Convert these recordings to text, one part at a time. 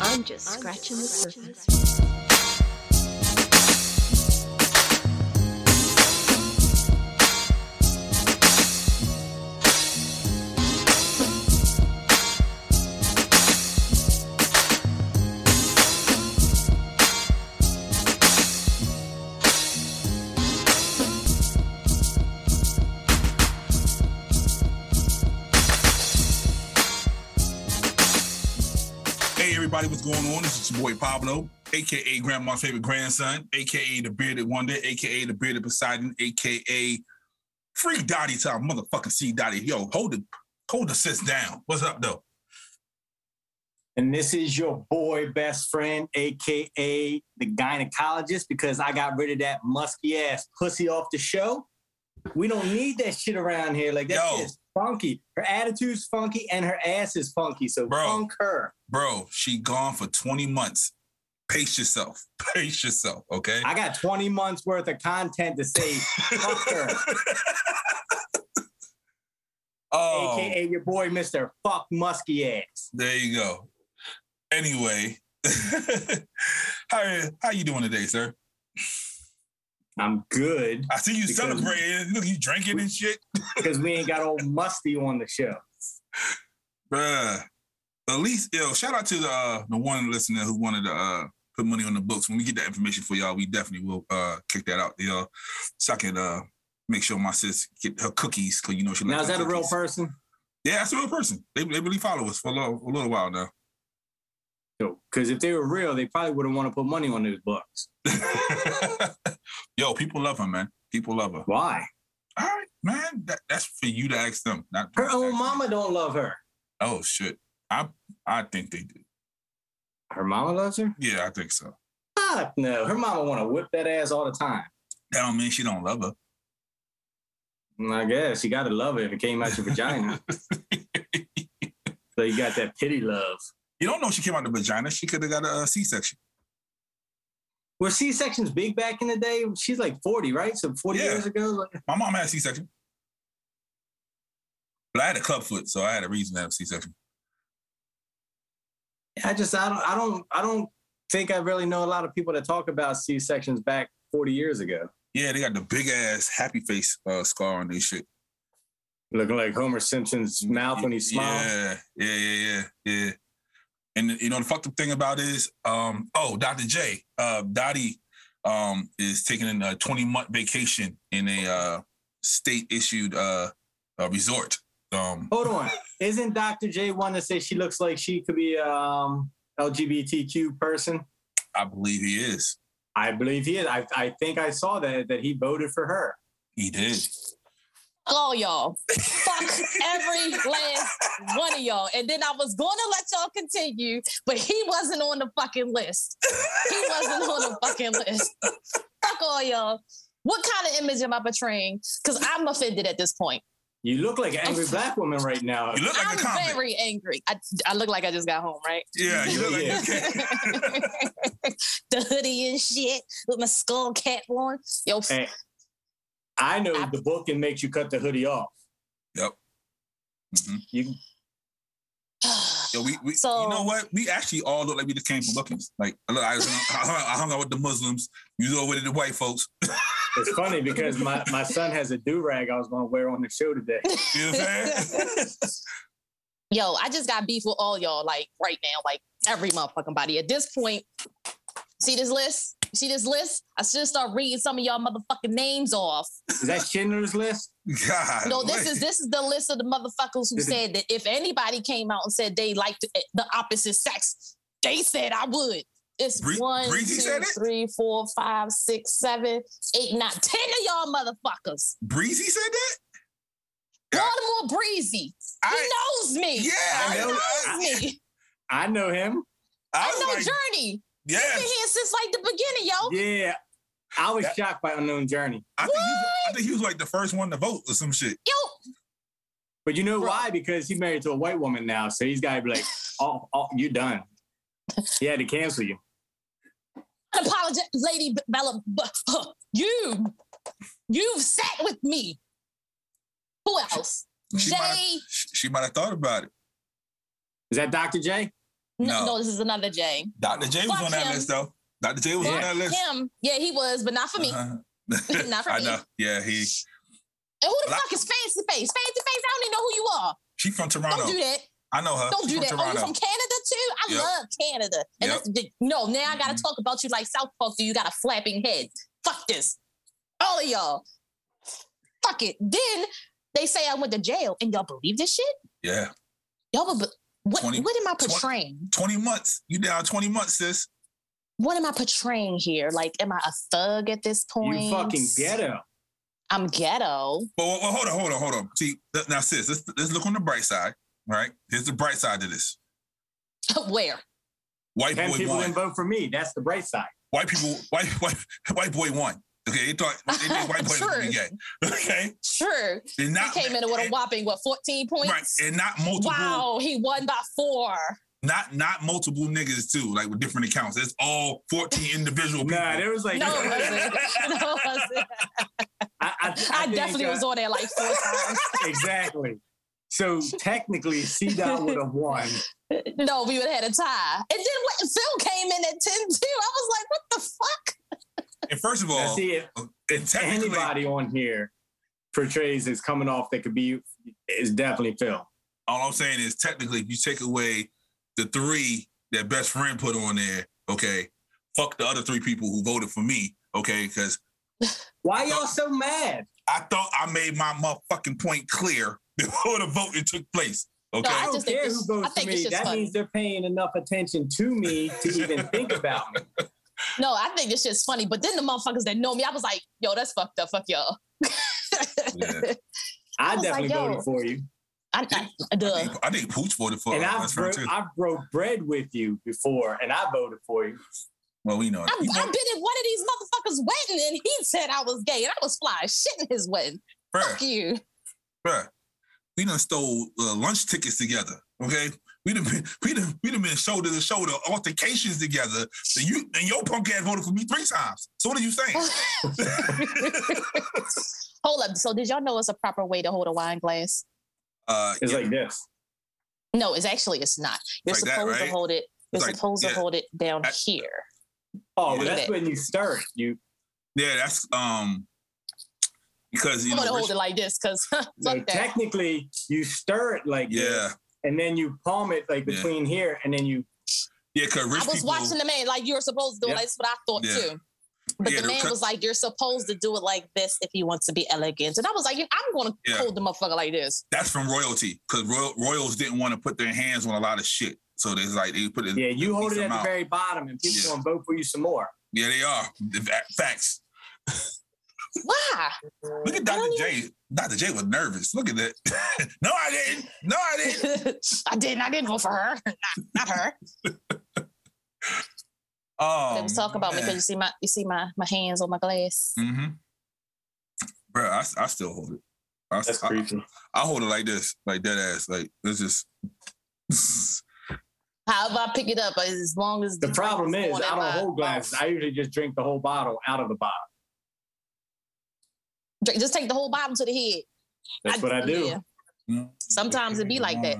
I'm just scratching the surface. Hey everybody, what's going on? This is your boy Pablo, aka Grandma's favorite grandson, aka the bearded wonder, aka the bearded Poseidon, aka Freak Dottie to our motherfucking C Dottie. Yo, hold the hold the sis down. What's up though? And this is your boy best friend, aka the gynecologist, because I got rid of that musky ass pussy off the show. We don't need that shit around here. Like that Yo. shit is funky. Her attitude's funky and her ass is funky. So Bro. funk her. Bro, she gone for 20 months. Pace yourself. Pace yourself, okay? I got 20 months worth of content to say fuck her. oh, AKA your boy, Mr. Fuck Musky Ass. there you go. Anyway, how, how you doing today, sir? I'm good I see you Because- celebrating. Look, you drinking and shit. because we ain't got old Musty on the show. Bruh. At least, yo, shout out to the uh, the one listener who wanted to uh, put money on the books. When we get that information for y'all, we definitely will uh, kick that out, y'all. So I can uh, make sure my sis get her cookies, cause you know she. Now, likes is that her a real cookies. person? Yeah, that's a real person. They, they really follow us for a little, a little while now. Because if they were real, they probably wouldn't want to put money on those bucks. yo, people love her, man. People love her. Why? All right, man. That, that's for you to ask them. Not Her not ask own me. mama don't love her. Oh shit. I I think they do. Her mama loves her? Yeah, I think so. Fuck no. Her mama want to whip that ass all the time. That don't mean she don't love her. And Mm, I guess you got to love it if it came out your vagina. so you got that pity love. You don't know she came out the vagina. She could have got a, uh C-section. Were C sections big back in the day? She's like 40, right? So 40 Yeah. years ago? Like, My mom had a C-section, but I had a club foot, so I had a reason to have a C-section. I just, I don't, I don't, I don't think I really know a lot of people that talk about C sections back 40 years ago. Yeah, they got the big ass happy face uh, scar on their shit. Looking like Homer Simpson's mouth when he smiles. Yeah, yeah, yeah, yeah, yeah. And you know the fucked up thing about it is, um, oh, Dr. J, uh, Dottie, um, is taking a 20 month vacation in a uh, state issued uh, uh, resort. Um, Hold on. Isn't Dr. J one that says she looks like she could be um LGBTQ person? I believe he is. I believe he is. I, I think I saw that that he voted for her. He did. Fuck all y'all. Fuck every last one of y'all. And then I was gonna let y'all continue, but he wasn't on the fucking list. He wasn't on the fucking list. Fuck all y'all. What kind of image am I portraying? Because I'm offended at this point. You look like an angry black woman right now. You look like I'm a comic. very angry. I, I look like I just got home, right? Yeah, you look like Yeah. you can't- The hoodie and shit with my skull cap on. Yo, f- Hey, I know the book and makes you cut the hoodie off. Yep. Mhm. You Yo, we, we So- you know what? We actually all look like we just came from Buckings. Like look, I, was, I, hung, I hung out with the Muslims. You was over to the white folks. it's funny because my, my son has a do rag I was gonna wear on the show today. You know what I'm saying? yo, I just got beef with all y'all, like right now, like every motherfucking body. At this point, see this list? See this list? I should start reading some of y'all motherfucking names off. Is that Schindler's list? God. No, this what? is this is the list of the motherfuckers who said that if anybody came out and said they liked the opposite sex, they said I would. It's Bree- one, two, Breezy said it? three, four, five, six, seven, eight, nine, ten of y'all motherfuckers. Breezy said that. Yeah. Baltimore Breezy. I- he knows me. Yeah, he I know. knows me. I know him. I, I was know like, Journey. Been yeah. here since like the beginning, yo. Yeah. I was That- shocked by Unknown Journey. I think, he was, I think he was like the first one to vote or some shit. Yo, But you know Bro. why? Because he's married to a white woman now, so he's got to be like, "Oh, oh you done." He had to cancel you. apologize, Lady B- Bella. B- huh, You, you've sat with me. Who else? She Jay. might have, she might have thought about it. Is that Dr. J? No, No. no, this is another J. Dr. J was Fuck on that him. list though. Dr. J was on Fuck that list. Him, yeah, he was, but not for me. Uh-huh. Not for I me. know. Yeah, he. And who the Well, I- fuck is Fancy Face? Fancy Face, I don't even know who you are. She from Toronto. Don't do that. I know her. Don't She do that. from Oh, you Toronto. from Canada too? I Yep. love Canada. And Yep. that's, no, now I gotta Mhm. talk about you like South Park, so you got a flapping head. Fuck this. All of y'all. Fuck it. Then they say I went to jail, and y'all believe this shit? yeah, Y'all would. be- What, 20 what am I 20 portraying? twenty months. You down twenty months, sis? What am I portraying here? Like, am I a thug at this point? You fucking ghetto. I'm ghetto. But well, hold on, hold on, hold on. See th- now, sis. Let's let's look on the bright side. Right? Here's the bright side to this. Where? White Ten boy people won. didn't vote for me. That's the bright side. White people. White white white boy won. Okay, they thought they think white boy was gonna be gay. True. Okay, Sure. and not he came in with a and- whopping what 14 points. Right, and not multiple, Wow, he won by four. not not multiple niggas too, like with different accounts. It's all fourteen individual people. Nah, there was like No, it wasn't. No, it wasn't. I, I, I definitely was on there like four times. exactly. So technically, C Dot would have won. No, we would have had a tie. And then what, Phil came in at 10 too. I was like, what the fuck? and first of Now, all, see if and technically, anybody on here portrays as coming off that could be is definitely Phil. all I'm saying is technically, if you take away the three that best friend put on there, okay, fuck the other three people who voted for me, okay, because Why y'all so mad? I thought I made my motherfucking point clear before the voting took place. Okay, I I don't just think care this- who votes I think for it's just me. That funny. means they're paying enough attention to me to even think about me. No, I think this shit's funny. But then the motherfuckers that know me, I was like, yo, that's fucked up. Fuck y'all. Yeah. I I, was definitely like, yo. voted for you. I, I, duh. I think Pooch voted for and our I've best friend bro- too. I've broke bread with you before, and I voted for you. well, we know. I've, You know- I've been at one of these motherfuckers' wedding and he said I was gay and I was fly as shit in his wedding. bruh, Fuck you. bruh, we done stole uh, lunch tickets together. Okay, we done been, we done we done been shoulder to shoulder altercations together. So you and your punk ass voted for me three times. So what are you saying? Hold up. So did y'all know it's a proper way to hold a wine glass? Uh, It's yeah, like this. No, it's actually it's not. You're Like that, supposed right? to hold it. You're It's like- supposed yeah. to hold it down I- here. Oh, Yeah. but that's when you stir it. You yeah, that's um because you I'm gonna know. hold it like this because fuck no, that. technically you stir it like yeah, this, and then you palm it like Yeah. between here, and then you yeah, because I rich was people. watching the man like you were supposed to do. it. Yeah. That's what I thought Yeah. too. But Yeah, the they're man cut- was like, "You're supposed to do it like this if you want to be elegant." And I was like, "Yeah, "I'm going to Yeah. hold the motherfucker like this." that's from royalty because royal, royals didn't want to put their hands on a lot of shit. So there's like they put it. yeah you hold it at amount. the very bottom, and people Yeah. gonna vote for you some more. Yeah, they are The fa- facts. Why? Look at I Dr. don't J. Dr. J was nervous. Look at that. no, I didn't. No, I didn't. I didn't. I didn't vote for her. Not, not her. Oh, they was talking about me man. because you see my you see my my hands on my glass. Um, Mm-hmm. Bro, I, I still hold it. I, Uh, I- I hold it like this, like dead ass. Like this is However, I pick it up as long as The drink problem going is in I my don't hold glasses. mouth. I usually just drink the whole bottle out of the bottle. Drink- Just take the whole bottom to the head. That's what I do. yeah. Sometimes it be like that.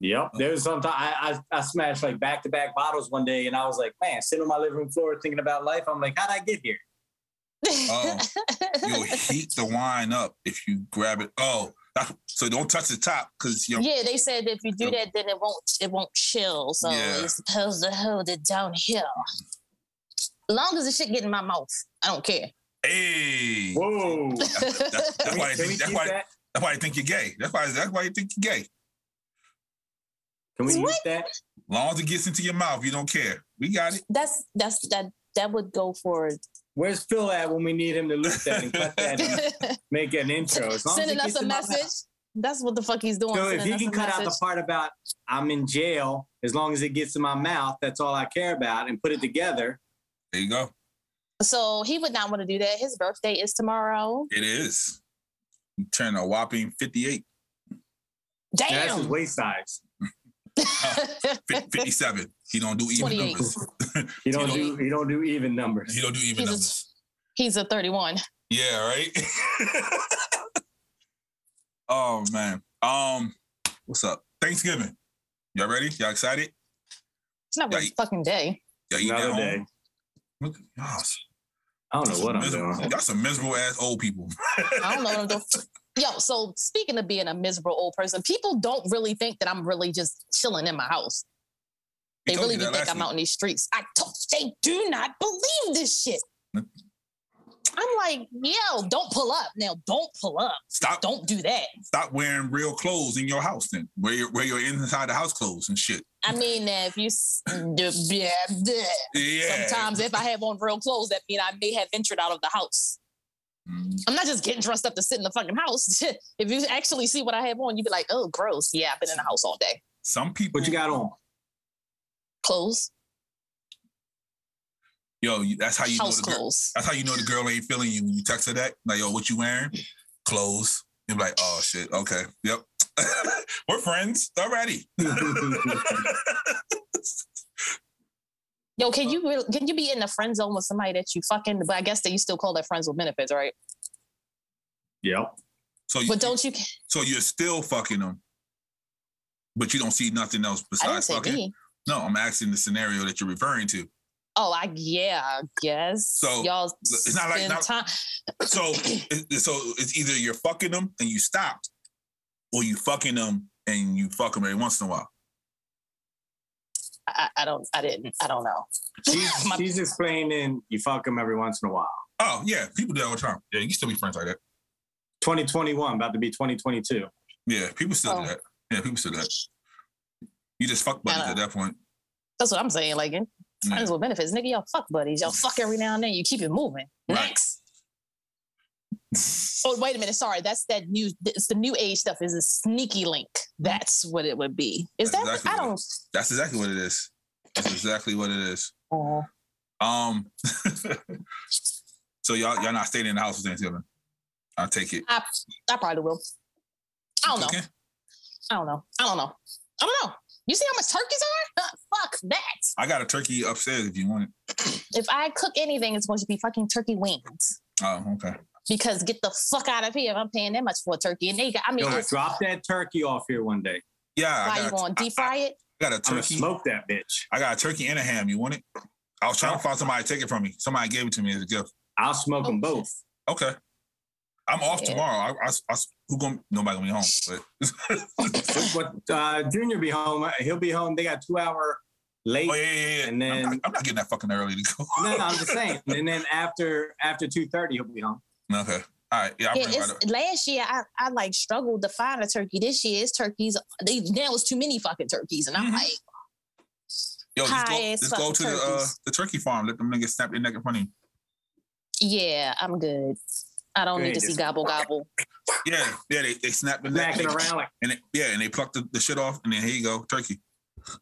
Yep. Uh-huh. There was sometimes I, I I smashed like back to back bottles one day, and I was like, man, sitting on my living room floor thinking about life. I'm like, how'd I get here? Oh, you'll heat the wine up if you grab it. Oh, that, so don't touch the top because you yeah, they said if you do Yep. that, then it won't it won't chill. So Yeah. you're supposed to hold it down here. As long as the shit get in my mouth, I don't care. hey. Whoa. That's, that's- that's Can why I we- can we think that's keep why that? that's why I think you're gay. That's why that's why you think you're gay. Can we What? use that? Long as it gets into your mouth, you don't care. We got it. That's that's that that would go for Where's Phil at when we need him to loop that and cut that and make an intro? As long as sending it us gets a in my message. That's what the fuck he's doing. mouth. So if sending he us can a cut out the message. part about I'm in jail, as long as it gets in my mouth, that's all I care about, and put it together. There you go. so he would not want to do that. His birthday is tomorrow. It is. You turn a whopping 58, That's his Damn. waist size. fif- 57. He don't do even 28. numbers. He don't You do he don't do even numbers. He don't do even He's a- numbers. he's a 31. Yeah, right. oh man. Um, what's up? Thanksgiving. Y'all ready? Y'all excited? Not Yeah, every fucking day. Yeah, you Another down day. home. Look, gosh, I don't that's know some what I'm miserable- doing. That's some miserable ass old people. I don't know what I'm doing. Yo, so speaking of being a miserable old person, people don't really think that I'm really just chilling in my house. They We told really you do that think last I'm out in these streets. I told they do not believe this shit. Nope. I'm like, yo, don't pull up now. Don't pull up. Stop! Don't do that. Stop wearing real clothes in your house. Then wear your, wear your inside the house clothes and shit. I mean, if you s- yeah, yeah. Yeah. sometimes if I have on real clothes, that mean I may have ventured out of the house. Mm. I'm not just getting dressed up to sit in the fucking house. if you actually see what I have on, you'd be like, oh, gross. Yeah, I've been in the house all day. Some people. What you got on? Clothes. Yo, you- that's how you know house the girl, clothes. that's how you know the girl ain't feeling you when you text her that. Like, yo, what you wearing? Clothes. You're like, oh shit. Okay. Yep. We're friends already. Yo, can you really, can you be in a friend zone with somebody that you fucking? But I guess that you still call that friends with benefits, right? yep. so you But don't you? so you're still fucking them, but you don't see nothing else I didn't besides say fucking. me. No, I'm asking the scenario that you're referring to. Oh, I yeah, I guess. So, y'all it's not like- spend not- time. So, it- so it's either you're fucking them and you stopped, or you fucking them and you fuck them every once in a while. I, I don't. I didn't. I don't know. She's, My- she's explaining you fuck them every once in a while. Oh yeah, people do that all the time. Yeah, you can still be friends like that. 2021, about to be 2022. Yeah, people still Oh. do that. Yeah, people still do that. You just fuck buddies Yeah. at that point. That's what I'm saying. Like in Yeah. friends with benefits, nigga. Y'all fuck buddies. Y'all fuck every now and then. You keep it moving. Right. Next. Oh wait a minute. Sorry, that's that new. It's the new age stuff. Is a sneaky link. That's what it would be. Is That's that? what- Hmm. exactly I what it don't. That's exactly what it is. That's exactly what it is. Oh. Um, so y'all y'all not staying in the house with Thanksgiving. I'll take it. I, I probably will. I don't know. Okay. I don't know. I don't know. I don't know. You see how much turkeys are? Uh, Fuck that. I got a turkey upstairs if you want it. If I cook anything, it's going to be fucking turkey wings. Oh, okay. Because get the fuck out of here if I'm paying that much for a turkey. And they got, I mean, Yo, Oh. it's, drop that turkey off here one day. Yeah, why I you got, going to deep fry it? I got a I'm gonna turkey. smoke that bitch. I got a turkey and a ham. You want it? I was Oh. trying to find somebody to take it from me. Somebody gave it to me as a gift. I'll smoke them Oh, both. yes. Okay. I'm off Yeah. tomorrow. I, I, I, who gonna nobody gonna be home. But But uh, Junior be home. He'll be home. They got two hour late. oh yeah, yeah, yeah. And I'm, not, then I'm not getting that fucking early to go. no, no, I'm just saying. And then after after two thirty, he'll be home. Okay. All right. Yeah, I'll Yeah, bring mine up. it's, last year I, I like struggled to find a turkey. This year it's turkeys. They, now it's too many fucking turkeys, and I'm Mhm. like, Yo, just go, Hi, it's just go to fucking the uh, turkeys. the turkey farm. Let them niggas snap their neck in front of you. yeah, I'm good. I don't need to Good. see gobble gobble. Yeah, yeah, they, they snap the neck Backing around like and they, yeah, and they pluck the, the shit off, and then here you go, turkey.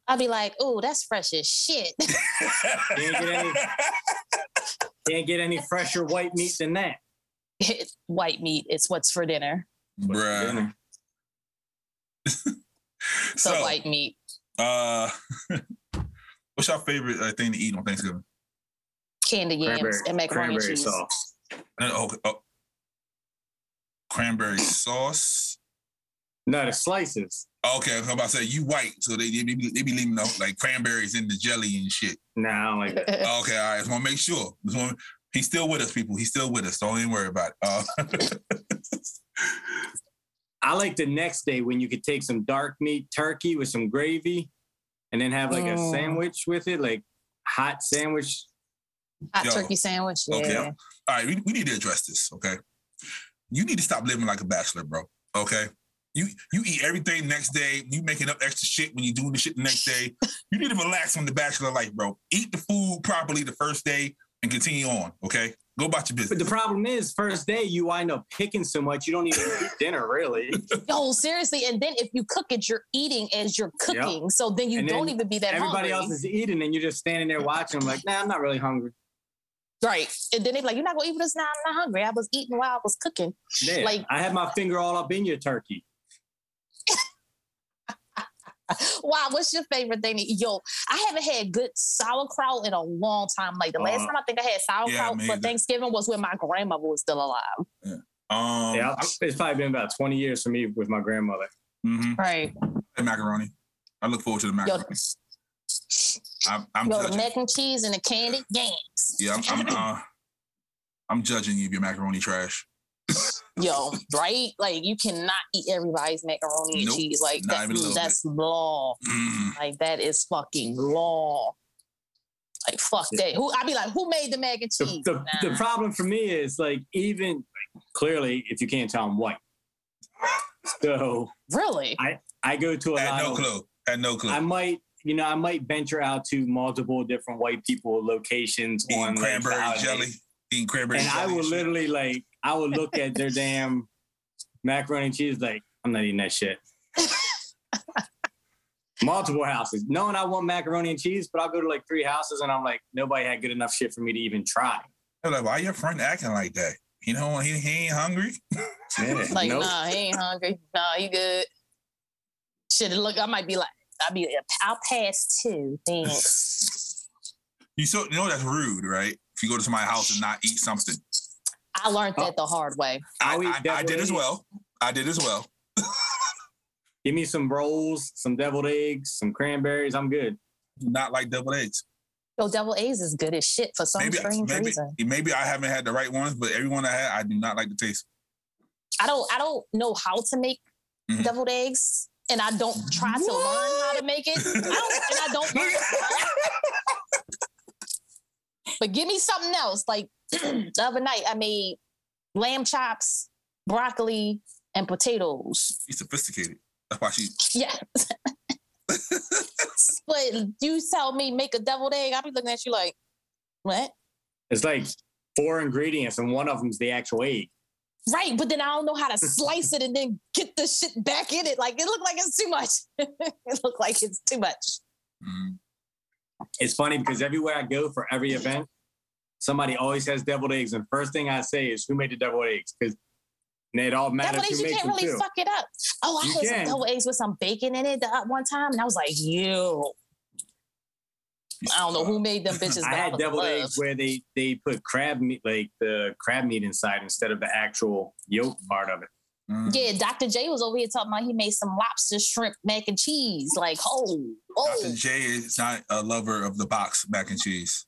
I'll be like, oh, that's fresh as shit. Can't get any- can't get any fresher white meat than that. White meat. It's what's for dinner. Bruh. So, So, white meat. uh, what's your favorite uh, thing to eat on Thanksgiving? candy Cranberry, yams and macaroni and cranberry cheese. sauce. Uh, oh, oh, cranberry sauce. No, the slices. Okay, I'm about to say you white, so they they be, they be leaving the, like cranberries in the jelly and shit. No, I don't like that. Oh, Okay, all right. Just want to make sure. Just wanna- he's still with us, people. He's still with us. Don't even worry about it. Uh, I like the next day when you could take some dark meat turkey with some gravy, and then have like a Mm. sandwich with it, like hot sandwich. Hot Yo. turkey sandwich. Yeah. Okay. all right, we, we need to address this, okay? You need to stop living like a bachelor, bro. Okay. You you eat everything next day. You making up extra shit when you doing the shit the next day. You need to relax on the bachelor life, bro. Eat the food properly the first day and continue on. Okay. Go about your But business. the problem is, first day you wind up picking so much you don't even eat dinner really. Yo, seriously. And then if you cook it, you're eating as you're cooking. So then you And don't then even be that Everybody hungry. else is eating, and you're just standing there watching. I'm like, nah, I'm not really hungry. right. And then they be like, you're not going to eat with us now. I'm not hungry. I was eating while I was cooking. Yeah, Like- I had my finger all up in your turkey. Wow. What's your favorite thing to eat? Yo, I haven't had good sauerkraut in a long time. Like the last Uh, time I think I had sauerkraut me for either. Thanksgiving was when my grandmother was still alive. Um yeah, it's probably been about 20 years for me with my grandmother. mhm. Right. And macaroni. I look forward to the Yo, macaroni. I'm, I'm Yo, the judging. mac and cheese and the candy yams. Yeah, I'm. I'm uh, I'm judging you of your macaroni trash. Yo, right? Like you cannot eat everybody's macaroni Nope, and cheese. Like not that- even a little that's law. Mm. Like that is fucking law. Like fuck that. Who I be like, who made the mac and The, cheese? the, the Nah. problem for me is like even clearly if you can't tell I'm white. So really? I go to a Had lot no of clue. Had no clue. I might, you know, I might venture out to multiple different white people locations on Eating like, the cranberry holidays. jelly. Eating cranberry And jelly. I will shit. literally like, I will look at their damn macaroni and cheese like, I'm not eating that shit. Multiple houses, knowing I want macaroni and cheese, but I'll go to like three houses and I'm like, nobody had good enough shit for me to even try. They're like, why your friend acting like that? You know, he, he ain't hungry. Yeah, Like, nope. nah, he ain't hungry. Nah, he good. Shit, look, I might be like, I'll be, uh, I'll pass two. Thanks. You so you know that's rude, right? If you go to somebody's house and not eat something, I learned Oh. that the hard way. I, I'll eat I, I did deviled as eggs. well. I did as well. Give me some rolls, some deviled eggs, some cranberries. I'm good. Not like double eggs. Yo, double A's is good as shit for some Maybe, strange maybe, reason. maybe I haven't had the right ones, but everyone I had, I do not like the taste. I don't I don't know how to make Mhm. deviled eggs and I don't try to learn how to make it. I don't, and I don't but give me something else. Like the other night I made lamb chops, broccoli, and potatoes. She's sophisticated. That's why she. Yes. but you tell me make a deviled egg, I'll be looking at you like, what? It's like four ingredients and one of them's the actual egg. Right, but then I don't know how to slice it and then get the shit back in it. Like it looked like it's too much. it looked like it's too much. Mm. it's funny because everywhere I go for every event, somebody always has deviled eggs, and first thing I say is, "Who made the deviled eggs?" Because it all matters Deviled eggs, who you makes can't them really too. fuck it up. Oh, I You had some can. deviled eggs with some bacon in it the, uh, one time, and I was like, "Ew!" I don't know who made them bitches. I but had was deviled loved. eggs where they they put crab meat, like the crab meat inside instead of the actual yolk part of it. Mm. Yeah, Dr. J was over here talking about he made some lobster, shrimp, mac and cheese. Like, oh, Dr. oh, J is not a lover of the box mac and cheese.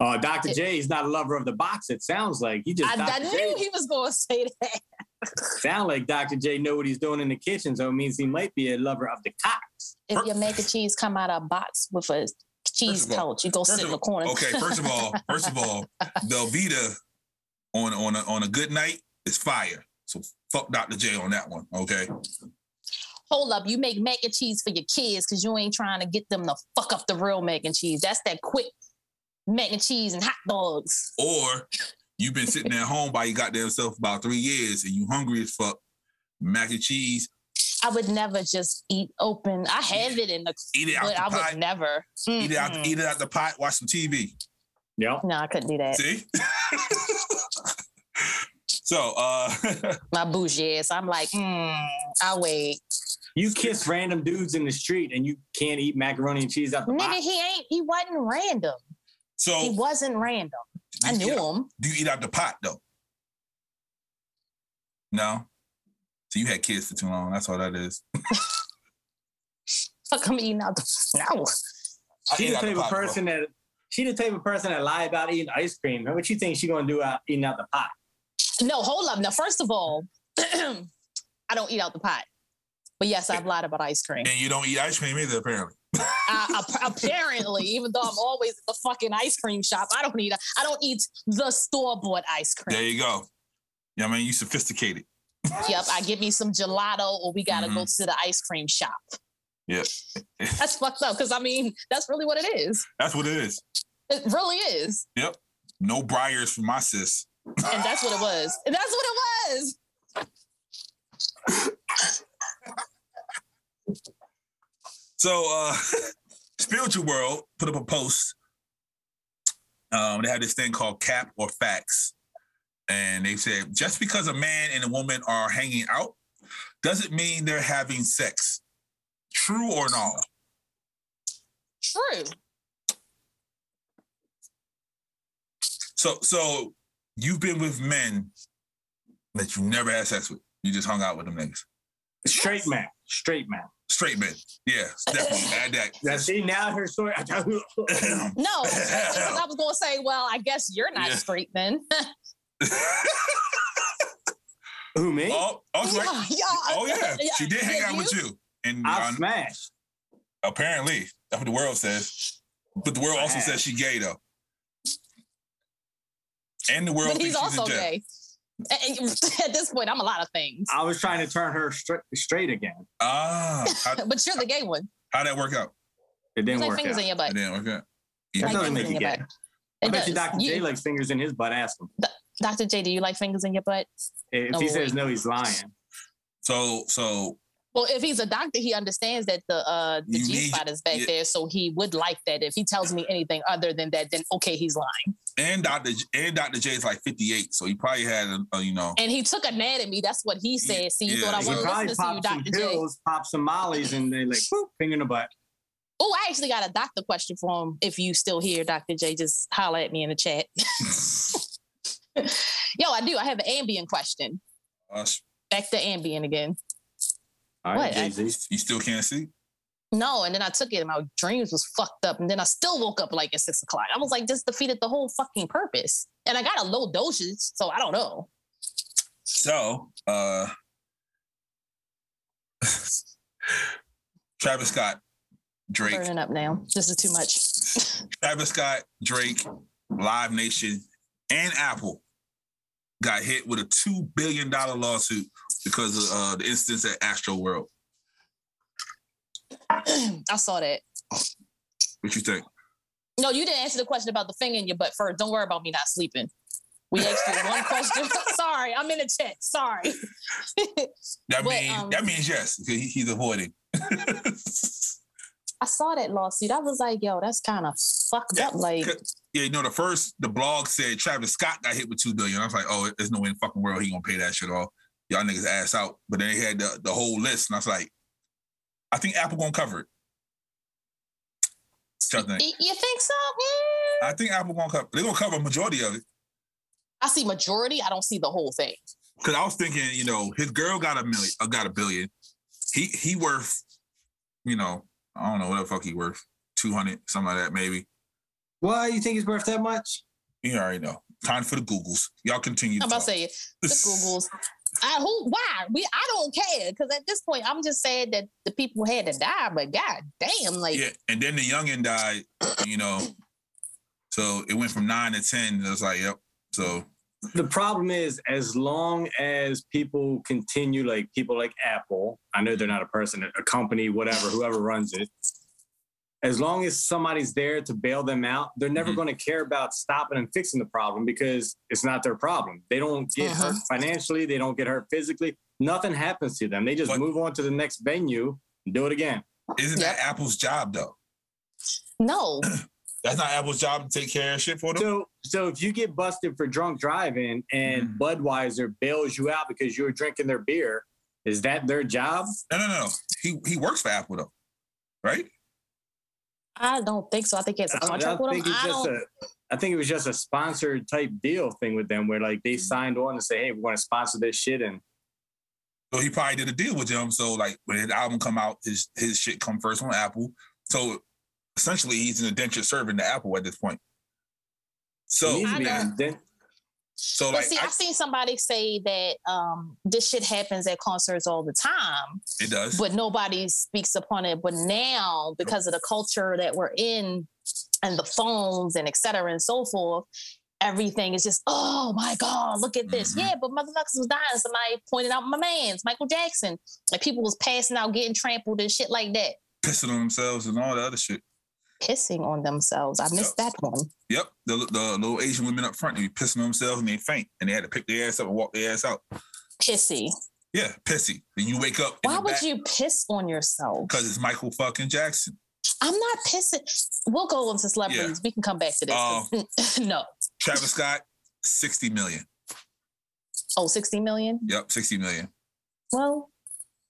Uh, Dr. It- J is not a lover of the box. It sounds like he just I, I Dr. knew J, he was going to say that. sound like Dr. J know what he's doing in the kitchen, so it means he might be a lover of the cox. If your mac and cheese come out of a box with a cheese First of all- pouch, you go first sit in of the corner. Okay, first of all, first of all, Velveeta on on a, on a good night is fire. So fuck Dr. J on that one. Okay, Hold up, you make mac and cheese for your kids because you ain't trying to get them to fuck up the real mac and cheese. That's that quick mac and cheese and hot dogs. or you've been sitting at home by your goddamn self about three years and you hungry as fuck. Mac and cheese, I would never just eat open. I have it in the, eat it out but the I pot. would never. Eat it out, Mm-mm. eat it out the pot. Watch some TV. Yep. No, I couldn't do that. See. so, uh, My bougie ass. I'm like, mm, I'll wait. You kiss random dudes in the street and you can't eat macaroni and cheese out the Nigga, box. he ain't. He wasn't random. He so wasn't random. I do you knew eat out- him. do you eat out the pot though? No. So you had kids for too long. That's all that is. Fuck, I'm eating out the. No. I She ate the out type of pot, bro. person that she the type of person that lie about eating ice cream. And what you think she gonna do out eating out the pot? No, hold up. Now, first of all, I don't eat out the pot. But yes, I've lied about ice cream. And you don't eat ice cream either, apparently. I, I- apparently, even though I'm always at the fucking ice cream shop, I don't eat. I don't eat the store bought ice There cream. you go. Yeah, I mean, you sophisticated. Yep, I get me some gelato, or we gotta go Mm-hmm. to the ice cream shop. Yeah. that's fucked up. Because I mean, that's really what it is. That's what it is. It really is, No briars for my sis. and that's what it was. And that's what it was. So, uh, Spiritual World put up a post. Um, they had this thing called Cap or Facts. And they said, just because a man and a woman are hanging out doesn't mean they're having sex. True or not? True. So, so you've been with men that you never had sex with. You just hung out with them niggas. Straight man, straight man. Straight men. Yeah, definitely. Add that. That's See, now her story. No, because I was going to say, well, I guess you're not Yeah. straight then. Who, me? oh, I was like, oh yeah, she did hang out with you, and I uh, smashed. apparently that's what the world says. But the world also Wow. says she gay though, and the world But he's thinks she's also a gay. gay. And- and At this point, I'm a lot of things, I was trying to turn her stra- straight again. Ah, how, but you're the gay one. how'd that work out? It You didn't like work fingers out. in your butt. It didn't work out. That like doesn't make fingers you in your gay. butt. I It bet you does. Dr. J You- likes fingers in his butt. Ask him. Dr. J, do you like fingers in your butt? If Oh, he says wait. no, he's lying. So, so Well, if he's a doctor, he understands that the uh, the You G need- spot is back yeah. there, so he would like that. If he tells me anything other than that, then okay, he's lying. and Doctor and Doctor J is like fifty eight, so he probably had a, a you know. And he took a nat at me. That's what he said. See, you Yeah, thought I he He wasn't probably listening to you, popped some Dr. J. pills, popped some mollies, and they like boop, finger in the butt. Oh, I actually got a doctor question for him. If you still here, Dr. J, just holler at me in the chat. Yo, I do. I have an Ambien question. Uh, Back to Ambien again. All What? right, Jay Z. you still can't see. No, and then I took it and my dreams was fucked up. And then I still woke up like at six o'clock. I was like, this defeated the whole fucking purpose. And I got a low dosage, so I don't know. So, uh Travis Scott, Drake, Burning up now. This is too much. Travis Scott, Drake, Live Nation, and Apple got hit with a two billion dollar lawsuit because of uh, the instance at Astro World. I saw that. What you think? No, you didn't answer the question about the finger in your butt first. Don't worry about me not sleeping. We asked you one question. Sorry, I'm in the chat. Sorry. That But, means um, that means yes. 'cause He, he's avoiding. I saw that lawsuit. I was like, yo, that's kind of fucked Yeah, up. Like, yeah, you know, the first the blog said Travis Scott got hit with two billion. I was like, oh, there's no way in the fucking world he gonna pay that shit off. Y'all niggas ass out. But then they had the, the whole list, and I was like, I think Apple gonna cover it. So I think- y- you think so? Mm. I think Apple gonna cover. They're gonna cover a majority of it. I see majority. I don't see the whole thing. Cause I was thinking, you know, his girl got a million, uh, got a billion. He he worth, you know, I don't know what the fuck he worth, two hundred, something like that, maybe. Why you think he's worth that much? You already know. Time for the Googles. Y'all continue. to I'm about talk. to say the Googles. I who why we I don't care because at this point I'm just saying that the people had to die. But god damn, like Yeah, and then the youngin died, you know. So it went from nine to ten. And it was like, yep. So The problem is, as long as people continue, like people like Apple, I know they're not a person, a company, whatever, whoever runs it. As long as somebody's there to bail them out, they're never Mhm. going to care about stopping and fixing the problem because it's not their problem. They don't get Uh-huh. hurt financially, they don't get hurt physically. Nothing happens to them. They just But- move on to the next venue and do it again. isn't Yep. that Apple's job though? no, That's not Apple's job to take care of shit for them. So, so if you get busted for drunk driving and Mhm. Budweiser bails you out because you were drinking their beer, is that their job? No, no, no. no. He he works for Apple though, right? I don't think so. I think it's a I- I contract with think them. it's I just don't. a- I think it was just a sponsored type deal thing with them where like they Hmm. signed on to say, hey, we're going to sponsor this shit. And So he probably did a deal with them. So like when his album come out, his his shit come first on Apple. So essentially, he's an indentured servant to Apple at this point. it So needs to be I an indent- so But like see, I- I've seen somebody say that um, this shit happens at concerts all the time, it does. but nobody speaks upon it. But now, because of the culture that we're in and the phones and et cetera and so forth, everything is just, oh my God, look at this. Mhm. Yeah, but motherfuckers was dying. Somebody pointed out my man's Michael Jackson. Like people was passing out, getting trampled and shit like that, Pissing on themselves and all the other shit. pissing on themselves. I missed that one. Yep, the, the little Asian women up front, they be pissing on themselves and they faint, and they had to pick their ass up and walk their ass out. Pissy. Yeah, pissy. Then you wake up. Why would you piss on yourself? Because it's Michael fucking Jackson. I'm not pissing. We'll go into celebrities. We can come back to this. 'cause- no. Travis Scott, sixty million. Oh, 60 million? Yep, sixty million. Well,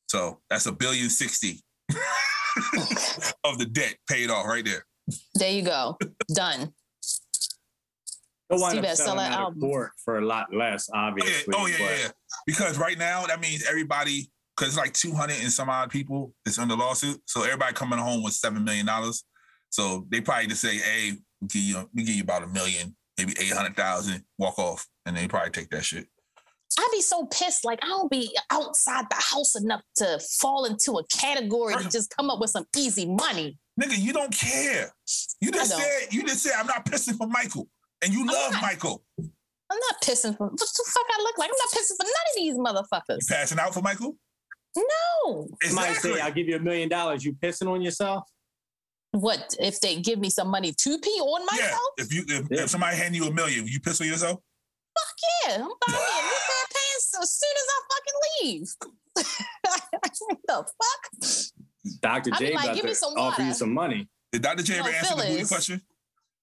So that's a billion sixty of the debt paid off right there. there you go. Done. They'll wind Steve up had selling selling out of albums. court for a lot less, Oh yeah, obviously. oh yeah, but yeah, yeah. Because right now that means everybody because like 200 and some odd people is under lawsuit. So everybody coming home with $7 million. So they probably just say, hey, we give you, we give you about a million, maybe 800,000, walk off. And they probably take that shit. I'd be so pissed. Like I don't be outside the house enough to fall into a category to just come up with some easy money. Nigga, you don't care. You just I don't. said, you just said, I'm not pissing for Michael. And you love not. Michael. I'm not pissing for what the fuck I look like. I'm not pissing for none of these You motherfuckers. passing out for Michael? No. Somebody Exactly. say, I'll give you a million dollars. You pissing on yourself? What if they give me some money to pee on Yeah. myself? If you if, Yeah. if somebody hand you a million, you piss on yourself? Yeah, I'm buying me a new pair of pants as soon as I fucking leave. what the fuck? Dr. I'd be J like, about give to me some offer you water. some money. Did Dr. J ever No, answer the booty Phyllis. question?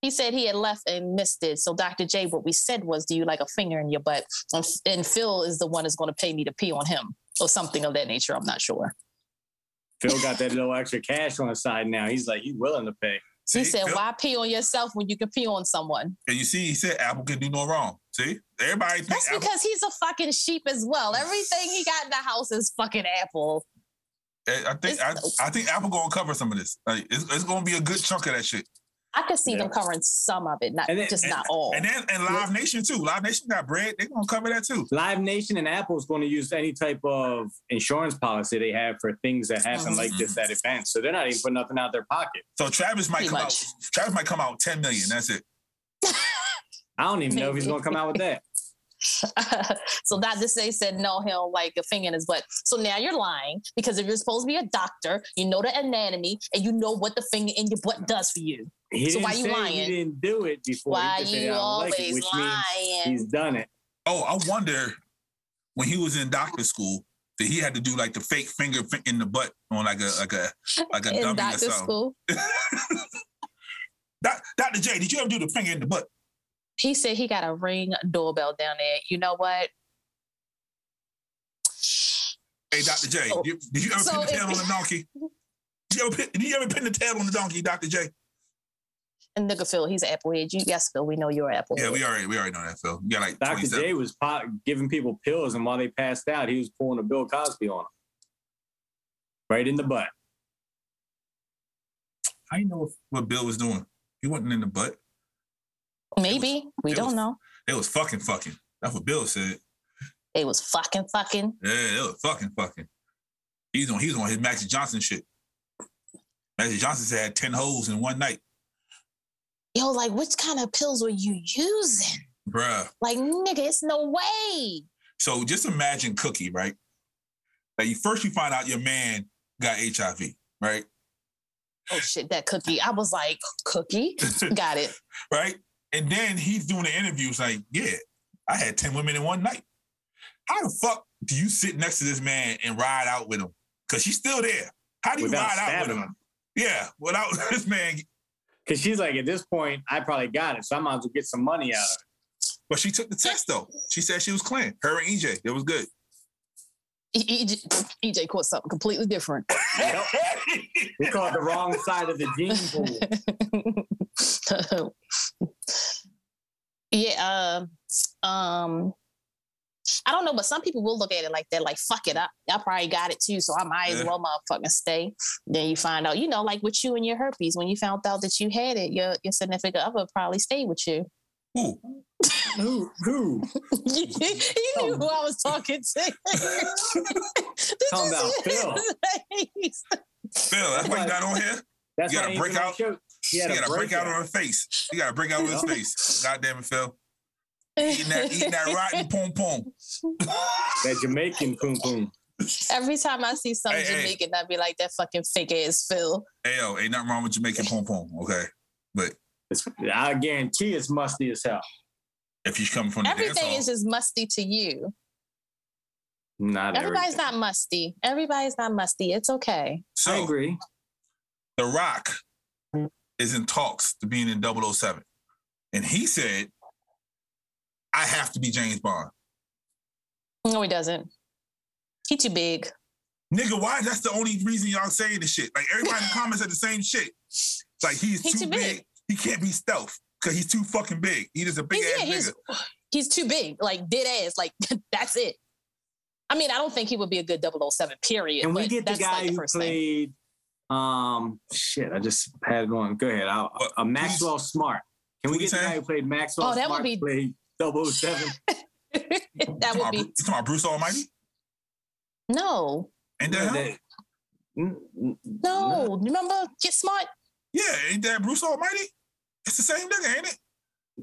He said he had left and missed it. So Dr. J, what we said was, "Do you like a finger in your butt?" And, and Phil is the one that's going to pay me to pee on him or something of that nature. I'm not sure. Phil got that little extra cash on the side now. He's like, he's willing to pay. See, he said, Phil- "Why pee on yourself when you can pee on someone?" And you see, he said Apple can do no wrong. See? Everybody think That's Apple because he's a fucking sheep as well. Everything he got in the house is fucking apple. eh, I I think I, It's- I think Apple gonna cover some of this. Like it's, it's gonna be a good chunk of that shit. I could see them Yeah. covering some of it, not And then- just not all. And then and Live Nation too. Live Nation got bread. They gonna cover that too. Live Nation and Apple is going to use any type of insurance policy they have for things that happen like Mm-hmm. this at events. So they're not even putting nothing out their pocket. So Travis might Pretty come much. out. Travis might come out ten million. That's it. I don't even know if he's going to come out with that. so Dr. Say said, no, he don't like a finger in his butt. So now you're lying because if you're supposed to be a doctor, you know the anatomy and you know what the finger in your butt does for you. He So didn't why you say lying? He didn't do it before. Why he just said, you "I don't always like it," which means he's lying? done it. Oh, I wonder when he was in doctor school that he had to do like the fake finger fi- in the butt on like a like a like a In dummy or doctor something. school, Doc- Dr. J, did you ever do the finger in the butt? he said he got a ring doorbell down there. You know what? Hey, Dr. J, So- did, did you Oh. ever so pin the tail if- on a donkey? Did you, ever pin, did you ever pin the tail on the donkey, Dr. J? And nigga Phil, he's an applehead. You, yes, Phil, we know you're an applehead. Yeah, we already we already know that, Phil. You got like Dr. 27. J was pop, giving people pills, and while they passed out, he was pulling a Bill Cosby on them. Right in the butt. I didn't know what Bill was doing. He wasn't in the butt. Maybe we it don't was- know. They was fucking fucking. That's what Bill said. They was fucking fucking. Yeah, they was fucking fucking. He's on he's on his Magic Johnson shit. Magic Johnson said had 10 holes in one night. Yo, like which kind of pills were you using? Bruh. Like nigga, it's no way. So just imagine Cookie, right? Like you first you find out your man got HIV, right? Oh shit, that cookie. I was like, cookie. Got it. right? And then he's doing the interviews like, yeah, I had 10 women in one night. How the fuck do you sit next to this man and ride out with him? Because she's still there. How do you Without ride out with stabbing him? him. Yeah, without this man. Because she's like, at this point, I probably got it, so I might as well get some money out of But she took the test though. She said she was clean. Her and EJ, it was good. E- EJ, EJ caught something completely different. it. Yep. We caught the wrong side of the gene pool. yeah. Um, um, I don't know, but some people will look at it like that. Like, fuck it, I, I probably got it too, so I might as Yeah. well motherfucking stay. Then you find out, you know, like with you and your herpes, when you found out that you had it, your your significant other probably stayed with you. Ooh, Who? Who? you knew who I was talking to. Talking about Phil. Phil, that's why you not on here. That's You got a why he ain't been on breakout? show. He You had got a to break out breakout. on her face. You got to break out on his Yeah. face. God damn it, Phil. Eating that, eating that rotten pom pom. That Jamaican poom poom. Every time I see some Hey, hey. Jamaican, I'd be like, that fucking fake ass Phil. Hey, yo, ain't nothing wrong with Jamaican pom pom, okay? But It's, I guarantee it's musty as hell. if you're coming from the dance Everything hall, is just musty to you. Not Everybody's everything. not musty. Everybody's not musty. It's okay. so I agree. The Rock is in talks to being in 007. And he said, I have to be James Bond. No, he doesn't. He too big. Nigga, why? That's the only reason y'all saying this shit. Like everybody in the comments said the same shit. Like he's He's too, too big. big. He can't be stealth because he's too fucking big. He just a big He's, ass yeah, he's nigga. he's too big. Like dead ass. Like that's it. I mean, I don't think he would be a good 007, period. And we but get the that's, like, guy who first thing. played. Um, shit, I just had it on. Go ahead. I'll, What, uh, Maxwell Smart. Can we please get the say? guy who played Maxwell? Oh, that would Smart be- played 007. that Come would on, be Bru- come on, Bruce Almighty. no, Ain't that him? That- Mm, mm, no. Remember, get smart. Yeah, ain't that Bruce Almighty? It's the same nigga, ain't it?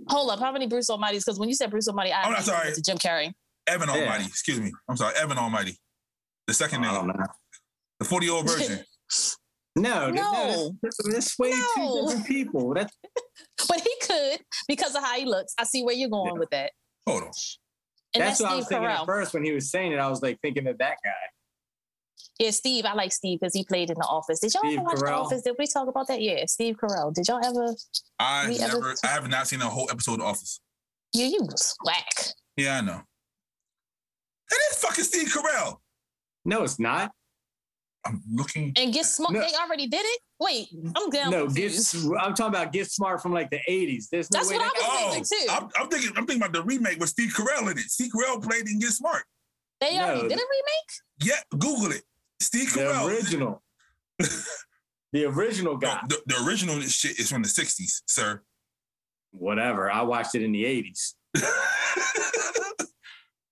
Hold up, how many Bruce Almighty's? Because when you said Bruce Almighty, I Oh, I'm not immediately went sorry. to Jim Carrey. Evan Yeah. Almighty. Excuse me. I'm sorry, Evan Almighty. The second I nigga, don't know. the 40 year old version. No, no, No. that's, that's way two No. different people. That's But he could because of how he looks. I see where you're going Yeah. with that. Hold on. And that's that's, what I was Steve thinking at Carell. first when he was saying it. I was like thinking of that guy. Yeah, Steve. I like Steve because he played in The Office. Did y'all Steve ever watch The Carell. Office? Did we talk about that? Yeah, Steve Carell. Did y'all ever? I We ever- never, I have not seen a whole episode of The Office. You you whack. Yeah, I know. That is fucking Steve Carell. No, it's not. I'm looking. And get smart. No. They already did it. Wait, I'm down. no, get, confused. I'm talking about Get Smart from like the 80s. There's no That's way what I that was guy- Oh, thinking too. I'm, I'm thinking. I'm thinking about the remake with Steve Carell in it. Steve Carell played in Get Smart. They already no. did a remake. Yeah, Google it. Steve the Carell. original. the original No, guy. the, the original shit is from the '60s, sir. Whatever. I watched it in the 80s.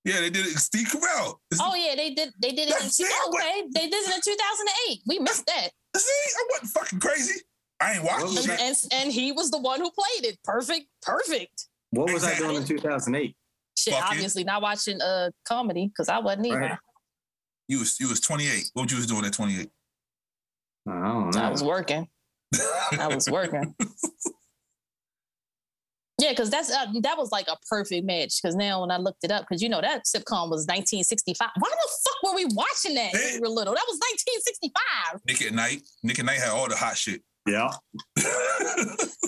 yeah, they did it. Steve Carell. It's- Oh yeah, they did. They did it. In, That's two- it, what- okay, they did it in 2008. We missed that. See, I wasn't fucking crazy. I ain't watching What was shit. And, that? and and he was the one who played it. Perfect. Perfect. What was I doing in Exactly. 2008? Shit, Fuck it. obviously not watching uh comedy because I wasn't either. Right. You was you was 28. What you was doing at 28? I don't I was know. working. I was working. Yeah, because that's uh, that was like a perfect match. Because now when I looked it up, because you know that sitcom was 1965. Why the fuck were we watching that when we were little? That was 1965. Nick at Night. Nick at Night had all the hot shit. Yeah.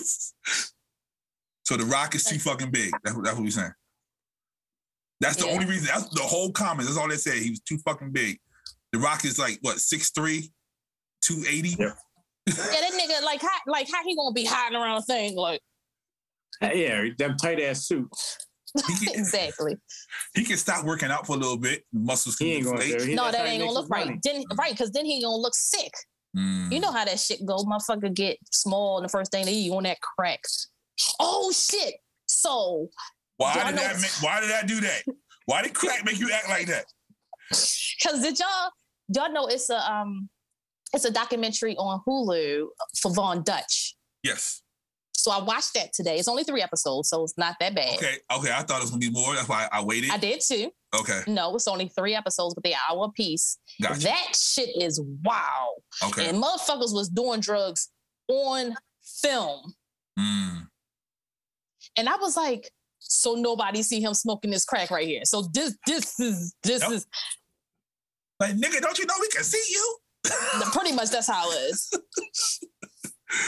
so the Rock is too fucking big. That's, what- that's what we saying. That's the Yeah. only reason. That's the whole comment. That's all they said. He was too fucking big. The Rock is like what 6'3", 280? Yeah. Yeah, that nigga like how like how he gonna be hiding around a thing like Yeah, them tight ass suits. He can, exactly. he can stop working out for a little bit. Muscles can He ain't gonna deflate. do it. He- no, that's how that he ain't makes gonna look his right. money. Then right, because then he gonna look sick. Mm. You know how that shit go. Motherfucker get small and the first thing they eat you on that crack. Oh shit. So Why Y'all did know- that make, why did I do that? Why did crack make you act like that? Cause did y'all y'all know it's a um it's a documentary on Hulu for Von Dutch. Yes. So I watched that today. It's only three episodes, so it's not that bad. Okay. Okay. I thought it was gonna be more. That's why I waited. I did too. Okay. No, it's only three episodes, but they are hour piece. Gotcha. That shit is wow. Okay. And motherfuckers was doing drugs on film. Mm. And I was like, so nobody see him smoking this crack right here. So this this is this Yep. is Like nigga, don't you know we can see you? pretty much that's how it is.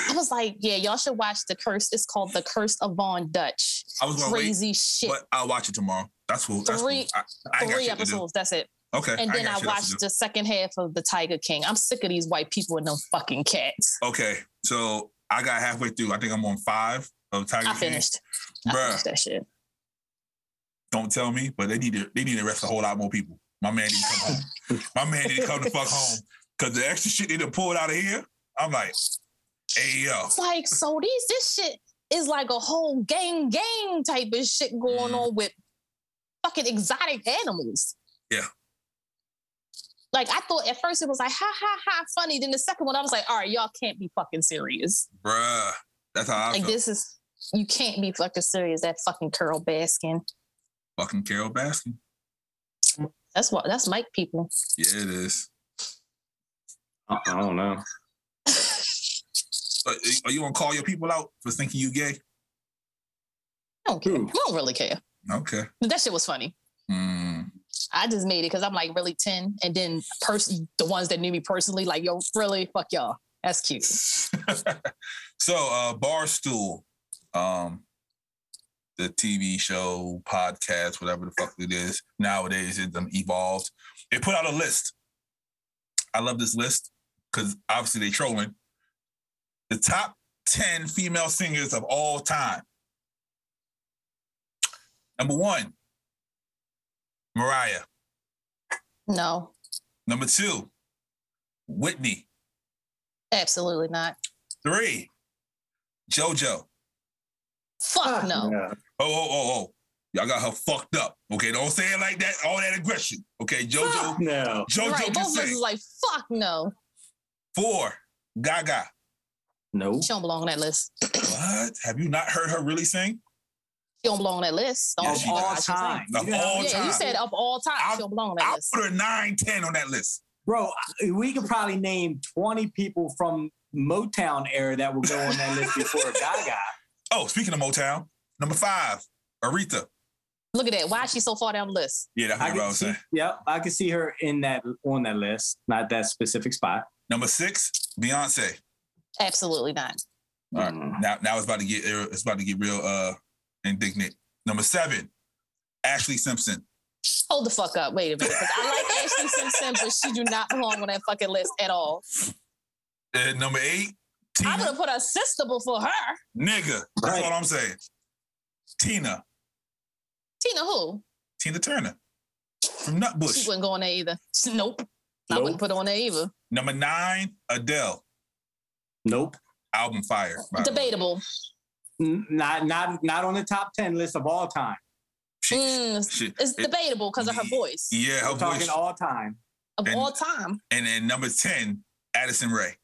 I was like, yeah, y'all should watch the curse. It's called The Curse of Von Dutch. I was gonna Crazy shit. wait, but I'll watch it tomorrow. That's cool. That's Three- cool. I, I ain't got Three shit to do. episodes, that's it. Okay. And ain't then I got shit else to watched the second half of The Tiger King. I'm sick of these white people and them fucking cats. do. Okay. So I got halfway through. I think I'm on five of Tiger I King. finished. I Bruh, finished that shit. don't tell me, but they need to they need to arrest a whole lot more people. My man need to come home. My man need to come the fuck home. Cause the extra shit they done pulled out of here, I'm like, hey yo. It's like, so these this shit is like a whole gang gang type of shit going Mhm. on with fucking exotic animals. Yeah. Like I thought at first it was like ha ha ha funny. Then the second one I was like, all right, y'all can't be fucking serious. Bruh. That's how I like felt. this is you can't be fucking serious. That fucking Carol Baskin. Fucking Carol Baskin. That's what that's Mike people. Yeah, it is. I I don't know. Are, are you gonna call your people out for thinking you gay? I don't care. Who? I don't really care. Okay. But that shit was funny. Mm. I just made it because I'm like really 10. And then pers- the ones that knew me personally, like, yo, really, fuck y'all. That's cute. so uh Barstool, um, the TV show, podcast, whatever the fuck it is, nowadays it done evolved. They put out a list. I love this list because obviously they trolling. The top 10 female singers of all time. Number one, Mariah. No, Number two, Whitney. absolutely not. Three, JoJo. Fuck Fuck no. Oh, oh, oh, oh. Y'all got her fucked up. Okay, don't say it like that. All that aggression. Okay, JoJo. Fuck. No. JoJo right, can both of us sing. is like, fuck no. Four, Gaga. No. She don't belong on that list. What? Have you not heard her really sing? She don't belong on that list. Yeah, Don't- Of she don't all watch her sing. time. Of You know- all yeah, time. you said of all time, I- she don't belong on that I list. put her 9, 10 on that list. Bro, I- we could probably name 20 people from Motown era that would go on that list before Gaga. Oh, speaking of Motown, number five, Aretha. Look at that. Why is she so far down the list? Yeah, that's what I, can was see, saying. Yep, I could see her in that on that list, not that specific spot. Number six, Beyonce. Absolutely not. All right. Mm. Now, now it's about to get it's about to get real uh indignant. Number seven, Ashley Simpson. Hold the fuck up. Wait a minute. 'cause I like Ashley Simpson, but she do not belong on that fucking list at all. And number eight, I would Tina. have put her sister before her. Nigga. That's Right. all I'm saying. Tina. Tina who? Tina Turner from She Nutbush. wouldn't go on there either. Nope. I Nope. wouldn't put her on there either. Number nine, Adele. Nope. Album Fire. by the way. Debatable. N- Not not not on the top 10 list of all time. She- Mm, she- it's it- debatable because of her Ye- voice yeah, her We're talking voice. all time. of and- all time. and then number 10, Addison Ray.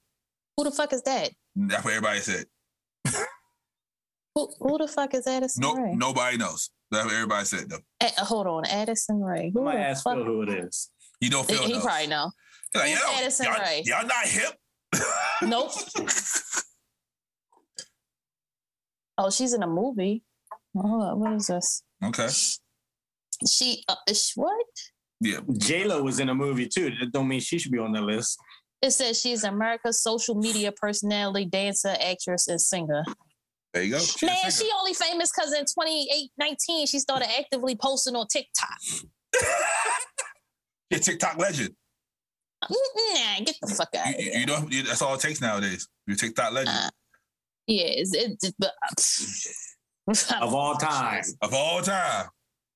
Who the fuck is that? That's what everybody said. Who, who the fuck is Addison No, Ray? nobody knows. That's what everybody said though. A- hold on, Addison Ray. I Who might the ask fuck- Phil who it is. You know He, Phil he knows. probably know. He's like, Who's "Yo, Addison y'all, Rae?" y'all not hip. Nope. oh, she's in a movie. Hold up, what is this? Okay. She uh, is- what? Yeah. J Lo was in a movie too. That don't mean she should be on that list. It says she's America's social media personality, dancer, actress, and singer. There you go. Man, she only famous because in 2019 she started actively posting on TikTok. a TikTok legend. Nah, get the fuck out You, of you, here. you know, you, that's all it takes nowadays. You're a TikTok legend. Uh, Yeah, it's, it, it, but, uh, Of all time. of all time.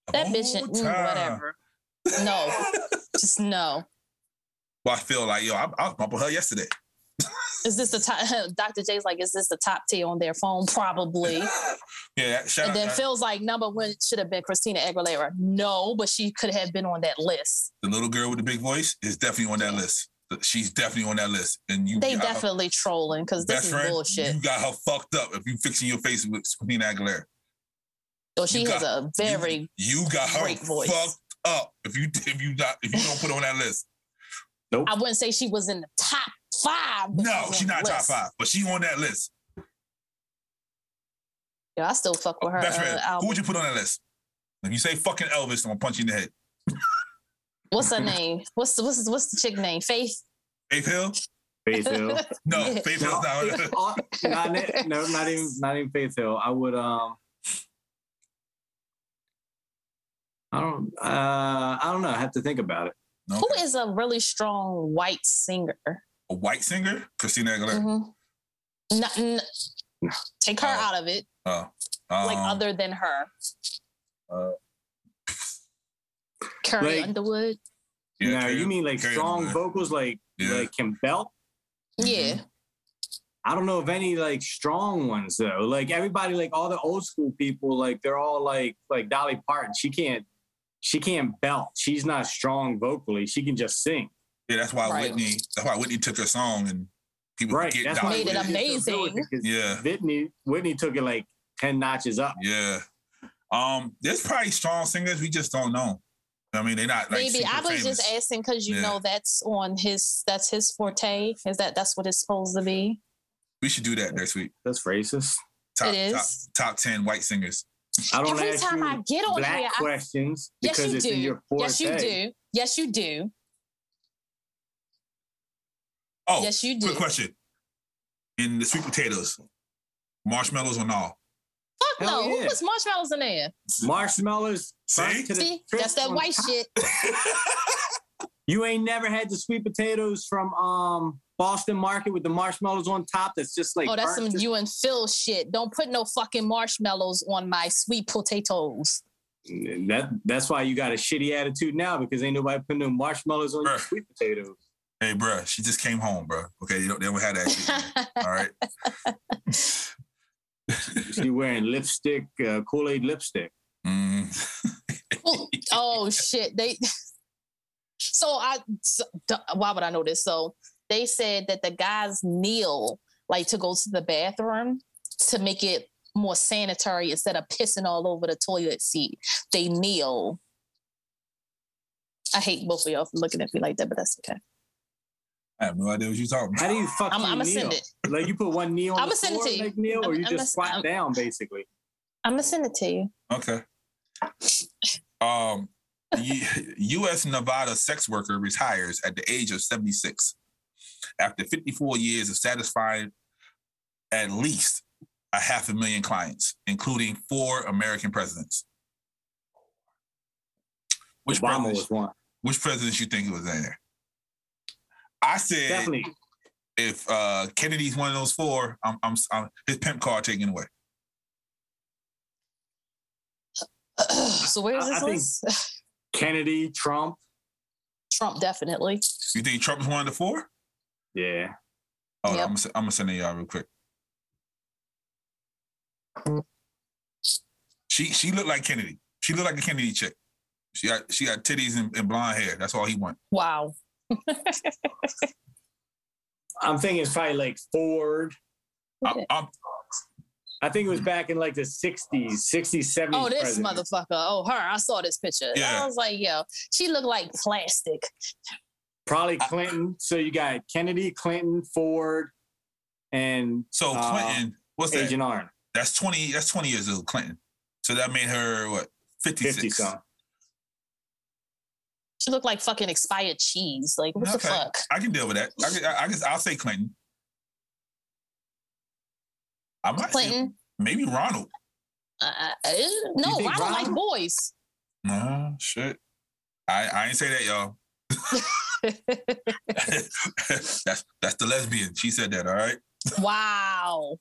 Of That all bitch, mm, whatever. No, just no. Well, I feel like, yo, I, I was bumping her yesterday. Is this the top? Dr. J's like, is this the top tier on their phone? Probably. Yeah, that- shout and out. then that- feels like number one should have been Christina Aguilera. No, but she could have been on that list. the little girl with the big voice is definitely on that list. She's definitely on that list. And you They got her- definitely trolling because this best is friend, bullshit. You got her fucked up if you fixing your face with Christina Aguilera. So she you has a very You, you got her Great voice. fucked up if you if you not if you don't put her on that list. Nope. I wouldn't say she was in the top five. but No, was she's on not the top list. five, but she on that list. Yeah, I still fuck with her. Best Uh, friend, who album. would you put on that list? If you say fucking Elvis, I'm gonna punch you in the head. What's her name? What's the what's the, what's the chick name? Faith. Faith Hill? Faith Hill. No, Yeah. Faith no, Hill's not on that list. not, no, not even not even Faith Hill. I would um. I don't. Uh, I don't know. I have to think about it. No, Who is a really strong white singer? a white singer? Christina Aguilera. Mhm. Not- n- take her Oh. out of it, Oh. Mm-hmm. like um, other than her. uh, Carrie Like- Underwood. yeah, no, Carrie- you mean like Carrie strong Underwood. vocals, like Yeah. like can belt. mm-hmm. Yeah. I don't know of any like strong ones though. Like everybody, like all the old school people, like they're all like like Dolly Parton. She can't. She can't belt. She's not strong vocally. She can just sing. Yeah, that's why Right. Whitney that's why Whitney took her song and people Right. get That's why Made it Whitney amazing. still doing it, 'cause Yeah. Whitney Whitney took it like ten notches up. Yeah. Um, there's probably strong singers we just don't know. I mean, they're not like Maybe super I was famous. just asking because you Yeah. know that's on his that's his forte. Is that that's what it's supposed to be? we should do that next week. That's racist. Top, It top is. top ten white singers. I don't Every ask time you I get on black here, I, questions yes because you it's in do. your forte. Yes you do. Yes you do. Oh, yes you do. quick question. In the sweet potatoes, marshmallows or all? Fuck Hell no. Who yeah. puts marshmallows in there? Marshmallows. front See? to the See, crisp that's that on white top. shit. You ain't never had the sweet potatoes from um Boston Market with the marshmallows on top. That's just like oh, that's some burnt. you and Phil shit. Don't put no fucking marshmallows on my sweet potatoes. That that's why you got a shitty attitude now because ain't nobody putting no marshmallows on your Bruh. sweet potatoes. Hey, bruh, she just came home, bruh. Okay, they don't, they don't have that shit. All right. She wearing lipstick, uh, Kool Aid lipstick. Mm. oh shit! They so I so, duh, why would I know this? So they said that the guys kneel like to go to the bathroom to make it more sanitary instead of pissing all over the toilet seat. They kneel. I hate both of y'all for looking at me like that, but that's okay. I have no idea what you're talking about. How do you fuck? I'm, you I'm gonna kneel? send it. Like you put one knee on I'ma the send it floor, to you. like kneel, or I'm- you I'ma just s- squat I'm- down basically. I'm gonna send it to you. Okay. Um, U- U.S. Nevada sex worker retires at the age of 76 after 54 years of satisfying at least a half a million clients, including four American presidents. Which Obama president, was one. which presidents you think was in there? I said Definitely. if uh, Kennedy's one of those four, I'm, I'm, I'm his pimp card taken away. so where's I- I this think- list? Kennedy, Trump. Trump definitely. You think Trump was one of the four? Yeah. Oh, Yep. I'm gonna I'm gonna send it to y'all real quick. She she looked like Kennedy. She looked like a Kennedy chick. She got she got titties and, and blonde hair. That's all he want. Wow. I'm thinking it's probably like Ford. I, I'm, I think it was back in like the 60s, 60s, 70s. Oh, this president. motherfucker. Oh, her. I saw this picture. Yeah. I was like, yo, she looked like plastic. Probably Clinton. So you got Kennedy, Clinton, Ford, and so Uh, Clinton, what's that? Agent Orange. That's twenty. That's twenty years old, Clinton. So that made her what 56. 50 something. She looked like fucking expired cheese. Like, what Okay. the fuck? I can deal with that. I, can- I, I guess I'll say Clinton. I might say Clinton. maybe Ronald. Uh, uh, no, think Ronald like Ronald? boys. Nah, shit. I I ain't say that, y'all. that's that's the lesbian. She said that. All right. wow.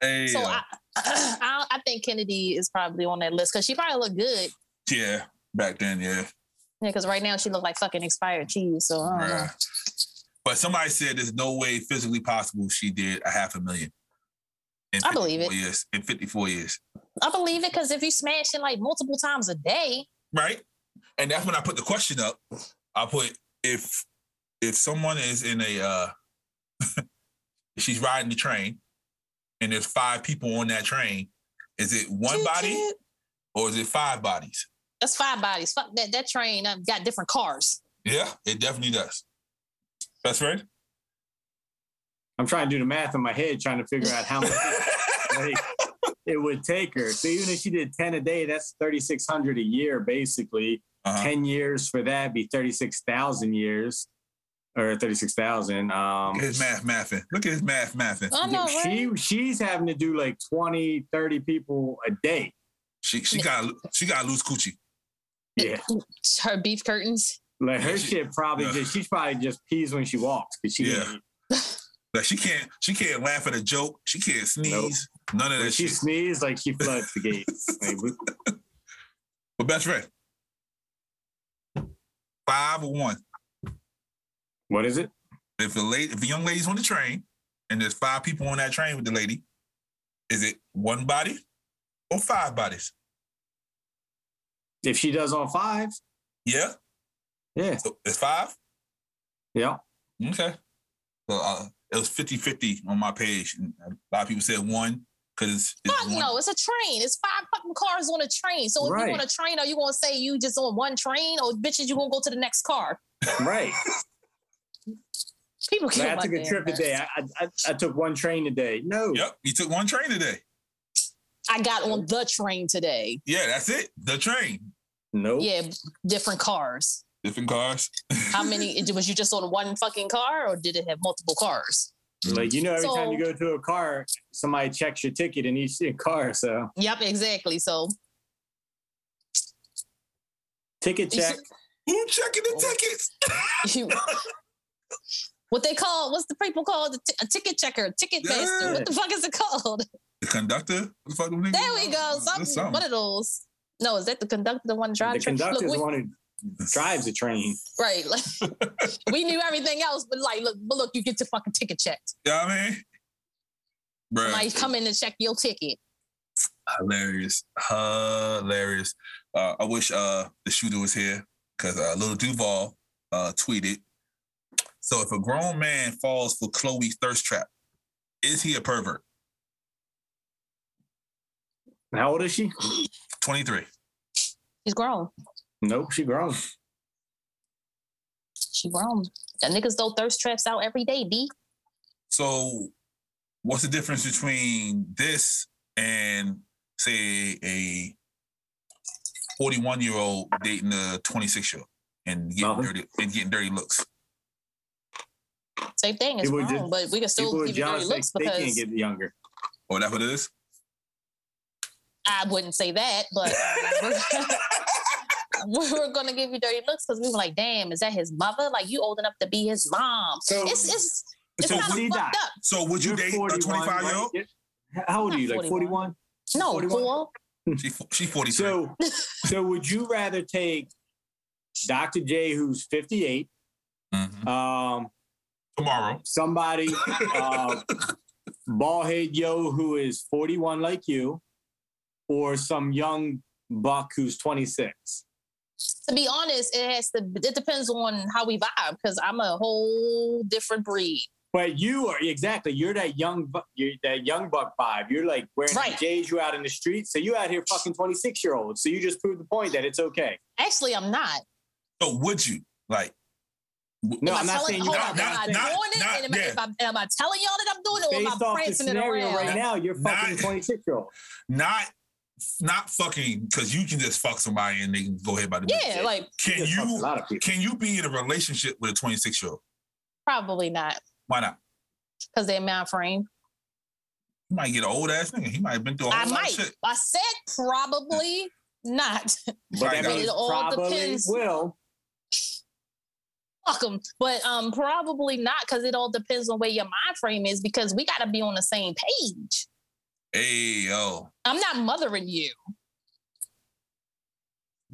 Hey, So uh, I, I, I think Kennedy is probably on that list because she probably looked good. yeah, back then, yeah. Yeah, because right now she looked like fucking expired cheese. So I don't know. bruh. But somebody said there's no way physically possible she did a half a million. In I believe 54 Years in 54 years, I believe it because if you smash it like multiple times a day, right? And that's when I put the question up. I put if if someone is in a uh she's riding the train, and there's five people on that train, is it one body or is it five bodies? that's five bodies. Fuck that. That train uh, got different cars. Yeah, it definitely does. Best friend? I'm trying to do the math in my head, trying to figure out how much Uh-huh. like, it would take her. So even if she did 10 a day, that's 3,600 a year, basically. Uh-huh. 10 years for that be 36,000 years or 36,000. Um, Look at his math mathing. Look at his math mathing. I know, right? she she's having to do like 20 30 people a day She she got she got loose coochie. yeah her beef curtains. like her Yeah, she- shit probably yeah. just she's probably just pees when she walks because she Yeah. Like she can't she can't laugh at a joke. She can't sneeze. None of when that she shit. sneezes like she floods the gates Like, we- But best friend. Five or one. what is it If the lady if the young lady's on the train and there's five people on that train with the lady, is it one body or five bodies? if she does on five Yeah? yeah So it's five? yeah Okay. So uh, it was 50 50 on my page. And a lot of people said one because it's, it's Fuck one. no, it's a train. It's five fucking cars on a train. So if Right. you on a train, are you gonna say you just on one train, or bitches you gonna go to the next car? right People can't. Like, i took a trip today I, I- I i took one train today no Yep, you took one train today. I got on the train today. Yeah, that's it. The train, no Yeah, different cars. different cars. How many? it- was you just on one fucking car, or did it have multiple cars? like you know every time So- you go to a car somebody checks your ticket in each car so Yep, exactly. So ticket You check Who checking the tickets? you. What they call what's the people called a, t- a ticket checker, a ticket tester? What the fuck is it called? The conductor? What the fuck do we There we go. Some, One of those. No, is that the conductor? The one The driving? conductor is we, the one who drives the train. right. Like, we knew everything else, but like, look, but look, you get your fucking ticket checked. You know what I mean? Bruh. Like, come in and check your ticket. hilarious, hilarious. Uh, I wish uh, the shooter was here because uh, Little Duval uh, tweeted. So if a grown man falls for Chloe's thirst trap, is he a pervert? How old is she? Twenty three. She's grown. Nope, she grown. She grown. That niggas throw thirst traps out every day, B. So what's the difference between this and say a forty one year old dating a twenty six year old and getting Nothing. dirty and getting dirty looks? Same thing. It's People grown, just- but we can People still with give you John dirty sex, looks they can't because get younger. Or that's what it is. I wouldn't say that, but we were gonna give you dirty looks because we were like, damn, is that his mother? Like you old enough to be his mom. So- it's it's it's So kind of would- fucked See that? up. So would you You're date a 41, twenty five year old? right? How old are Not you? Like 41? 41? No, 41? fool. She fo- she forty three. So, so would you rather take Dr. J, who's 58, Mhm. um, Tomorrow. somebody, uh, bald head yo, who is 41 like you, or some young buck who's 26? To be honest, it has to. It depends on how we vibe because I'm a whole different breed. But you are exactly you're that young bu- you're that young buck vibe. You're like wearing Right. the J's. You out in the street, so you out here fucking 26 year olds. So you just proved the point that it's okay. Actually, I'm not. So would you like? w- No, am I'm I not telling? saying Hold you're on, not- am I not- doing it? not- and am, I, yeah. if I'm, am I telling y'all that I'm doing it, or Based am I off the prancing it scenario around? right now, you're Nah. fucking 26 year old. not not fucking because you can just fuck somebody and they can go ahead by the business. yeah, like Can Just fucked a you lot of people. can you be in a relationship with a twenty six year old? probably not Why not? because they're my frame. You might get an old ass nigga. He might have been through a I whole lot of might. shit. I said probably not. But Right, that guys. means It all probably depends. will. Fuck 'em. But um, probably not because it all depends on where your mind frame is because we got to be on the same page. Hey yo, I'm not mothering you.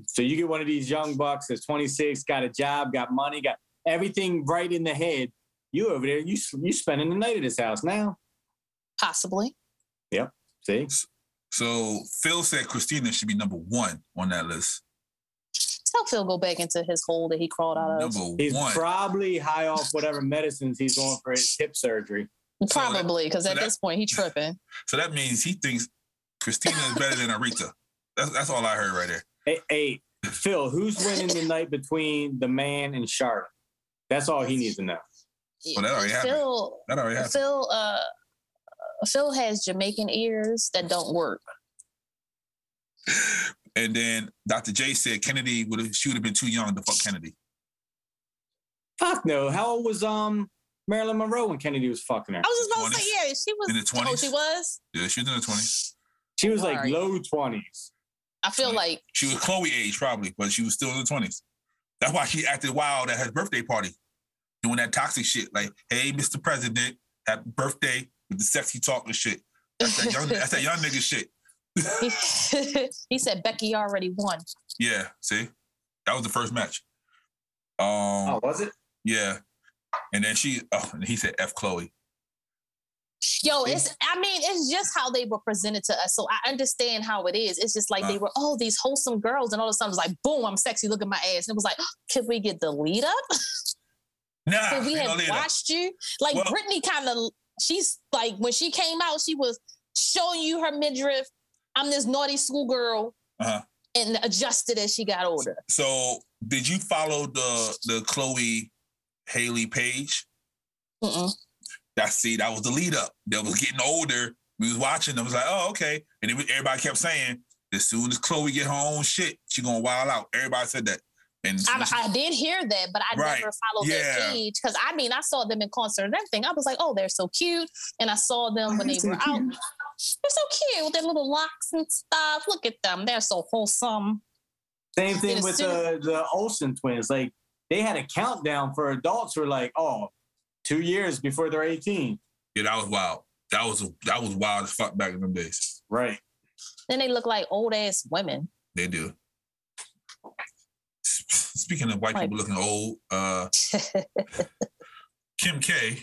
So you get one of these young bucks that's 26, got a job, got money, got everything right in the head. You over there, you you spending the night at this house now. Possibly. See, so Phil said Christina should be number one on that list. Tell Phil go back into his hole that he crawled out of. Number he's one. probably high off whatever medicines he's on for his hip surgery. So that- Probably because so at that- this point he tripping. so that means he thinks Christina is better than Aretha. That's that's all I heard right there. Hey, hey Phil, who's winning the night between the man and Charlotte? That's all he needs to know. Well, that already happened. Phil, That already happened. Phil, uh, Phil has Jamaican ears that don't work. And then Dr. J said Kennedy would have she would have been too young to fuck Kennedy. Fuck no. How old was um Marilyn Monroe when Kennedy was fucking her? I was just about to 20s? say, yeah, she was. In the oh, 20s? she was. Yeah, she was in her twenties. She was like Sorry. low 20s. I feel Yeah. like She was Chloe age probably, but she was still in her twenties. That's why she acted wild at her birthday party, doing that toxic shit. Like, hey, Mr. President, happy birthday with the sexy talk and shit. That's that young, that's that young nigga shit. he, he said Becky already won. Yeah, see, that was the first match. Um, Oh, was it? yeah, and then she, oh, and he said, "F Chloe." Yo, it's I mean, it's just how they were presented to us. So I understand how it is. It's just like they Uh. were, oh, these wholesome girls, and all of a sudden it's like, boom, I'm sexy, look at my ass. And it was like, can we get the lead up? Nah, So we ain't no have later. watched you. Like Well- Brittany kind of she's like when she came out, she was showing you her midriff. I'm this naughty schoolgirl. Uh-huh. And adjusted as she got older. So, did you follow the the Chloe Haley page? Mm-mm. That see, that was the lead up. That was getting older. We was watching. I was like, oh, okay. And it was, everybody kept saying, as soon as Chloe get her own shit, she gonna wild out. Everybody said that. And as soon I, as she- I did hear that, but I Right. never followed Yeah. that page because I mean I saw them in concert and everything. I was like, oh, they're so cute, and I saw them when they were out. They're so cute with their little locks and stuff. Look at them; they're so wholesome. Same thing Yeah, with the soon- the Olsen twins. Like they had a countdown for adults. Were like, oh, two years before they're eighteen. yeah, that was wild. That was that was wild as fuck back in them days. Right. Then they look like old ass women. They do. S- Speaking of white Like- people looking old, uh, Kim K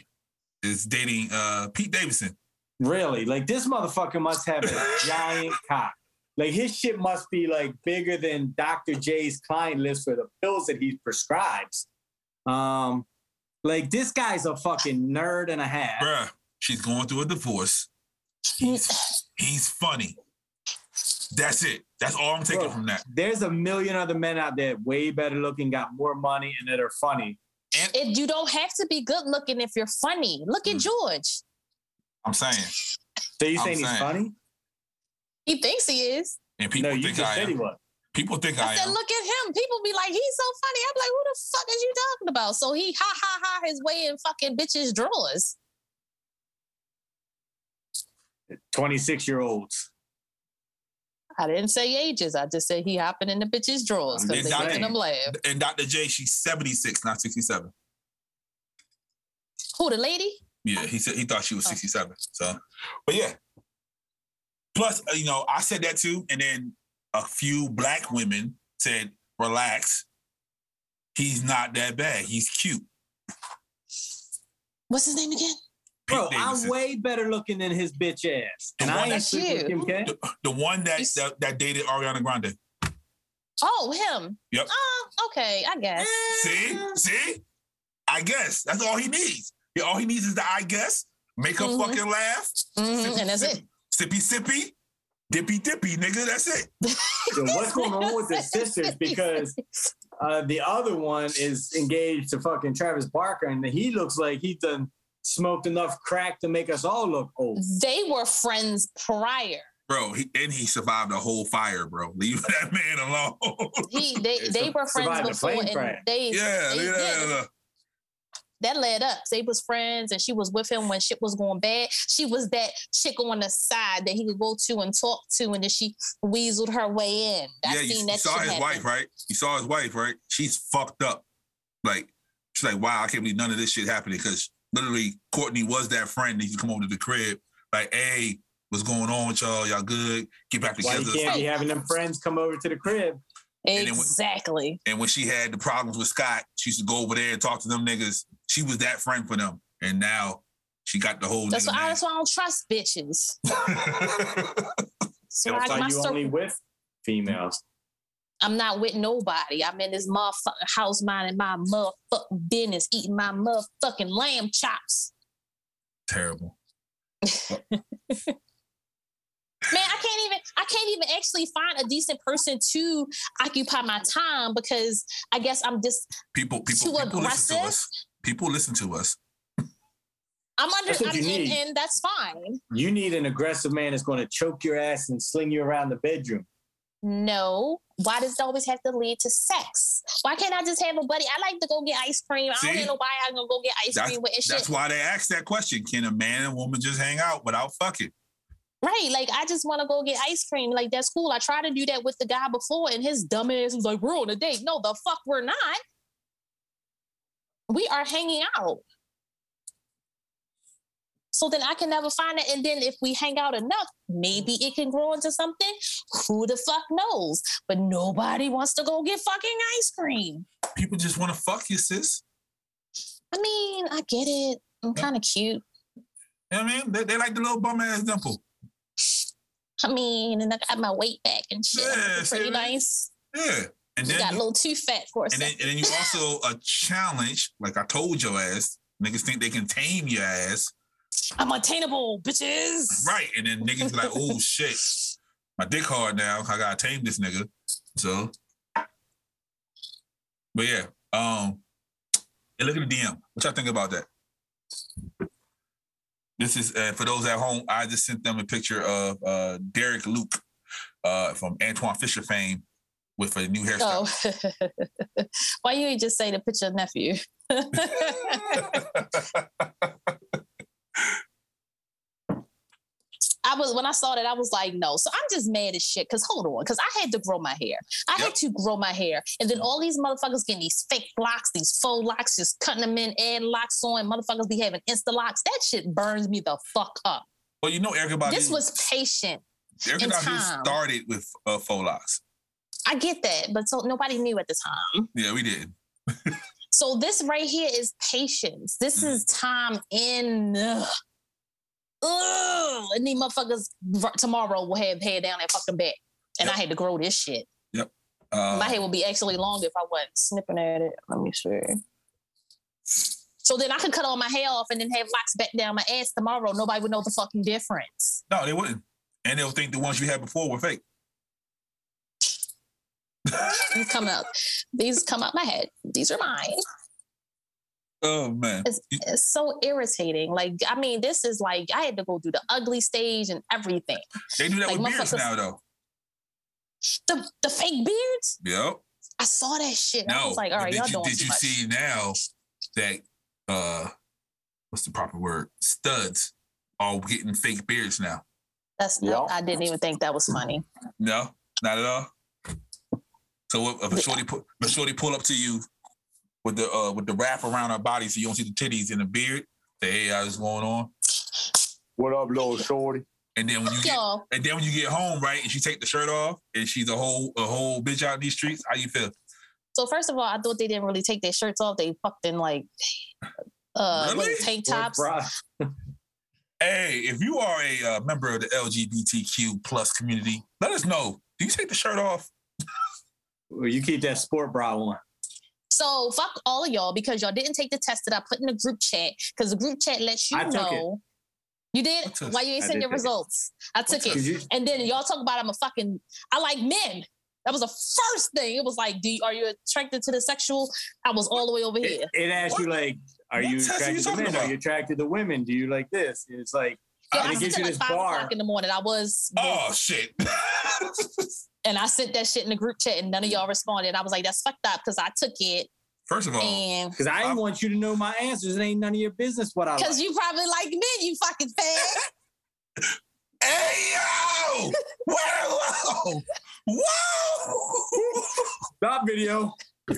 is dating uh, Pete Davidson. Really? Like this motherfucker must have a giant cock. Like his shit must be like bigger than Dr. J's client list for the pills that he prescribes. Um, like this guy's a fucking nerd and a half. Bruh, she's going through a divorce. He's, he's funny. That's it. That's all I'm taking Bro. from that. There's a million other men out there way better looking, got more money, and that are funny. It, you don't have to be good looking if you're funny. Look at Mm. George. I'm saying. So you I'm saying he's saying, funny? He thinks he is. And people no, you think just I said he am. was. People think I, I, said, am. look at him. People be like, he's so funny. I'm like, who the fuck is you talking about? So he ha ha ha his way in fucking bitches' drawers. 26 year olds. I didn't say ages. I just said he hopping in the bitches' drawers because It's they not making me. him laugh. And Dr. J, she's 76, not 67. Who the lady? Yeah, he said he thought she was Oh. 67. So, but yeah. Plus, uh, you know, I said that too, and then a few black women said, "Relax, he's not that bad. He's cute." What's his name again? Pete Bro, I'm Davidson. way better looking than his bitch ass. The one And I ain't that's sleeping with you. Kim K. the, the one that, He's- that that dated Ariana Grande. Oh, him. Yep. Oh, okay. I guess. See, see, I guess that's all he needs. Yeah, all he needs is the I guess. Make her Mhm. fucking laugh. Mhm, And that's it. Sippy, sippy, dippy, dippy, nigga. That's it. So what's going on with the sisters? Because uh, the other one is engaged to fucking Travis Barker, and he looks like he done smoked enough crack to make us all look old. They were friends prior. Bro, he, and he survived a whole fire, bro. Leave that man alone. He they It's they a- were friends survived a before, plane and crash. they yeah, they look at did. that. look. that led up. They was friends, and she was with him when shit was going bad. She was that chick on the side that he could go to and talk to, and then she weaseled her way in. I Yeah, you, seen you that saw shit his happen. wife, right? You saw his wife, right? She's fucked up. Like, she's like, wow, I can't believe none of this shit happening because literally Courtney was that friend that used to come over to the crib. Like, hey, what's going on with y'all? Y'all good? Get back Why together. you can't be Stop. having them friends come over to the crib? And it wa- Exactly. And when she had the problems with Scott, she used to go over there and talk to them niggas. She was that friend for them. And now she got the whole That's nigga why, man. that's why I don't trust bitches. So So I, my you circle- only with females. I'm not with nobody. I'm in this motherfucking house minding my motherfucking business, eating my motherfucking lamb chops. Terrible. Man, I can't even I can't even actually find a decent person to occupy my time because I guess I'm just People, Too people, people listen to aggressive? us. People listen to us. I'm under That's what I'm you in, need. and that's fine. You need an aggressive man that's going to choke your ass and sling you around the bedroom. No. Why does it always have to lead to sex? Why can't I just have a buddy? I like to go get ice cream. I See? don't need nobody I'm gonna go get ice That's- cream with and shit. That's why they asked that question. Can a man and woman just hang out without fucking? Right. Like I just wanna go get ice cream. Like that's cool. I tried to do that with the guy before and his dumb ass was like, we're on a date. No, the fuck we're not. We are hanging out. So then I can never find it. And then if we hang out enough, maybe it can grow into something. Who the fuck knows? But nobody wants to go get fucking ice cream. People just want to fuck you, sis. I mean, I get it. I'm kind of cute. You know what I mean? They, they like the little bum ass dimple. I mean, and I got my weight back and shit. I'm looking Yeah, see pretty that? nice. Yeah. And You then, got a and little too fat for a then second. and then you also a challenge, like I told your ass, niggas think they can tame your ass. I'm attainable, bitches. Right. And then niggas be like, oh shit. My dick hard now. I gotta tame this nigga. So but yeah. Um and look at the DM. What y'all think about that? This is uh, for those at home, I just sent them a picture of uh Derek Luke uh from Antoine Fisher fame with a new hairstyle. Oh, why you ain't just say the picture of nephew? Oh. I was when I saw that I was like no so I'm just mad as shit because hold on because I had to grow my hair I had Yep. to grow my hair and then all these motherfuckers getting these fake locks these faux locks just cutting them in add locks on motherfuckers be having insta locks that shit burns me the fuck up Well, you know, Erica Badu. This was patient. Erica in Badu time. started with uh, Folox. I get that, but so nobody knew at the time. Yeah, we did. So this right here is patience. This is time in. Ugh. Ugh. And these motherfuckers r- tomorrow will have hair down their fucking back. And I had to grow this shit. Uh, My hair would be actually longer if I wasn't snipping at it. Let me see. So then I could cut all my hair off and then have locks back down my ass tomorrow. Nobody would know the fucking difference. no, they wouldn't. And they'll think the ones you had before were fake. These come out. These come out my head. These are mine. Oh man. It's, it's so irritating. Like, I mean, this is like I had to go through the ugly stage and everything. They do that Like, with beards motherfuckers- now though. The the fake beards. Yep. I saw that shit. I No. was like, all but right, did y'all you, doing did too you much. see now that uh what's the proper word? Studs are getting fake beards now. That's Yeah. I, I didn't even think that was funny. No, not at all. So if, if a The- shorty pu- if a shorty pull up to you with the uh with the wrap around her body so you don't see the titties and the beard, say, hey, how's going on? What up, little shorty? And then when you get Y'all, and then when you get home, right, and she take the shirt off and she's a whole a whole bitch out in these streets, how you feel? so first of all, I thought they didn't really take their shirts off. They fucked in like uh Really? little tank tops. Bruh, Hey, if you are a uh, member of the LGBTQ plus community, let us know. Do you take the shirt off? well, you keep that sport bra on. So fuck all of y'all because y'all didn't take the test that I put in the group chat because the group chat lets you I took it. know. You did? I took- Why you ain't I send did your take it. results? I took it. Did you, And then y'all talk about I'm a fucking I like men. That was the first thing. It was like, do you, are you attracted to the sexual? I was all the way over here. it, it asks you like, are What you test are you attracted to talking men? about? Are you attracted to women? Do you like this? And it's like Yo, I I didn't get sent it you like this five bar. o'clock in the morning. I was Oh shit. and I sent that shit in the group chat and none of y'all responded. I was like, that's fucked up because I took it First Oh. of all, and because I didn't want you to know my answers. It ain't none of your business what I like. because you probably like men, you fucking fag. hey yo! Whoa! Whoa! Stop video. hey,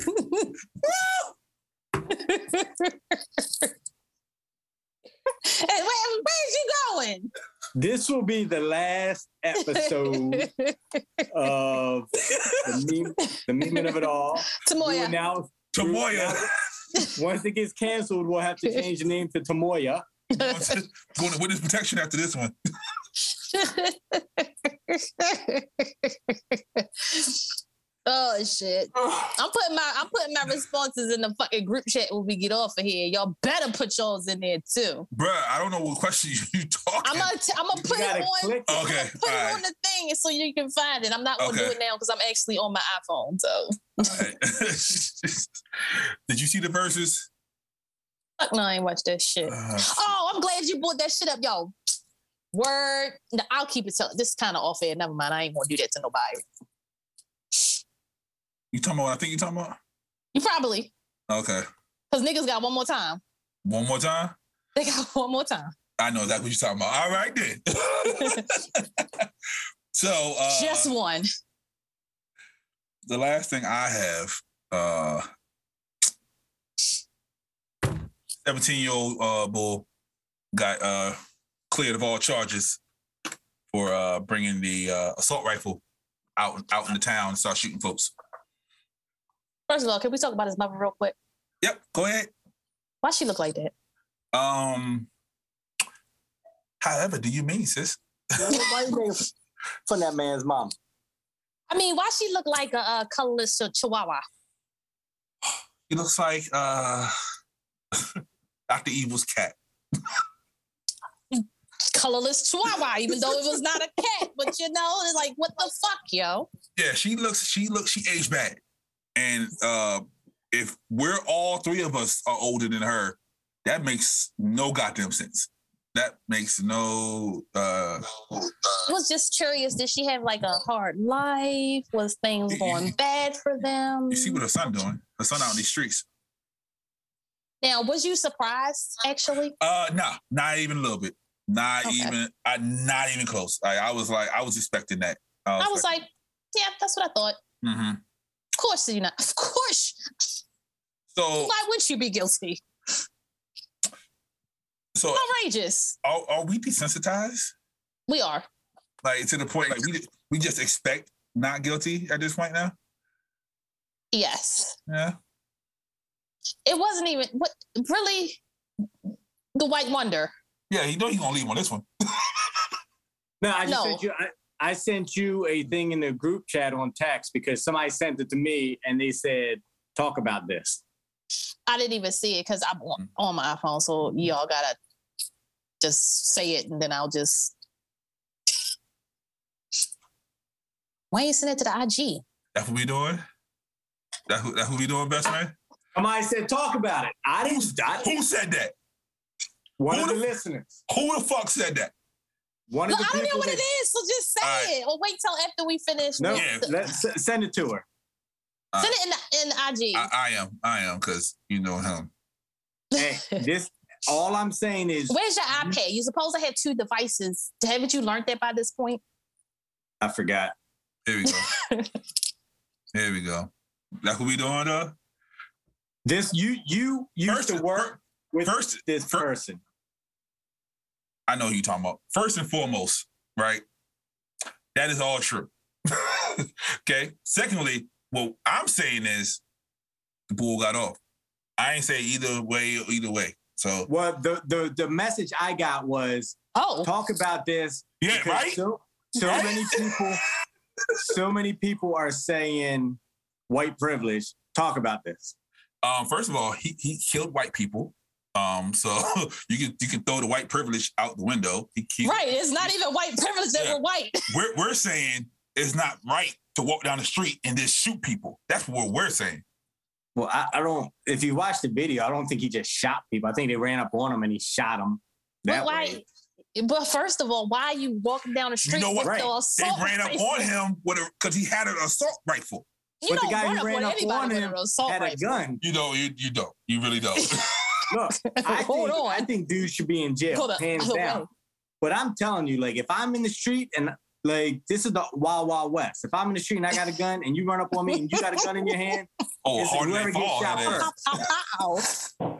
where, where's you going? This will be the last episode of the meme, the meme of it all. We will Tamoya. now, Tamoya once it gets canceled, we'll have to change the name to Tamoya. going to, going to witness protection after this one. oh shit. I'm putting my I'm putting my responses in the fucking group chat when we get off of here. Y'all better put yours in there too. Bruh, I don't know what question you, you I'm talking. gonna t- I'm gonna You put it gotta on click it. I'm gonna okay, put all it right. on the thing so you can find it. I'm not gonna do Okay. it now because I'm actually on my iPhone. So Did you see the verses? fuck no, I ain't watch that shit. Uh, Oh, I'm glad you brought that shit up, yo. Word. No, I'll keep it. T- this is kind of off air. Never mind. I ain't gonna do that to nobody. you talking about what I think you talking about? You probably Okay. because niggas got one more time. One more time? They got one more time. I know exactly what you're talking about. All right then. so uh, Just one. the last thing I have, uh, 17 year old uh, bull got uh, cleared of all charges for uh, bringing the uh, assault rifle out out in the town and start shooting folks. First of all, can we talk about his mother real quick? Yep, go ahead. Why she look like that? Um, however, do you mean, sis? Why you making fun of that man's mom? I mean, why she look like a, uh colorless ch- chihuahua? He looks like uh, Dr. Evil's cat. Colorless chihuahua, even though it was not a cat. But you know, it's like what the fuck, yo? Yeah, she looks. She looks. She aged bad. And uh, if we're all three of us are older than her, that makes no goddamn sense. That makes no. Uh, I was just curious. Did she have like a hard life? Was things You- you- going bad for them? you see what her son doing? Her son out in these streets. Now, was you surprised actually? Uh, nah, not even a little bit. Not Okay. even. I not even close. I, I was like, I was expecting that. I was like, yeah, that's what I thought. hmm Of course, you know, of course. so Why would you be guilty? So Outrageous. are, are we desensitized? We are. Like to the point like we we just expect not guilty at this point now? Yes. Yeah. it wasn't even what really the white wonder Yeah, you know he's gonna leave on this one. No, I just No. sent you. I, I sent you a thing in the group chat on text because somebody sent it to me and they said, "Talk about this." i didn't even see it because i'm on, on my iphone so y'all gotta just say it and then i'll just why you send it to the ig That's what we doing. That who that who we doing, best friend? Somebody said, "Talk about it." I didn't. I, Who said that? one who of the the- listeners. Who the fuck said that? One look of i the don't know people. what it that- is so just say All right. it or wait till after we finish No, with the- let's s- send it to her. send it in, the- in ig I, I am, I am, because you know him. Hey, this. All I'm saying is, where's your Mm-hmm. ipad you supposed to have two devices haven't you learned that by this point I forgot. Here we go. Here we go. That's what we doing though. This you you used First to and- work with First, this fir- person. I know who you talking about. First and foremost, right? That is all true. okay. Secondly, what I'm saying is the bull got off. I ain't say either way, either way. So Well, the the the message I got was oh talk about this. yeah, because right? So, so Right? many people, so many people are saying white privilege. Talk about this. Um, first of all, he he killed white people. Um, so you can you can throw the white privilege out the window. He, he, right it's not even white privilege that Yeah. we're white We're we're saying it's not right to walk down the street and just shoot people. That's what we're saying. Well, I, I don't. If you watch the video, I don't think he just shot people. I think they ran up on him and he shot him. but That why? way. But first of all, why are you walking down the street? know what? with your Right. They assault ran up rifle? on him with a because he had an assault rifle. You But the don't guy run who up ran on up anybody on with him an assault Had a rifle. gun. You know, you you don't. You really don't. Look, I Hold think, on. I think dudes should be in jail, Hold up. hands Hold down. on. But I'm telling you, like, if I'm in the street and like this is the wild wild west. If I'm in the street and I got a gun and you run up on me and you got a gun in your hand, oh, It's harder they whoever gets fall shot head ass. Pow, pow, pow.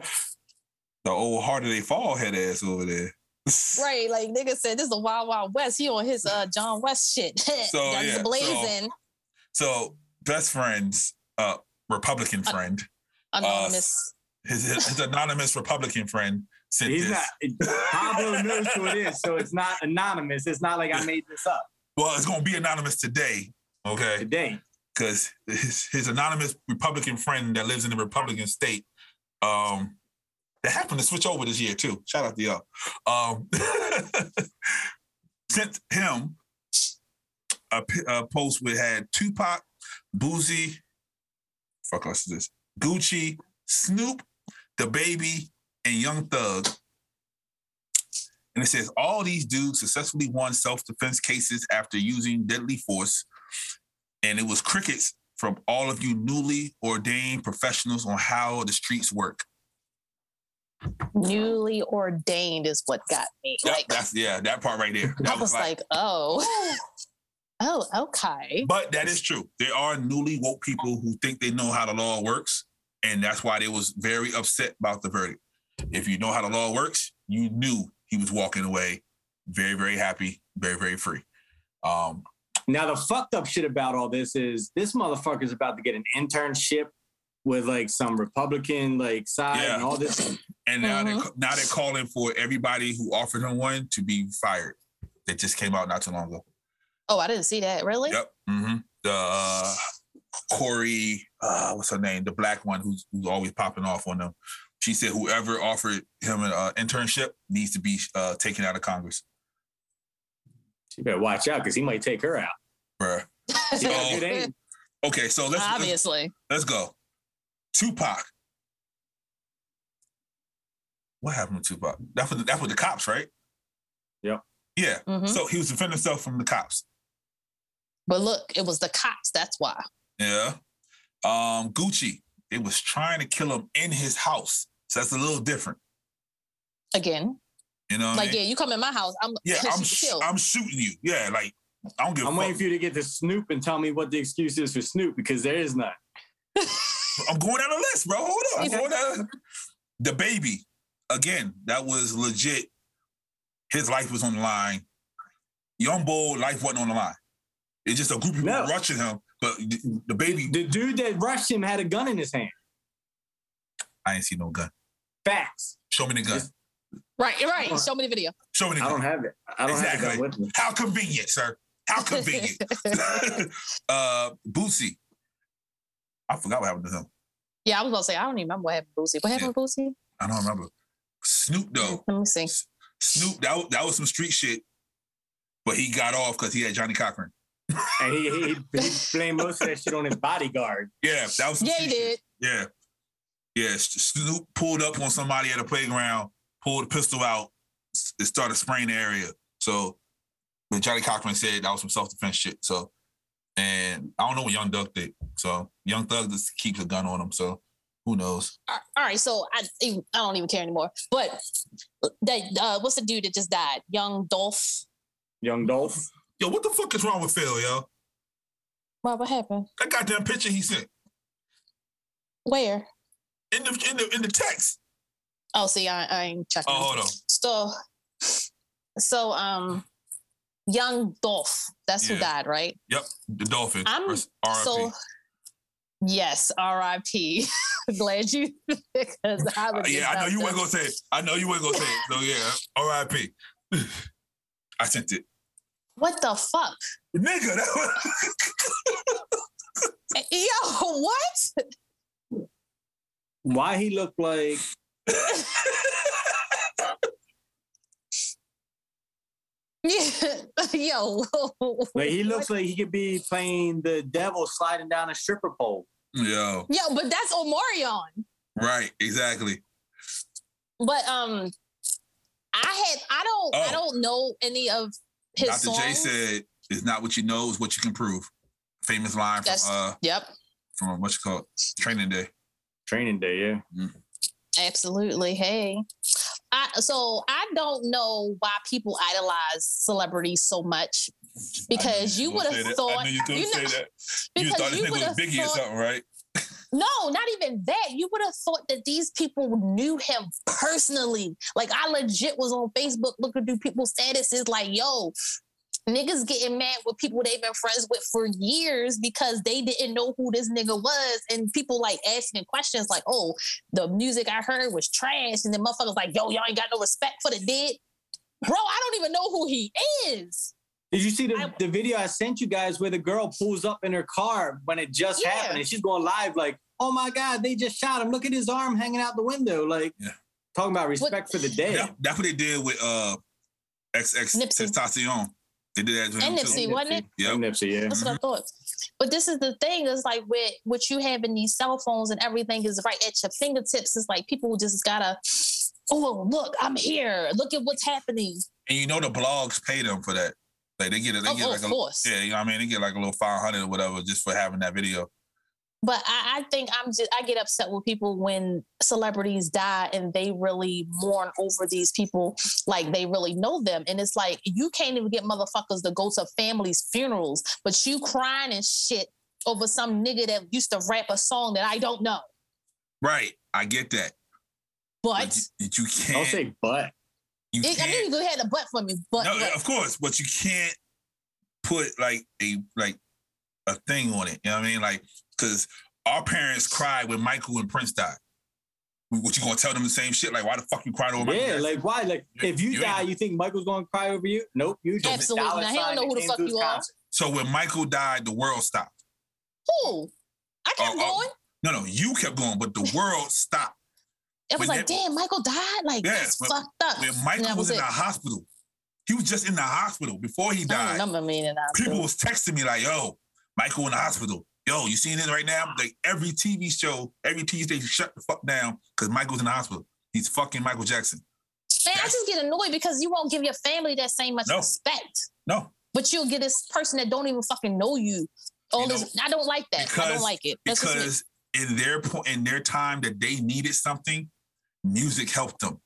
The old harder they fall head ass over there. right, like nigga said, this is the wild wild west. He on his uh John West shit. So, Guns yeah, so- blazing. So best friends, uh, Republican friend, anonymous. his, his anonymous Republican friend sent he's this. not. Pablo knows who it is, so it's not anonymous. It's not like I made this up Well, it's gonna be anonymous today, okay? today. Because his, his anonymous Republican friend that lives in the Republican state, um, that happened to switch over this year too. Shout out to y'all. Um, sent him a, pi- a post which had Tupac, Boozy, fuck else is this? Gucci, Snoop, the baby, and Young Thug. And it says all these dudes successfully won self-defense cases after using deadly force. And it was crickets from all of you newly ordained professionals on how the streets work. Newly ordained is what got me. That- like that's yeah, that part right there. That I was like, oh. Oh, okay. but that is true. There are newly woke people who think they know how the law works, and that's why they was very upset about the verdict. If you know how the law works, you knew he was walking away very, very happy, very, very free. Um, Now the fucked up shit about all this is this motherfucker's about to get an internship with like some Republican like side Yeah. and all this. And now they're Mhm. now they're calling for everybody who offered him one to be fired. That just came out not too long ago. Oh, I didn't see that. Really? Yep. hmm The uh, Corey, uh, what's her name? The black one who's, who's always popping off on them. She said whoever offered him an uh, internship needs to be uh, taken out of Congress. She better watch out because he might take her out. Bruh. She got a good aim. Okay, so let's let's, Obviously. let's go. Tupac. What happened to Tupac? That's what that's what the cops, right? Yep. Yeah. Mhm. So he was defending himself from the cops. But look, it was the cops. That's why. Yeah. Um, Gucci, it was trying to kill him in his house. So that's a little different. Again, You know what like I mean? yeah, you come in my house. I'm Yeah, I'm sh- chill. I'm shooting you. Yeah, like I don't give a I'm fuck. waiting for you to get to Snoop and tell me what the excuse is for Snoop because there is none. I'm going down the list, bro. Hold up. I'm Okay. going down. The baby. again, that was legit. His life was on the line. Young Bull, life wasn't on the line. It's just a group of people No. rushing him, but the, the baby, The dude that rushed him had a gun in his hand. I ain't see no gun. Facts. Show me the gun. Right, right. Show me the video. Show me the I don't gun. have it. I don't have a Exactly. gun with me. How convenient, sir. How convenient. uh Boosie. I forgot what happened to him. Yeah, I was gonna say I don't even remember what happened to Boosie. What happened to Boosie? I don't remember. Snoop though. Let me see. Snoop, that, wa- that was some street shit. But he got off because he had Johnny Cochran. And he, he, he blamed most of that shit on his bodyguard. Yeah, that was some Yeah, street he shit. did. Yeah. Yeah. S- Snoop pulled up on somebody at a playground, pulled a pistol out, s- it started spraying the area. So, but Johnny Cochran said that was some self defense shit. So, and I don't know what Young Thug did. So, Young Thug just keeps a gun on him. So, who knows? All all right, so I I don't even care anymore. But that uh, what's the dude that just died? Young Dolph. Young Dolph. Yo, what the fuck is wrong with Phil, yo? What, what happened? That goddamn picture he sent Where? in the in the in the text. Oh, see, I, I ain't checking. Oh, hold on. So, so um, Young Dolph. That's who Yeah. died, right? The Dolphin. I'm- Rest- R.I.P. So, yes, R.I.P. Glad you because I Uh, would. yeah, I know you weren't gonna say. It. I know you weren't gonna say. It. So yeah, R.I.P. I sent it, What the fuck, nigga. That was, yo? What? Why he looked like Yeah, yo. like he looks like he could be playing the devil sliding down a stripper pole. yo, Yo, but that's Omarion. right, exactly. But um, I had I don't Oh. I don't know any of his Dr. songs. J said, "It's not what you know, it's what you can prove." Famous line from That's- uh Yep, from what you call it, Training Day. Training day, yeah. absolutely. Hey, I, so I don't know why people idolize celebrities so much because you would have thought I knew you could you know- say that. You thought because this you nigga would have was Biggie or thought something, right? No, not even that. You would have thought that these people knew him personally. Like I legit was on Facebook looking through people's statuses, like, yo, niggas getting mad with people they've been friends with for years because they didn't know who this nigga was. And people like asking questions like, oh, the music I heard was trash. And then motherfuckers like, yo, y'all ain't got no respect for the dead. Bro, I don't even know who he is. Did you see the, I- the video I sent you guys where the girl pulls up in her car when it just Yeah. happened and she's going live like, oh my God, they just shot him. Look at his arm hanging out the window. Like Yeah. talking about respect for the dead. That- that's what they did with uh XX Nipsey. Tentacion. They did that to him And too. Nipsey, wasn't it? Yep. Nipsey, yeah. That's what I thought. But this is the thing is like with what you have in these cell phones and everything is right at your fingertips. It's like people just gotta, oh look, I'm here. Look at what's happening. And you know the blogs pay them for that. Like they get it. They Of, get oh, of like a course. yeah. You know what I mean? They get like a little five hundred or whatever just for having that video. But I, I think I'm just I get upset with people when celebrities die and they really mourn over these people like they really know them. And it's like you can't even get motherfuckers to go to families' funerals, but you crying and shit over some nigga that used to rap a song that I don't know. Right. I get that. But you, you can't. Don't say but. you It, I can't- knew you had a butt for me, but no, but- of course, but you can't put like a like a thing on it. You know what I mean? Like, because our parents cried when Michael and Prince died. What you gonna tell them the same shit? Like, why the fuck you cried over Michael? Yeah, like why? Like You- if you, you ain't- die, you think Michael's gonna cry over you? Nope. You just Absolutely dollar not. He don't sign know who the that fuck came to you his are. concert. so when Michael died, the world stopped. who? I kept Oh, oh, going. No, no, you kept going, but the world stopped. It was when like, that- damn, Michael died. Like Yeah, that's when- fucked up. When And Michael that was, in it. Oh, the hospital, he was just in the hospital before he I don't died. remember me in the people hospital. was texting me like, "Yo, Michael in the hospital. Yo, you seeing this right now? Like every TV show, every TV station, shut the fuck down because Michael's in the hospital. He's fucking Michael Jackson. Man, I just get annoyed because you won't give your family that same much No. respect, No, but you'll get this person that don't even fucking know you. All You this, I don't like that. I because- don't like it. That's just me. because in their point, in their time that they needed something, music helped them.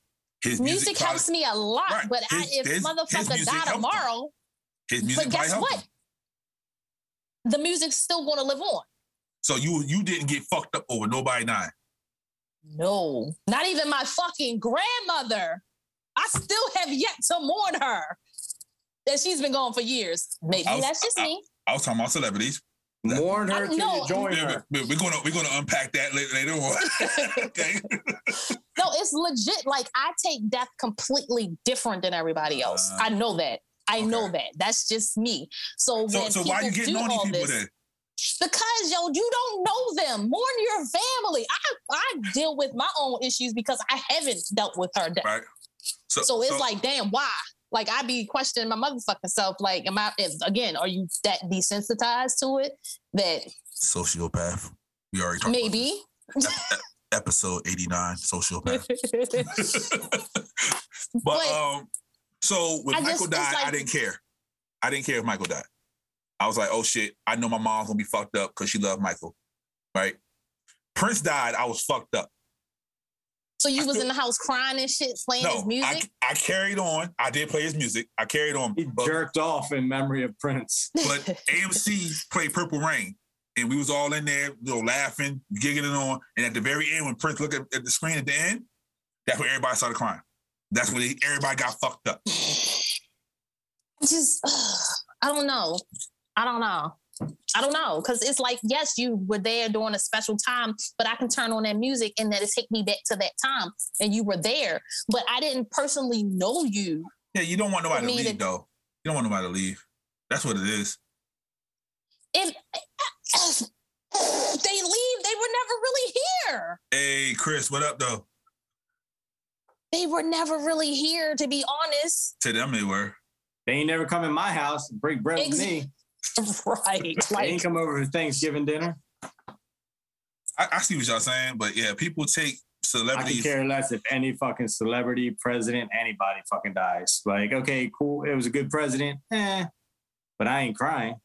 His Music, music, probably- helps me a lot, Right. but I, His- if his- his motherfucker music helped die him. tomorrow, His music but probably guess helped what? them. The music's still going to live on. So you you didn't get fucked up over nobody dying. No, not even my fucking grandmother. I still have yet to mourn her. And she's been gone for years. Maybe I was- that's just me. I was talking about celebrities. Mourn her I- till no. you join Yeah, her. but- but we're gonna we're gonna unpack that later, later on. okay. No, it's legit. Like I take death completely different than everybody else. Uh, I know that. I know okay. that. That's just me. So, So when so people why you getting do on these all people this, then? because yo, you don't know them. Mourn your family. I I deal with my own issues because I haven't dealt with her death. Right. So it's like, damn, why? Like I be questioning my motherfucking self. Like, am I if, again? Are you that desensitized to it that sociopath. We already talked about maybe? episode 89 sociopath but but, um so when I just- michael it's died i like- didn't care i didn't care if michael died i was like oh shit i know my mom's gonna be fucked up because she loved michael right prince died i was fucked up so you I was still- in the house crying and shit, playing his no I, music. I carried on i did play his music i carried on He but, jerked off in memory of Prince. but amc played purple rain and we was all in there you know laughing giggling it on and at the very end when prince looked at, at the screen at the end that's when everybody started crying that's when everybody got fucked up I just I don't know. I don't know. I don't know. Cause it's like, yes, you were there during a special time, but I can turn on that music and that'll take me back to that time. And you were there. But I didn't personally know you. Yeah, you don't want nobody to me leave to- though. You don't want nobody to leave. That's what it is. If they leave, they were never really here. Hey, Chris, what up though? They were never really here, to be honest. To them they were. They ain't never come in my house and break bread with Ex- me. right. They Like ain't come over for Thanksgiving dinner. I, I see what y'all saying, but yeah, people take I could celebrities. care less if any fucking celebrity, president, anybody fucking dies. Like, okay, cool. It was a good president. Eh. But I ain't crying.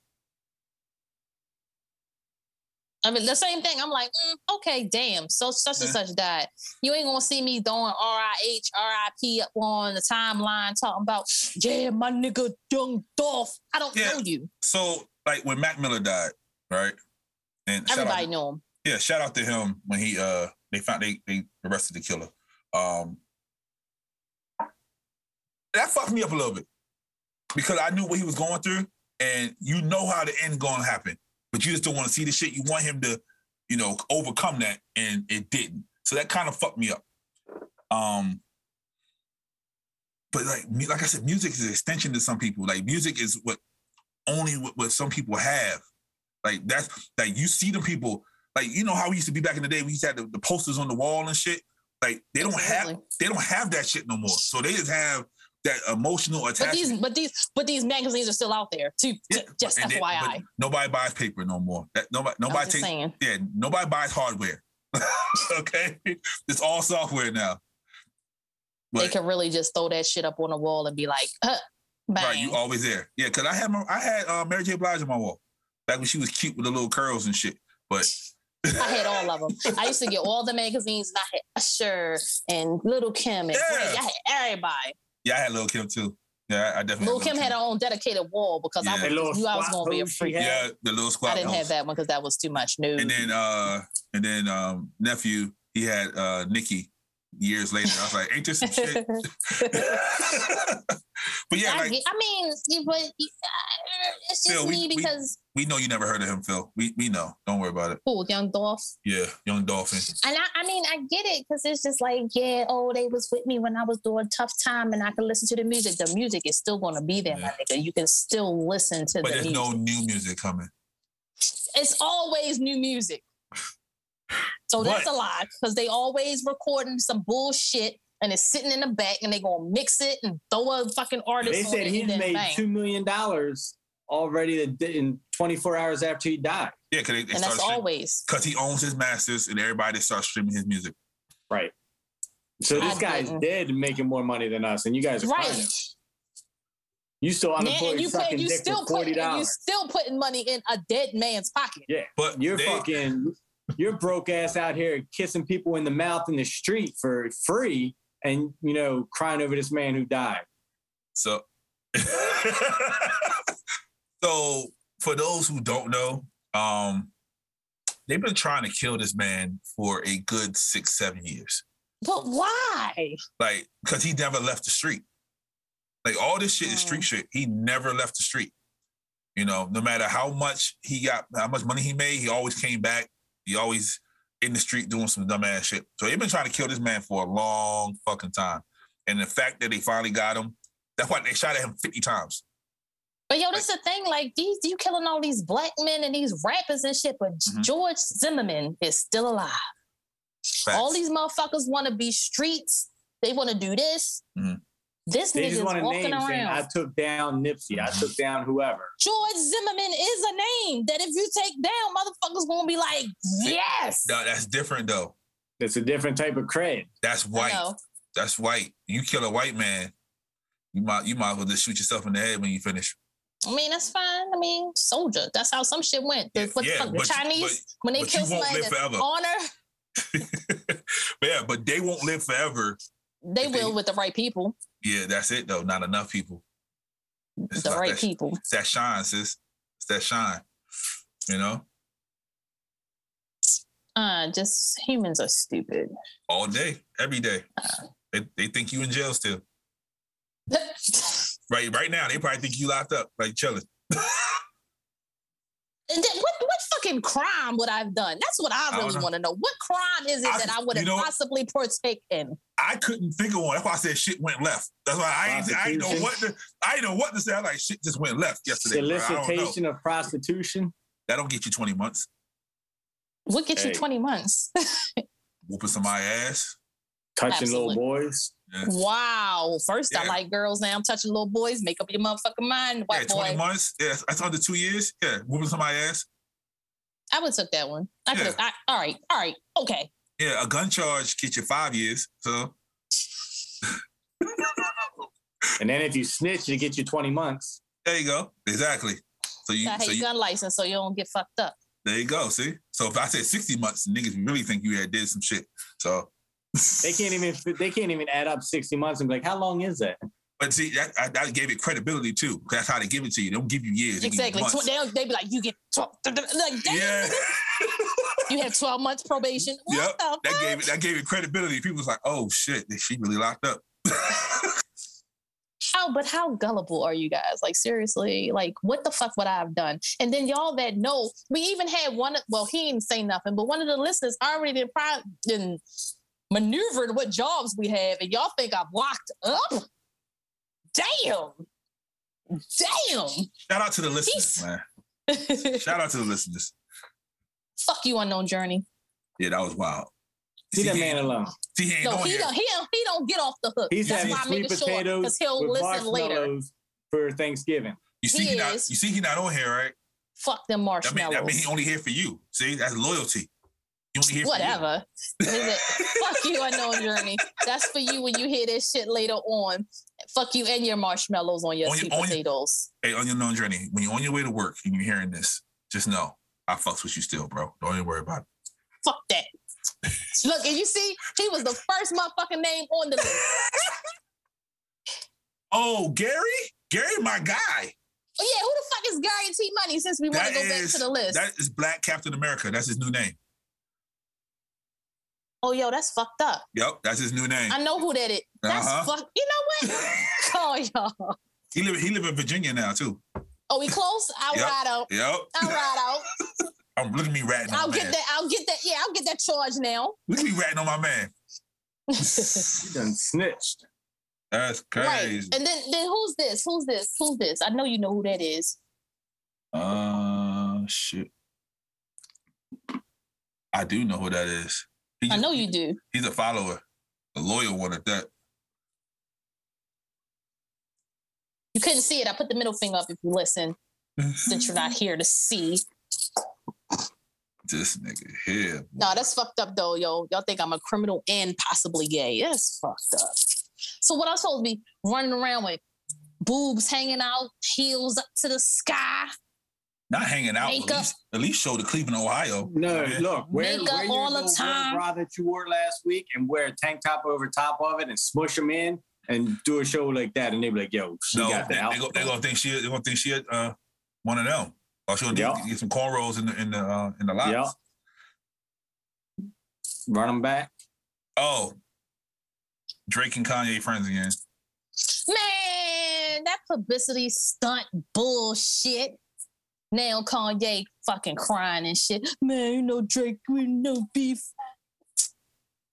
I mean, the same thing. I'm like, mm, okay, damn. So such and such died. You ain't gonna see me throwing RIH, RIP up on the timeline talking about, yeah, my nigga Dung Dolph. I don't Yeah. know you. So like when Mac Miller died, right? And shout Everybody out, knew him. yeah, shout out to him when he uh they found they they arrested the killer. Um that fucked me up a little bit because I knew what he was going through, and you know how the end going to happen, but you just don't want to see the shit. You want him to, you know, overcome that, and it didn't. So that kind of fucked me up. Um, but like, mu- like I said, music is an extension to some people. Like, music is what only what, what some people have. Like that's like you see the people. Like you know how we used to be back in the day. We used to have the, the posters on the wall and shit. Like they don't have Absolutely. they don't have that shit no more. So they just have that emotional But attachment. these, but these, but these magazines are still out there. To to- Yeah, just and then- but FYI, nobody buys paper no more. That, nobody I'm nobody just takes saying. yeah, nobody buys hardware. okay. It's all software now. they But could really just throw that shit up on the wall and be like, huh, bang. right, you always there. Yeah, because I had my I had uh, Mary J. Blige on my wall. Back when she was cute with the little curls and shit. But I had all of them. I used to get all the magazines. And I had Usher and Little Kim and Yeah. Drake. I had everybody. yeah, I had Lil Kim too. Yeah, I, I definitely Lil Kim had her own dedicated wall because Yeah. I That little was, knew I was squat gonna be a pose she freak. had. Yeah, the little squad. I didn't hoes. have that one because that was too much. No. And then uh and then um nephew, he had uh Nikki years later. I was like, ain't this some shit? but yeah, I, like get- I mean, yeah, but uh, it's just Phil, we- me we- because We know you never heard of him, Phil. We we know. Don't worry about it. cool, young Dolph, Yeah, Young Dolphin. and I, I mean, I get it because it's just like, yeah, oh, they was with me when I was doing tough time, and I could listen to the music. The music is still gonna be there, my nigga. You can still listen to But the there's music. no new music coming. it's always new music. So that's a But- lie because they always recording some bullshit and it's sitting in the back and they gonna mix it and throw a fucking artist. They on said it he and then made bang. two million dollars already in 24 hours after he died. Yeah, because they, they and that's started always. because he owns his masters and everybody starts streaming his music. Right. So this I guy's didn't. dead and making more money than us, and you guys are Right. crying. You still Man, unemployed, and you put, sucking you dick still for forty putting and you dollars. still putting money in a dead man's pocket. But You're they, fucking, you're broke ass out here kissing people in the mouth in the street for free, and you know crying over this man who died. so so for those who don't know, um They've been trying to kill this man for a good six, seven years. But why? Like, because he never left the street. Like, all this shit is street shit. He never left the street. You know, no matter how much he got, how much money he made, he always came back. He always in the street doing some dumbass shit. So they've been trying to kill this man for a long fucking time. And the fact that they finally got him, that's why they shot at him 50 times. But yo, this is the thing. Like these, you killing all these black men and these rappers and shit. But Mm-hmm. Mhm. George Zimmerman is still alive. Facts. All these motherfuckers want to be streets. They want to do this. Mhm. This They nigga's just want to walking name around. saying I took down Nipsey, I took Mm-hmm. down whoever. George Zimmerman is a name that if you take down, motherfuckers gonna be like, yes. No, that's different though. It's a different type of cred. That's I white. know. That's white. You kill a white man, you might you might as well just shoot yourself in the head when you finish. I mean, that's fine. I mean, soldier. That's how some shit went. The, Yeah, what yeah, the fuck? The but you- Chinese, when they but you kill won't somebody, live that's forever. honor, but yeah, but they won't live forever. they If they- will with the right people. Yeah, that's it though. Not enough people. It's the like right that, people. It's that shine, sis. It's that shine. You know, Uh, just humans are stupid. all day, every day. Uh. They, they think you in jail still. and Right, right now, they probably think you locked up, like chilling. then what, what fucking crime would I've done? That's what I don't really know. want to know. What crime is it I- that I would you have know- possibly partaken? I couldn't think of one. That's why I said shit went left. That's why I ain't, I ain't know what to, I ain't know what to say. I like shit just went left yesterday. bro. I don't know. Solicitation of prostitution. That don't get you twenty months. What get Hey. you 20 months? Whooping somebody's ass. touching Absolutely. little boys. Yeah. wow. First, I Yeah. like girls. Now I'm touching little boys. Make up your motherfucking mind, Yeah, white boy. twenty months. Yeah, that's under two years. Yeah, whooping somebody's ass. I would took that one. I Yeah. could. I All right. All right. Okay. Yeah, a gun charge gets you five years. So And then if you snitch, you get you 20 months. there you go. Exactly. So you, Got so hate you gun license, so you don't get fucked up. there you go. See. So if I said sixty months, niggas really think you had did some shit. So They can't even they can't even add up 60 months and be like, how long is that? But see, that I, that gave it credibility too. 'cause That's how they give it to you. They don't give you years. They Exactly. Give you Tw- months. they'll, they be like, you get 12. Like, damn, Yeah. you have 12 months probation. What Yep, the that fuck? gave it that gave it credibility. People was like, "Oh shit, she really locked up." how but how gullible are you guys like seriously like what the fuck would i have done and then y'all that know we even had one well he didn't say nothing but one of the listeners already did pro- done maneuvered what jobs we have and y'all think i'm locked up damn damn Shout out to the listeners, Peace. man. Shout out to the listeners. fuck you unknown journey Yeah, that was wild. Leave that he man ain't- alone. See, he ain't no on he here. don't, he don't he don't get off the hook He's that's having why i'm sweet making sure potatoes because he'll with listen later marshmallows for Thanksgiving. You see, he he, not. You is. see, he not on here, right? fuck them That marshmallows mean, that mean he only here for you. See, that's loyalty. He only here For whatever. Is it- Fuck you, unknown journey. That's for you when you hear this shit later on. Fuck you and your marshmallows on your On your- sweet on your- potatoes. you. Hey, on your known journey, when you're on your way to work and you're hearing this, just know I fucks with you still, bro. Don't even worry about it. Fuck that. Look, and you see, he was the first motherfucking name on the list. Oh, Gary, Gary, my guy. Oh, yeah, who the fuck is Gary T Money since we want to That go back is- to the list? That is Black Captain America. That's his new name. oh, yo, that's fucked up. Yep, that's his new name. I know who that is. That's Uh-huh. fuck. You know what? Call y'all. He live he live in Virginia now too. Oh, we close? I'll Yep. ride out. Yep. I'll ride out. I'm look at me ratting on Oh. I'll my get man. that. I'll get that. Yeah, I'll get that charge now. Look at me ratting on my man. He done snitched. That's Right. crazy. And then then who's this? Who's this? Who's this? I know you know who that is. Uh shit. I do know who that is. He I just- know you do. He's a follower, a loyal one at that. You couldn't see it. I put the middle finger up if you listen, since you're not here to see. This nigga here. No, that's fucked up though, yo. Y'all think I'm a criminal and possibly gay. That's fucked up. So what I'm supposed to be running around with boobs hanging out, heels up to the sky, Not hanging out. At Makeup. least, at least show to Cleveland, Ohio. No, Yeah. look, wear, Makeup wear your all the little time. bra that you wore last week and wear a tank top over top of it and smush them in and do a show like that. And they be like, yo, she No, got they, the they, go, outfit. they gonna think she. They gonna think she uh one of them. Or she'll do- Yeah. get some cornrows in the in the uh, in the locks. Yeah. Run them back. Oh, Drake and Kanye friends again. Man, that publicity stunt bullshit. Now Kanye fucking crying and shit. Man, ain't no Drake, we no beef.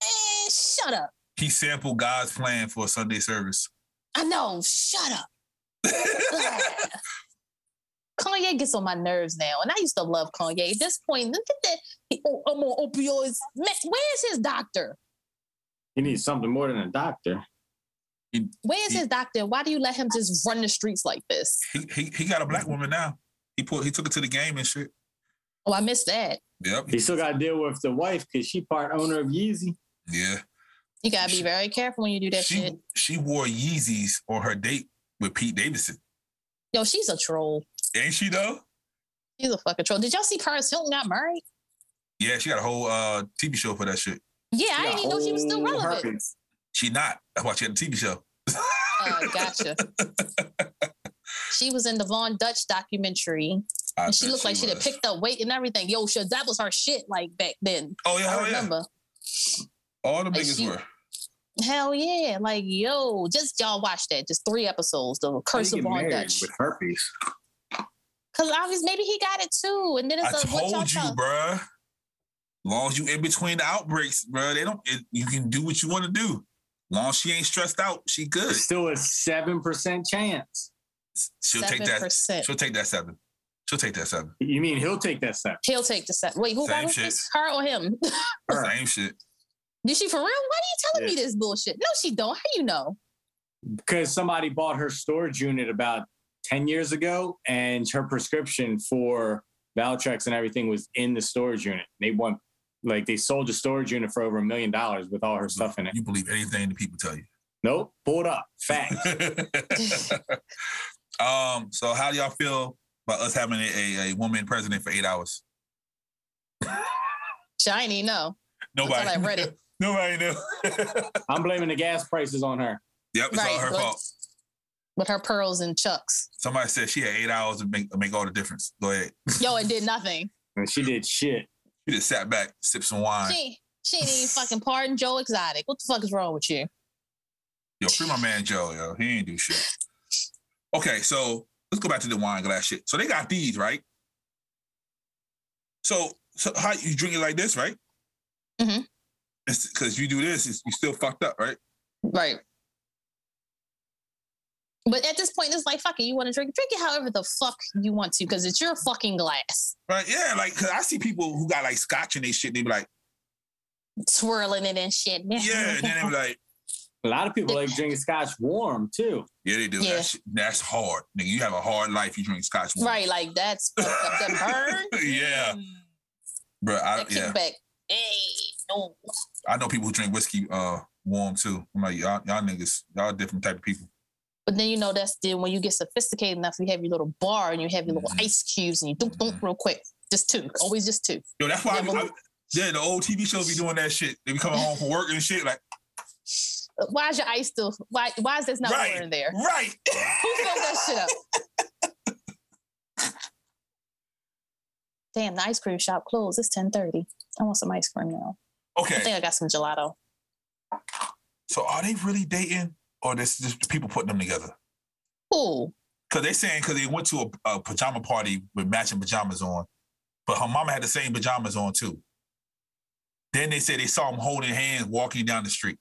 Man, shut up. He sampled God's plan for a Sunday service. I know, shut up. Ugh. Kanye gets on my nerves now, and I used to love Kanye. At this point, look at that. he- oh, I'm on opioids. Man, where's his doctor? He needs something more than a doctor. Where's his doctor? Why do you let him just run the streets like this? he, he he got a black woman now. He put he took it to the game and shit. Oh, I missed that. Yep. He still got to deal with the wife because she part owner of Yeezy. Yeah. You gotta be very careful when you do that she shit. she wore Yeezys on her date with Pete Davidson. Yo, she's a troll. Ain't she though? She's a fucking troll. Did y'all see Paris Hilton got married? Yeah, she got a whole uh TV show for that shit. Yeah, I didn't even know she was still Oh, Whole relevant. herpes. She not. That's why she had a TV show. Oh, gotcha. she was in the Von Dutch documentary, I and she bet looked like she'd have was. picked up weight and everything. Yo, she, that was her shit. Like back then, Oh yeah, I hell yeah. remember. All the biggest she- were. Hell yeah. Like, yo, just y'all watch that. Just three episodes, the How you Curse get of Von married Dutch. with herpes. Because obviously, maybe he got it too. And then I it's a what y'all told you, talk- bruh. Long as you in between the outbreaks, bruh, they don't. It, you can do what you want to do. Long as she ain't stressed out, she good. There's still a seven percent chance. She'll take that. 7%. She'll take that seven. She'll take that seven. You mean he'll take that seven? He'll take the set. Wait, who Same why was shit. this? Her or him? Her. Same shit. Did she for real? Why are you telling me this bullshit? No, she don't. How you know? because somebody bought her storage unit about 10 years ago and her prescription for Valtrex and everything was in the storage unit. They want like they sold the storage unit for over a million dollars with all her stuff in it. You believe anything the people tell you. Nope, pulled up. Fact. um. So, how do y'all feel about us having a, a, a woman president for eight hours? Shiny, no. Nobody. That's all I read it. Nobody knew. I'm blaming the gas prices on her. yep, it's all Right. her but- fault. With her pearls and chucks. Somebody said she had eight hours to make make all the difference. Go ahead. Yo, it did nothing. And she did shit. She just sat back, sipped some wine. She she didn't even fucking pardon Joe Exotic. What the fuck is wrong with you? Yo, free my man Joe, yo. He ain't do shit. Okay, so let's go back to the wine glass shit. So they got these, right? So so how you drink it like this, right? Mhm. Because you do this, it's, you still fucked up, right? Right. But at this point, it's like, fuck it, you want to drink? Drink it however the fuck you want to, because it's your fucking glass Right? Yeah, like cause I see people who got like scotch in their shit, they be like, swirling it and shit. yeah, and then they be like, A lot of people like drinking scotch warm too. yeah, they do. Yeah. That shit, that's hard. Nigga, you have a hard life. You drink scotch. wine. right, like that's fucked up. That burn. Yeah. Mm, Bro, I, That yeah. kickback. Hey, no. I know people who drink whiskey uh warm too. I'm like, y'all, y'all niggas, y'all different type of people. But then you know that's then when you get sophisticated enough, you have your little bar and you have your little Mhm. ice cubes and you thump thump real quick. Just two, always just two. Yo, that's why I Yeah, be- but- I, yeah, the old TV shows be doing that shit. They be coming home from work and shit, like, Uh, Why is your ice still? Why why is this not Right. water in there? right. Who filled that shit up? Damn, the ice cream shop closed. It's ten thirty. I want some ice cream now. I okay. think I got some gelato. So are they really dating or this just people putting them together? Ooh, Cause they saying cause they went to a, a pajama party with matching pajamas on, but her mama had the same pajamas on too. Then they said they saw them holding hands walking down the street.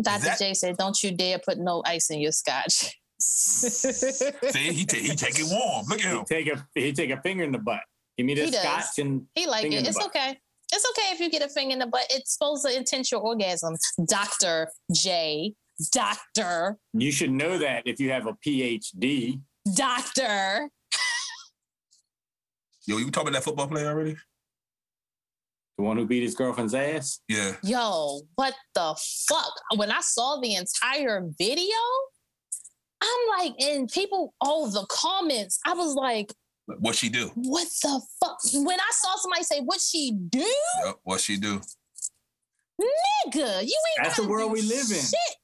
Dr. that- J said, "Don't you dare put no ice in your scotch." See, he, ta- he take it warm. Look at He him. take a he take a finger in the butt. Give me He this does. scotch and he like Finger in it. the It's butt. okay. It's okay if you get a thing in the butt. It's supposed to intense your orgasm, Doctor J. Doctor. you should know that if you have a PhD. Doctor. Yo, you talking about that football player already? The one who beat his girlfriend's ass. Yeah. yo, what the fuck? When I saw the entire video, I'm like, and people, all the comments, I was like, What she do? what the fuck? When I saw somebody say, what she do, Yep, what she do? nigga, you ain't That's the gotta world do we live in. Shit.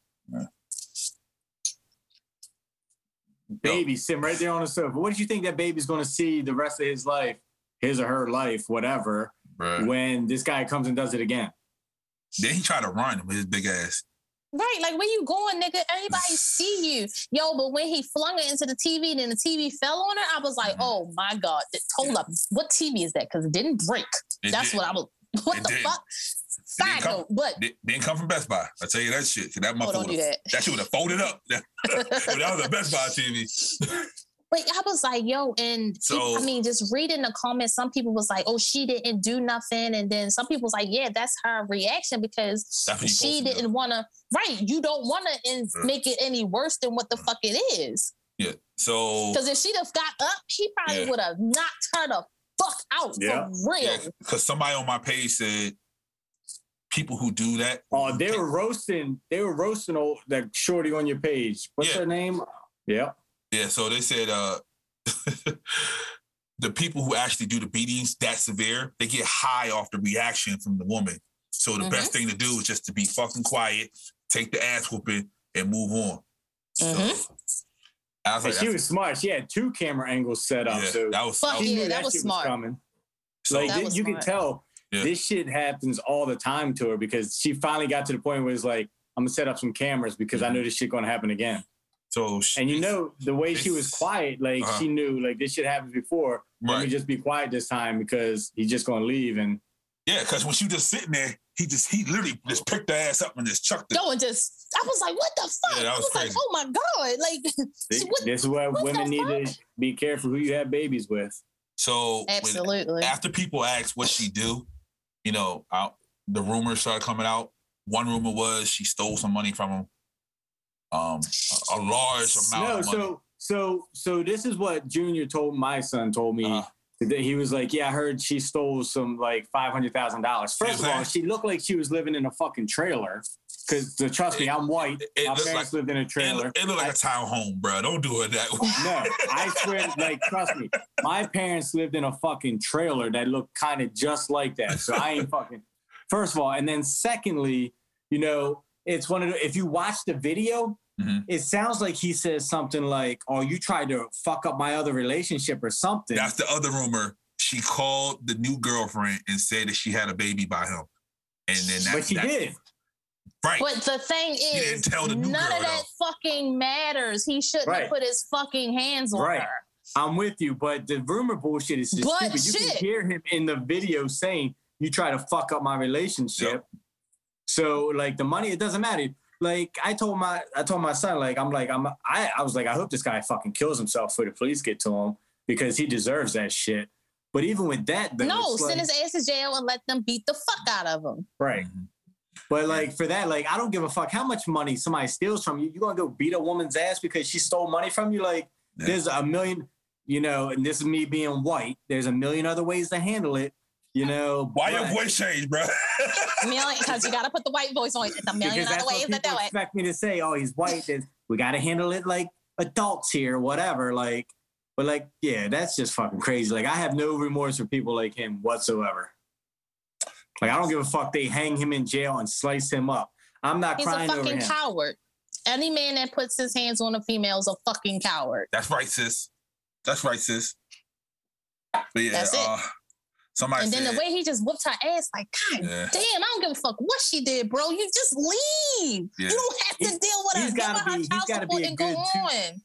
baby sitting right there on the sofa. What do you think that baby's going to see the rest of his life, his or her life, whatever, Bruh. when this guy comes and does it again? Then he tried to run with his big ass. Right, like where you going, nigga? Everybody see you, yo. But when he flung it into the TV, then the TV fell on her. I was Mm-hmm. like, oh my god! Th- Hold up, what TV is that? Because it didn't break. It That's did- what I was. What It the did. fuck? Side come- note, but Did, didn't come from Best Buy. I tell you that shit. 'cause That Oh, motherfucker don't do would've- that. That shit would have folded up. That, that was a Best Buy TV. But I was like, yo, and peop- So- I mean, just reading the comments, some people was like, oh, she didn't do nothing. And then some people was like, yeah, that's her reaction because That's what you she supposed to do. Mm. didn't want to, right? You don't want to and Yeah. make it any worse than Mm. what the fuck it is. Yeah. So Because if she'd have got up, he probably Yeah. would have knocked her the fuck out Yeah. for real. because somebody on my page said people who do that. Oh, they were roasting. They were roasting old that shorty on your page. What's Yeah. her name? Yeah. Yeah. So they said uh the people who actually do the beatings that severe, they get high off the reaction from the woman. So the best Mm-hmm. thing to do is just to be fucking quiet, take the ass whooping, and move on. Mm-hmm. So I was like, And she that's- was smart. She had two camera angles set up. yeah, so that was Fuck that was- she Yeah, knew that was shit smart. coming. so like That thi- was you smart. can tell Yeah. this shit happens all the time to her because she finally got to the point where it's like, I'm gonna set up some cameras because Mm-hmm. I know this shit gonna happen again. so she- And you know the way she was quiet, like Uh-huh. she knew like this shit happens before. Let right. me just be quiet this time because he's just gonna leave and Yeah, because when she just sitting there, he just he literally just picked her ass up and just chucked it. Yo, and just, I was like, what the fuck? Yeah, that I was was like, crazy. oh my God. Like, thi- what- this is where what the women need to be careful who you have babies with. So when- absolutely. after people asked what she do, you know, I, the rumors started coming out. One rumor was she stole some money from him, um, a, a large amount. No, of money. so so so this is what Junior told my son told me. Uh-huh. that He was like, "Yeah, I heard she stole some like five hundred thousand dollars." First of all, Exactly. she looked like she was living in a fucking trailer. Because trust me, I'm white. It- it my looks parents lived in a it, trailer. look- it looked like a town home, bro. Don't do it that way. No, I swear, like, trust me, my parents lived in a fucking trailer that looked kind of just like that. So I ain't fucking, first of all. And then secondly, you know, it's one of the, if you watch the video, Mhm. it sounds like he says something like, oh, you tried to fuck up my other relationship or something. That's the other rumor. She called the new girlfriend and said that she had a baby by him, and then that, but she that- did. right. But the thing didn't is, tell the none new of girl, that fucking matters. He shouldn't Right. have put his fucking hands on Right. her. I'm with you, but the rumor bullshit is just But stupid. You shit. can hear him in the video saying, "You try to fuck up my relationship." Yep. So like the money, it doesn't matter. Like I told my I told my son, like I'm like I'm I, I was like I hope this guy fucking kills himself before the police get to him because he deserves that shit. But even with that, though, no, it's send like- his ass to jail and let them beat the fuck out of him. right. Mm-hmm. But like for that, like I don't give a fuck how much money somebody steals from you. You gonna go beat a woman's ass because she stole money from you? Like Yeah. there's a million, you know. And this is me being white. There's a million other ways to handle it, you know. Why your but- voice changed, bro? Because you got to put the white voice on it. It's a million Because other that's ways what to do people it. expect me to say. Oh, he's white. Then we gotta handle it like adults here, whatever. Like, but like, yeah, that's just fucking crazy. Like I have no remorse for people like him whatsoever. Like I don't give a fuck. They hang him in jail and slice him up. I'm not He's a crying over fucking him. coward. Any man that puts his hands on a female is a fucking coward. That's right, sis. That's right, sis. But yeah, That's it. uh, somebody and said, then the way he just whooped her ass, like, God Yeah. damn, I don't give a fuck what she did, bro. You just leave. Yeah. You don't have to He's- deal with he's her. Give her gotta her be- he's child gotta be support a and go good two- on.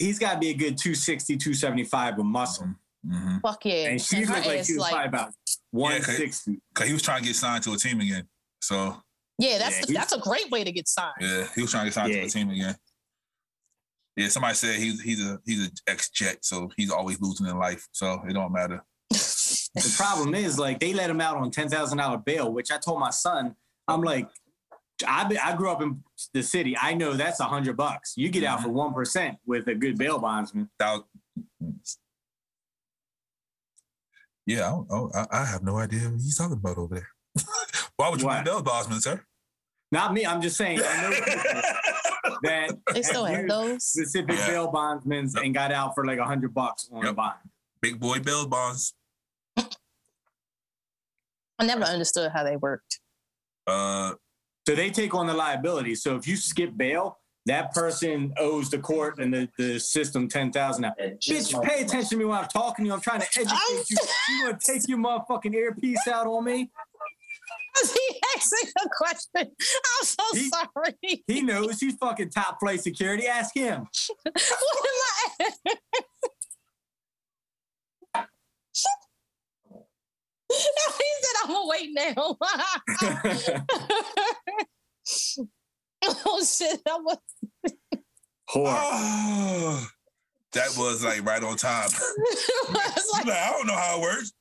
he's got to be a good 260, 275 with muscle. Mhm. Fuck yeah. And she her looked like ass, she was probably about 160. Cause he was trying to get signed to a team again. So Yeah, that's Yeah, he's- that's a great way to get signed. yeah, he was trying to get signed to Yeah. a team again. Yeah, somebody said he's he's a he's an ex Jet, so he's always losing in life. So it don't matter. the problem is, like, they let him out on $10,000 bail, which I told my son, I'm like, I, be, I grew up in the city. I know that's a 100 bucks. You get Mm-hmm. out for 1% with a good bail bondsman. Thou- yeah, I, don't, oh, I, I have no idea what he's talking about over there. Why would you Why? be Bell Bosman, sir? Not me. I'm just saying, I know people that They still have have used those. specific Yeah. bail bondsmen Yep. and got out for like a 100 bucks on a Yep. bond. Big boy Bell Bonds. I never understood how they worked. Uh, So they take on the liability. So if you skip bail, that person owes the court and the, the system ten thousand. Bitch, pay attention to me when I'm talking to you. I'm trying to educate you. You gonna take your motherfucking earpiece out on me? was he asking a question? I'm so He- sorry. what am He knows he's fucking top flight security. Ask him. I? he said, "I'm awake now." oh shit! I was. Whore. Oh, that was like right on time. it was like, Like, I don't know how it works.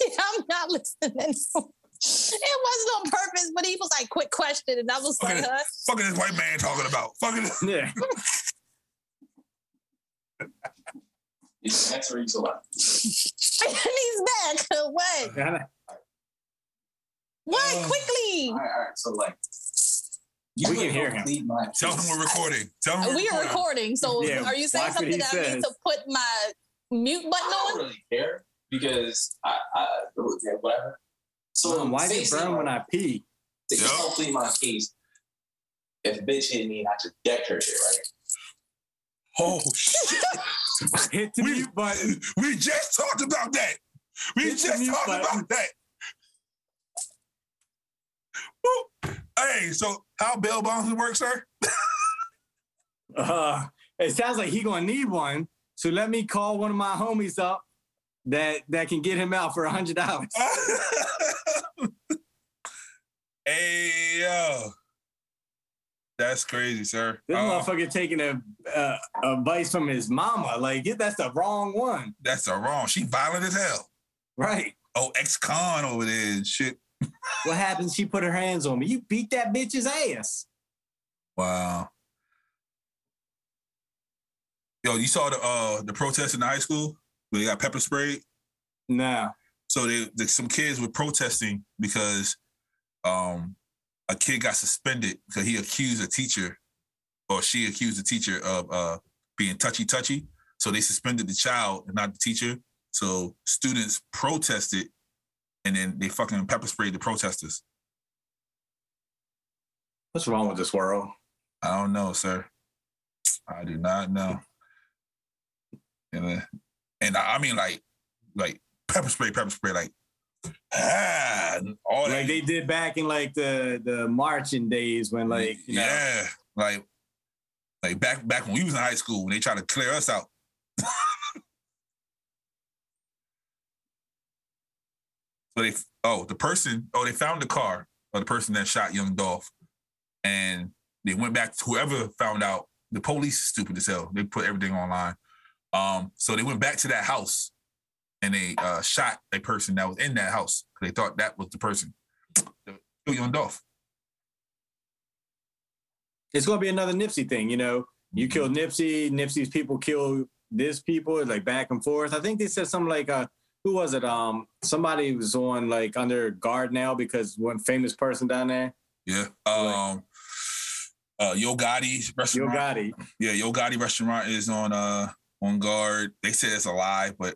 Yeah, I'm not listening. It wasn't on purpose, but he was like, quick question. And I was like, Okay. huh? Fucking this white man talking about. Fucking this. Yeah. It's next week's a lot. and he's back. What? What? Oh. Quickly. All right, all right. So like, you We can would hear him. complete My Tell them we're recording. Tell them we're We are recording. recording. So Yeah, are you saying watch what something he that I need says. to put my mute button I don't on? really care because I, I yeah, whatever. So Mom, why is it basically, burn when I pee? to Yeah. complete my case, if bitch hit me, I just decked her shit right. Oh shit. Hit the We- mute button. we just talked about that. We Hit the just mute talked button. about that. Woo. Hey, so how bail bonds work, sir? Uh, it sounds like he gonna need one. So let me call one of my homies up that that can get him out for a hundred dollars. hey yo. That's crazy, sir. This Oh, motherfucker taking a, uh, advice from his mama. Like, yeah, that's the wrong one, that's a wrong. She violent as hell. right? Oh, ex-con over there and shit. What happens? She put her hands on me. You beat that bitch's ass. Wow. Yo, you saw the uh the protest in the high school where they got pepper sprayed? No. So they, the, some kids were protesting because um a kid got suspended because he accused a teacher or she accused the teacher of uh being touchy touchy. So they suspended the child and not the teacher. So students protested and then they fucking pepper sprayed the protesters. What's wrong with this world? I don't know, sir. I do not know. And, uh, and I, I mean, like, like pepper spray, pepper spray, like, ah, and all that. Like they did back in like the the marching days when like you know, yeah, like, like back back when we was in high school, when they tried to clear us out. so they, oh, the person, oh, they found the car of the person that shot young Dolph, and they went back to whoever found out. The police is stupid as hell. They put everything online. Um, so they went back to that house and they uh, shot a person that was in that house. They thought that was the person. Killed Young Dolph. it's gonna be another Nipsey thing. You know, you kill Nipsey, Nipsey's people kill this people, like back and forth. I think they said something like, uh, who was it? Um, somebody was on like under guard now because one famous person down there, Yeah. Um uh Yo Gotti Yo restaurant. Gotti. yeah, Yo Gotti restaurant is on uh on guard. They said it's a lie, but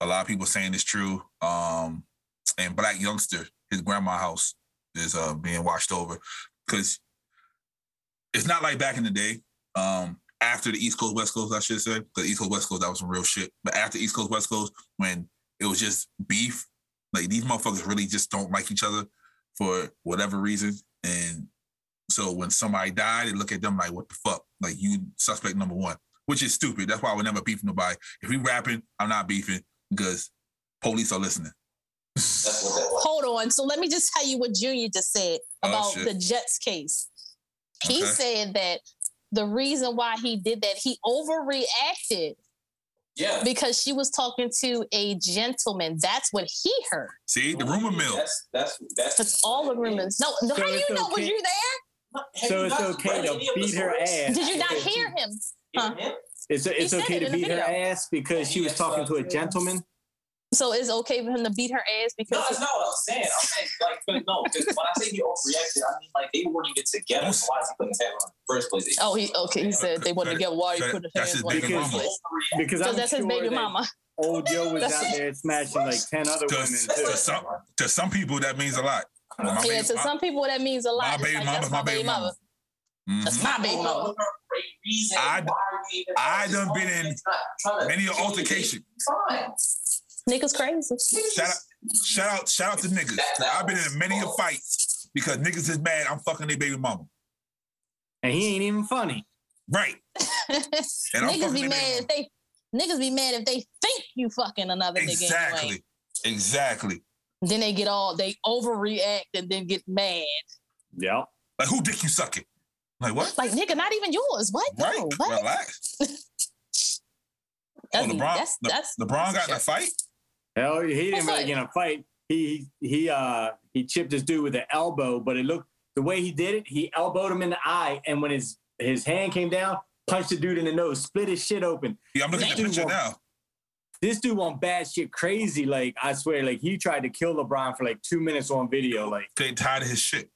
a lot of people saying it's true. Um and Black Youngster, his grandma house is uh being watched over. Cause it's not like back in the day. Um after the East Coast, West Coast, I should say. Because East Coast, West Coast, that was some real shit. But after East Coast, West Coast, when it was just beef, like these motherfuckers really just don't like each other for whatever reason. And so when somebody died, they look at them like, what the fuck? Like you suspect number one, which is stupid. That's why I would never beef nobody. If we rapping, I'm not beefing because police are listening. That's what that was. Hold on. So let me just tell you what Junior just said Oh, about shit. the Jets case. He Okay. said that the reason why he did that, he overreacted Yeah. because she was talking to a gentleman. That's what he heard. See, the rumor mill. That's that's that's That's all the rumors. No, no So how you it's know? Was okay- you there? Have So you it's not okay read to any of the beat her stories? ass. Did you not hear him? Huh. Yeah. It's it's said okay it to in the beat her video. ass because she was Yes, talking uh, to a gentleman. So it's okay for him to beat her ass No, because that's not what I'm saying. I'm saying like but no, because when I say he overreacted, I mean like they weren't even together. So why is he putting his hand on in the first place? Oh, he okay. He said they want to get water. That- He put his hands that's his on baby his mama. waist. Because So I'm that's sure his baby that mama. Old Joe was That's- out there smashing like ten other To, women too. to some, to some people, that means a lot. My uh, Yeah, baby- to my- some people that means a lot. my It's baby like, mama's that's my baby mama. Mhm. That's my baby Hold up mama. with her for a reason. I- Why are we even- I done been in It's not trying to many an change it. altercation. Fine. Niggas crazy. Shout out, shout out, shout out to niggas. I've been in many a fights because niggas is mad. I'm fucking their baby mama. And he ain't even funny. Right. And I'm niggas fucking be their mad if baby they niggas be mad if they think you fucking another mama. nigga anyway. Exactly. Exactly. Then they get all they overreact and then get mad. Yep. Like who dick you sucking? Like what? Like nigga, not even yours. What? Right. No, what? Relax. That's, oh, LeBron. that's, Le- that's LeBron got in a fight. Hell, he didn't What's really that? get in a fight. He he uh he chipped his dude with an elbow, but it looked the way he did it, he elbowed him in the eye, and when his his hand came down, punched the dude in the nose, split his shit open. Yeah, I'm looking at the Dude, picture well- now. This dude went bad shit crazy. Like I swear, like he tried to kill LeBron for like two minutes on video. Like They tired of his shit.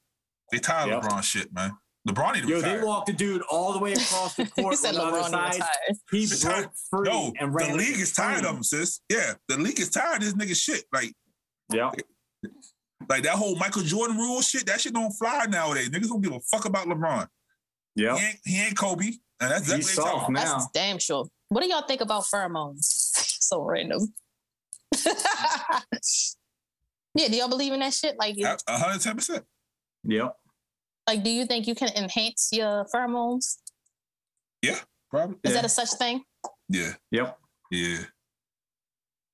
They tired of Yep. LeBron shit, man. LeBron need to yo, they retire. walked the dude all the way across the he court said on the other LeBron side. retired. He It's broke free No, and ran. the like league a is tired train. of him, sis. Yeah, the league is tired of this nigga shit. Like, Yep. like that whole Michael Jordan rule shit. That shit don't fly nowadays. Niggas don't give a fuck about LeBron. Yep. He, ain't, he ain't Kobe, and that's exactly He's what they soft talking. now. That's damn sure. What do y'all think about pheromones? so random. yeah, do y'all believe in that shit? Like, about. A hundred ten percent. Yep. like, do you think you can enhance your pheromones? Probably. Is Yeah. that a such thing? Yeah. Yep. Yeah.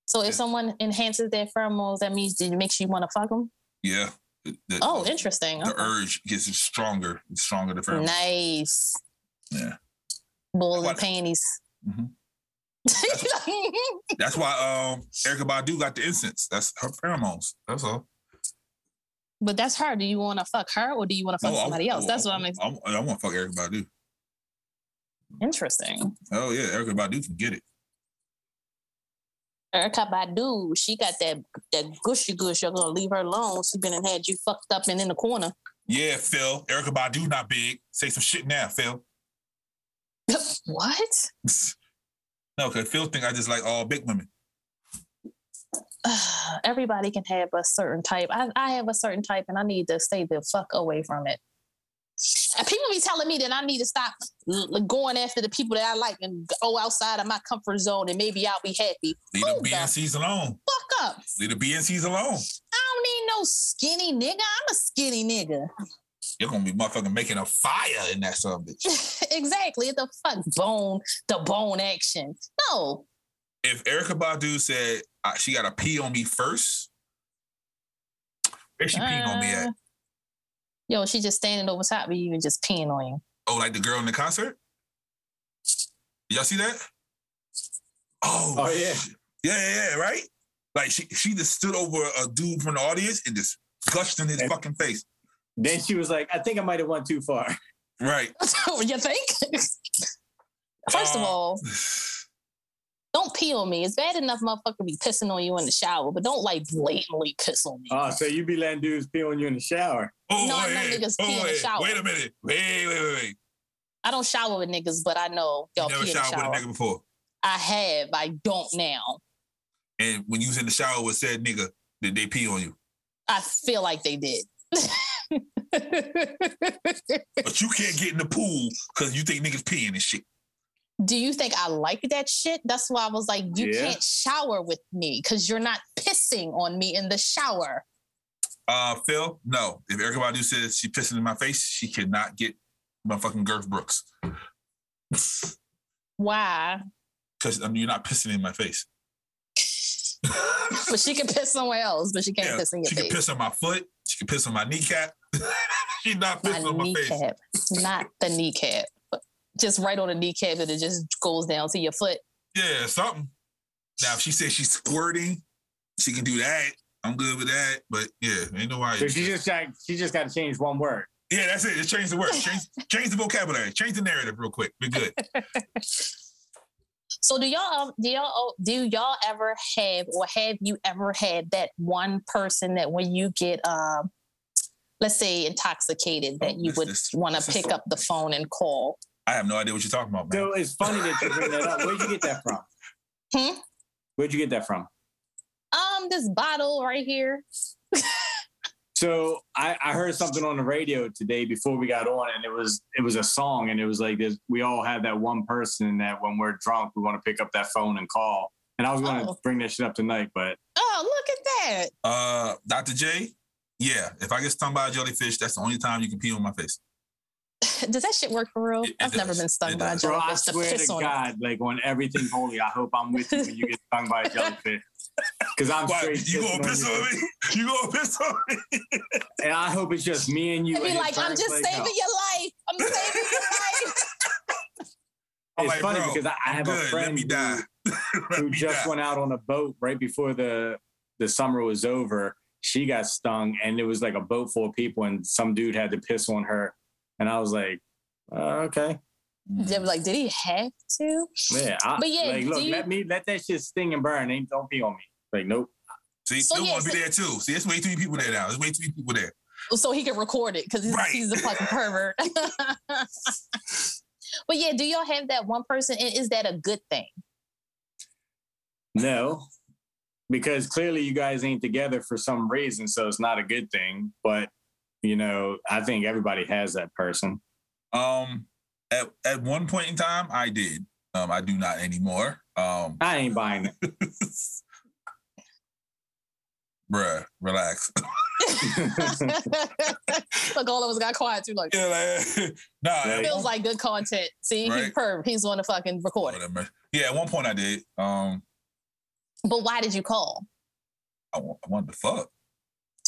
So if Yeah. someone enhances their pheromones, that means it makes you want to fuck them. Yeah. The- the- Oh, the, interesting. the Okay. urge gets stronger, and stronger the further. Nice. Yeah. Bulls and What? panties. Mhm. Mm-hmm. That's why um Erica Badu got the incense. That's her pheromones. That's all. but that's her. Do you want to fuck her or do you want to fuck No, I- somebody else? oh, that's I- what I'm ex- I, I want to fuck Erica Badu. interesting. Oh yeah, Erica Badu can get it. Erica Badu, she got that that gushy gush. You're gonna leave her alone. She been and had you fucked up and in the corner. Yeah, Phil. Erica Badu not big. Say some shit now, Phil. what? no, because Phil think I just like all big women. Everybody can have a certain type. I, I have a certain type, and I need to stay the fuck away from it. And people be telling me that I need to stop l- going after the people that I like and go outside of my comfort zone, and maybe I'll be happy. Leave Who the the- BNCs alone. Fuck up. Leave the BNCs alone. I don't need no skinny nigga. I'm a skinny nigga. You're gonna be motherfucking making a fire in that son of a bitch. exactly. The fuck bone, the bone action. No, if Erica Badu said uh, she got to pee on me first, where she peeing on me Uh, at? Yo, she just standing over top of you and just peeing on you. Oh, like the girl in the concert? Y'all see that? Oh, Oh, yeah. shit. yeah, yeah, yeah, right? Like she, she just stood over a dude from the audience and just gushed in his And- fucking face. Then she was like, I think I might have went too far. Right. you think? First of Uh, all, don't pee on me. It's bad enough motherfucker be pissing on you in the shower, but don't like blatantly piss on me. Oh, so you be letting dudes pee on you in the shower. Oh, No, I know wait, niggas pee in the wait, shower. wait a minute. Wait, wait, wait, wait. I don't shower with niggas, but I know y'all you never pee in the showered shower. with a nigga before. I have. I don't now. And when you was in the shower with said nigga, did they pee on you? I feel like they did. But you can't get in the pool because you think niggas peeing and shit. Do you think I like that shit? That's why I was like, you Yeah. can't shower with me because you're not pissing on me in the shower. Uh, Phil, no. If Erica Badu says she pissing in my face, she cannot get motherfucking Girth Brooks Why? because I mean, you're not pissing in my face. But she can piss somewhere else, but she can't Yeah, piss in your she face. can piss on my foot. She can piss on my kneecap. She's not my pissing on my face. kneecap, not the kneecap, but just right on the kneecap, and it just goes down to your foot. Yeah, something. Now, if she says she's squirting, she can do that. I'm good with that. But yeah, ain't So nobody. she just got she just got to change one word. yeah, that's it. Just change the word. Change, change the vocabulary. Change the narrative real quick. We're good. So, do y'all um, do y'all do y'all ever have or have you ever had that one person that when you get um, let's say intoxicated, that Oh, you this- would this- want this to is- pick up the phone and call? I have no idea what you're talking about, man. So it's funny that you bring that up. Where'd you get that from? Hmm? Where'd you get that from? Um, this bottle right here. So I, I heard something on the radio today before we got on, and it was it was a song, and it was like this: we all have that one person that when we're drunk, we want to pick up that phone and call, And I was going to Oh. bring that shit up tonight, but Oh, look at that. Uh, Dr. J, yeah, if I get stung by a jellyfish, that's the only time you can pee on my face. Does that shit work for real? It- it I've never does. been It stung by a does. bro, I jellyfish to swear piss to on. it. God, like on everything holy, I hope I'm with you when you get stung by a jellyfish. Because I'm Why, straight. you pissing gonna on piss you. on me? You gonna piss on me? And I hope it's just me and you. It'd be and like, I'm Bert's just like, saving no. your life. I'm saving your life. I'm It's like, funny bro, because I, I I'm have a good. friend Let me who- die. Let who me just die. went out on a boat right before the the summer was over. She got stung, and it was like a boat full of people, and some dude had to piss on her. And I was like, uh, okay, They were like, did he have to? yeah. I, But yeah, like, do look, you- let me let that shit sting and burn. Ain't don't pee on me. Like, nope. See, So, they yeah, want to so- be there too. See, there's way too many people there now. There's way too many people there. So he can record it because he's, Right. he's a fucking pervert. but yeah, do y'all have that one person? And is that a good thing? No, because clearly you guys ain't together for some reason, so it's not a good thing. But you know, I think everybody has that person. Um, at, at one point in time, I did. Um, I do not anymore. Um, I ain't buying it. bruh, relax. Look, all of us got quiet too. Like, yeah, like, nah. at Right. one- feels like good content. See, he Right. perv. He's on the fucking recording. whatever. Yeah, at one point I did. Um, But why did you call? I, wa- I wanted to fuck.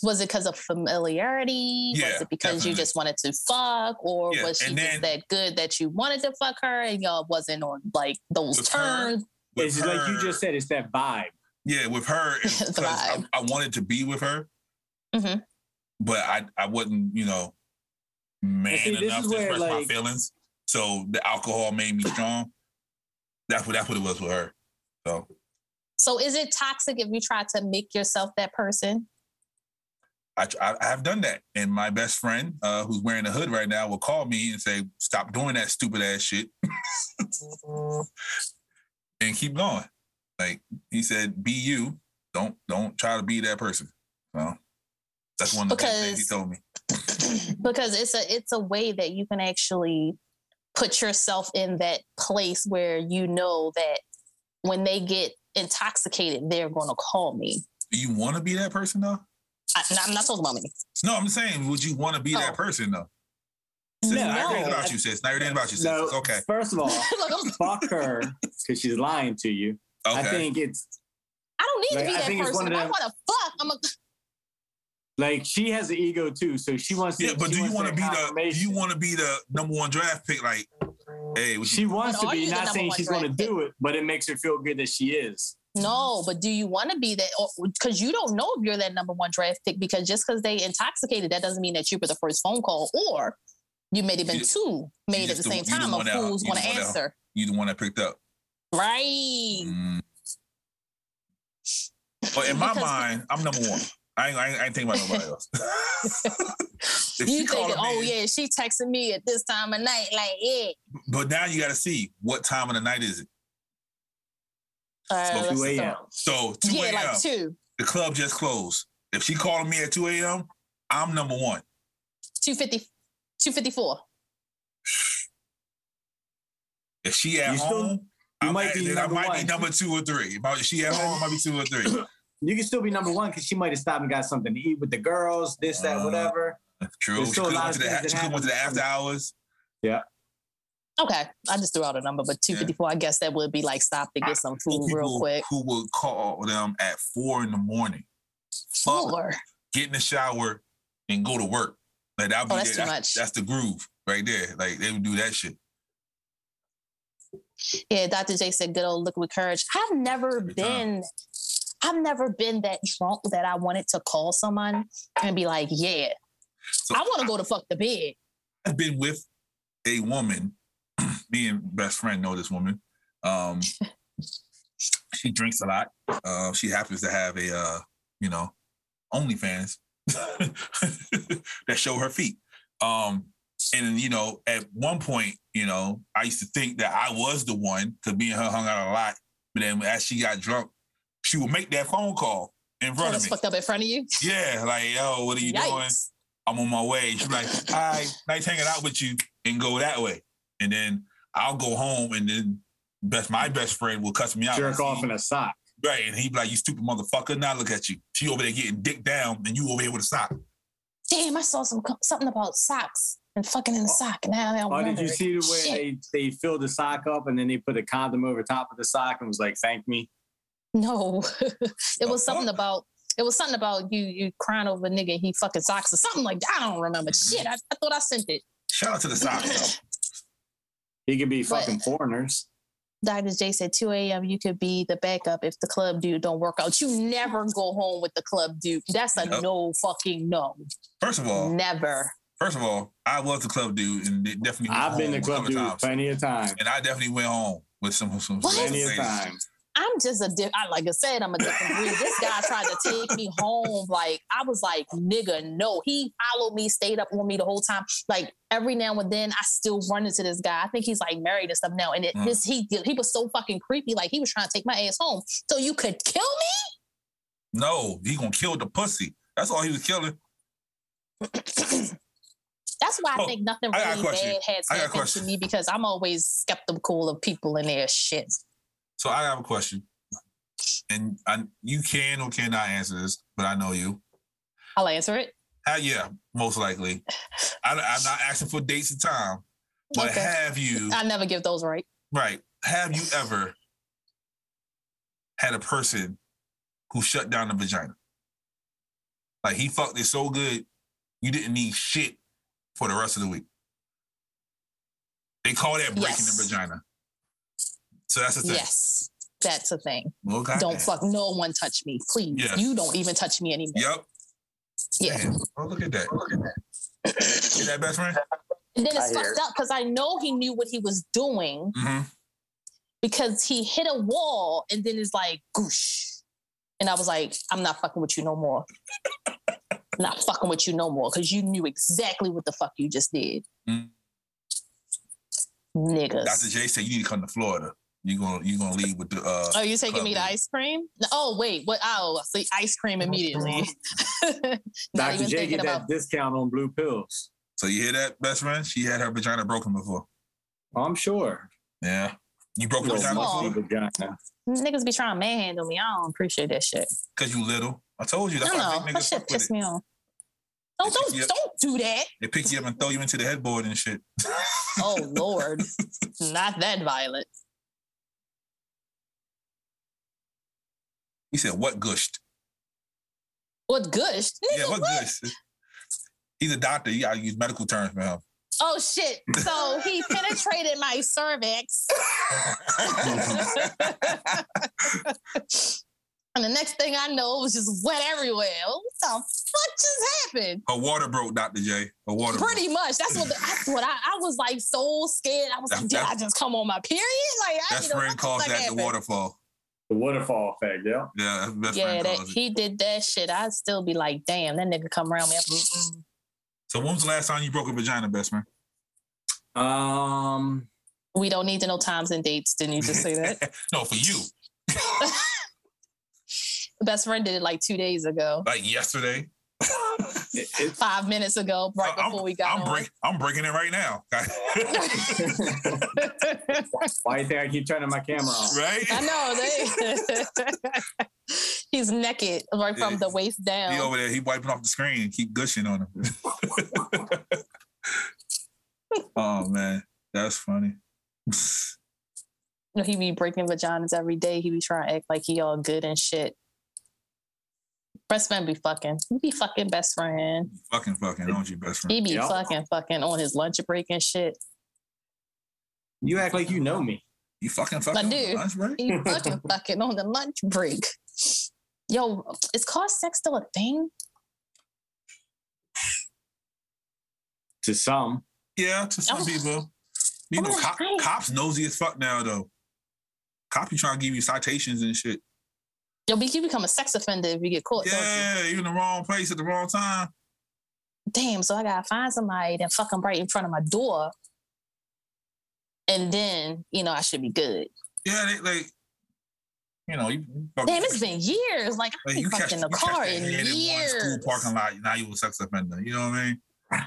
Was it because of familiarity? Yeah, was it because definitely. you just wanted to fuck, or Yeah, was she and just then- that good that you wanted to fuck her and y'all wasn't on like those With her, terms? With It's just like you her- just said, it's that vibe. Yeah, with her, it's The 'cause I, vibe. I wanted to be with her, Mhm. but I I wasn't you know man see, this enough is to where, express my like- feelings. So the alcohol made me strong. That's what that's what it was with her. So So is it toxic if you try to make yourself that person? I tr- I, I have done that, and my best friend uh, who's wearing a hood right now will call me and say, "Stop doing that stupid ass shit," and keep going. Like he said, "Be you. Don't don't try to be that person." So that's one of the best things he Because- told me. because it's a it's a way that you can actually put yourself in that place where you know that when they get intoxicated, they're going to call me. Do you want to be that person though? I, I'm not talking about me. No, I'm saying, would you want to be that Oh. person though? Sis, No. not everything about you, sis. Not everything about you, sis. No, It's okay. First of all, Look, I'm- fuck her because she's lying to you. Okay. I think it's I don't need Like, I to be think that it's person. If one of I them- want to fuck, I'm a. like she has an ego too, so she wants. To, yeah, but do she you wants want to that be the do confirmation. you want to be the number one draft pick? Like, hey, what you, She wants But to are you be. the Not number saying one she's going to draft pick? do it, but it makes her feel good that she is. No, but do you want to be that? Because you don't know if you're that number one draft pick. Because just because they intoxicated, that doesn't mean that you were the first phone call, or you may have been You- two made at the just the- same you the time one of that- who's you going the to one that- answer. you the one that picked up? Right. Mm. But in my Because- mind, I'm number one. I ain't, I ain't, I ain't thinking about nobody else. If she you call thinking, a oh man- yeah, she texting me at this time of night, like yeah. But now you got to see what time of the night is it. Uh, So let's 2 a.m.. start. So 2 Yeah, a.m. like two, the club just closed. If she called me at 2 a.m., I'm number one. 250, 254. If she at You still- home, you I'm might at- be then I number might be one. number two or three. If I- if she at home, I might be two or three. You can still be number one because she might have stopped and got something to eat with the girls, this, that, Uh, whatever. True. There's She still a could lot went of to the things ha- that she could went to the happen. after hours. Okay, I just threw out a number, but 254. I guess that would be like stop Ah, to get some Who food real quick. who would call them at four in the morning, fuck. Four. Oh, get in the shower, and go to work. Like that'd be Oh, that's their- too much. that's, that's the groove right there. Like they would do that shit. Yeah, Dr. J said good old liquid courage. I've never Every been I've never been that drunk that I wanted to call someone and be like, yeah, So I want to go to fuck the bed. I've been with a woman. Me and best friend know this woman. Um, she drinks a lot. Uh, she happens to have a, uh, you know, OnlyFans that show her feet. Um, and you know, at one point, you know, I used to think that I was the one because me and her hung out a lot. But then as she got drunk, she would make that phone call in I front of was me. fucked up in front of you. Yeah, like, yo, what are you doing? Yikes. I'm on my way. She's like, all right, nice hanging out with you and go that way. And then I'll go home and then Best my best friend will cuss me out. jerk off in a sock. Right, and he be like, "You stupid motherfucker!" Now look at you. She over there getting dick down, and you over here with a sock. Damn, I saw some co- something about socks and fucking in the sock. Now I Oh, did remember you it. see the way Shit. they, they filled the sock up and then they put a condom over top of the sock and was like, thank me? No, it was fuck? something about it was something about you you crying over a nigga he fucking socks or something like that. I don't remember Mm-hmm. shit. I, I thought I sent it. Shout out to the sock. though. He could be But- fucking foreigners. Dr. J said 2 a.m. You could be the backup if the club dude don't work out. You never go home with the club dude. That's a Yep. no fucking no. First of all, Never. first of all, I was a club dude, and it definitely. went I've been home to a club couple dudes times. plenty of times. and I definitely went home with some some. What? some Plenty of ladies. times. I'm just a di- I like I said, I'm a different breed. This guy tried to take me home. Like I was like, nigga, no. He followed me, stayed up on me the whole time. Like every now and then, I still run into this guy. I think he's like married and stuff now. And it, Mm. this he he was so fucking creepy. Like he was trying to take my ass home. So you could kill me. No, he gonna kill the pussy. That's all he was killing. That's why I Oh, think nothing I got a really question. bad has I got a happened to question. me because I'm always skeptical of people and their shit. So I have a question, and I, you can or cannot answer this, but I know you. I'll answer it. Uh, yeah, most likely. I, I'm not asking for dates and time, but Okay. have you I never give those right. right? Have you ever had a person who shut down the vagina? Like he fucked it so good, you didn't need shit for the rest of the week. They call that breaking Yes. the vagina. So that's the thing. Yes, that's a thing. Well, goddamn. don't fuck no one touch me please Yeah. you don't even touch me anymore Yep. yeah Damn. Oh, look at that. Look at that. Is that best friend? and then it's I hear fucked up because i know he knew what he was doing Mm-hmm. because he hit a wall and then it's like goosh and i was like i'm not fucking with you no more not fucking with you no more because you knew exactly what the fuck you just did Mm. Dr. niggas J said you need to come to Florida. You gonna you gonna leave with the uh Oh, you taking Club me to dude. ice cream? No- Oh, wait, what? Oh, I see ice cream immediately. Not Dr. even J thinking get about that discount on blue pills. So you hear that, best friend? She had her vagina broken before. I'm sure. Yeah. You broke your Little vagina small. before? vagina. niggas be trying to manhandle me. I don't appreciate that shit. Because you little. I told you. I That's don't why know. big That niggas shit fuck with pissed it. me off. Don't They pick don't you up. don't do that. They pick you up and throw you into the headboard and shit. Oh Lord, not that violent. He said, what gushed? What gush? Nigga, Yeah, what, what? gushed? He's a doctor. You gotta use medical terms for him. Oh shit! So he penetrated my cervix, and the next thing I know, it was just wet everywhere. What the fuck just happened? her water broke, Dr. J. Her water broke. Pretty much. That's what. The, that's what I, I was like. So scared. I was like, did I That's- just come on my period? Like, I Best didn't know friend what the calls fuck that happened. the waterfall. The waterfall effect, yeah. Yeah, that's what best yeah, friend that, calls it. he did that shit. I'd still be like, damn, that nigga come around me. Mm-mm. So when was the last time you broke a vagina, best friend? Um, We don't need to know times and dates. Didn't you just say that? no, for you. Best friend did it like two days ago, Like yesterday. it- it's five minutes ago, right I- Uh, I'm- before we got I'm, on. break, I'm breaking it right now. why you think I keep turning my camera off? right? I know. They, he's naked right from Yeah. the waist down. He over there, he wiping off the screen and keep gushing on him. oh man, that's funny. You know, he be breaking vaginas every day. He be trying to act like he all good and shit. Best friend be fucking. He be fucking best friend. fucking fucking, don't you, best friend? He be Yeah. fucking fucking on his lunch break and shit. You act like you know me. You fucking fucking. do. That's right. You fucking fucking on the lunch break. Yo, is car sex still a thing? To some. Yeah, to some Oh. people. You Oh, know, cop, right. cops nosy as fuck now though. Cop you trying to give you citations and shit. Yo, be- you become a sex offender if you get caught. don't you? Yeah, you in the wrong place at the wrong time. Damn, so I gotta find somebody that fucking right in front of my door. And then, you know, I should be good. Yeah, they like, you know, you fucking- Damn, it's been years. Like I Like, ain't you catch, fucking you the catch car that in head in one school years. parking lot. Now you a sex offender. You know what I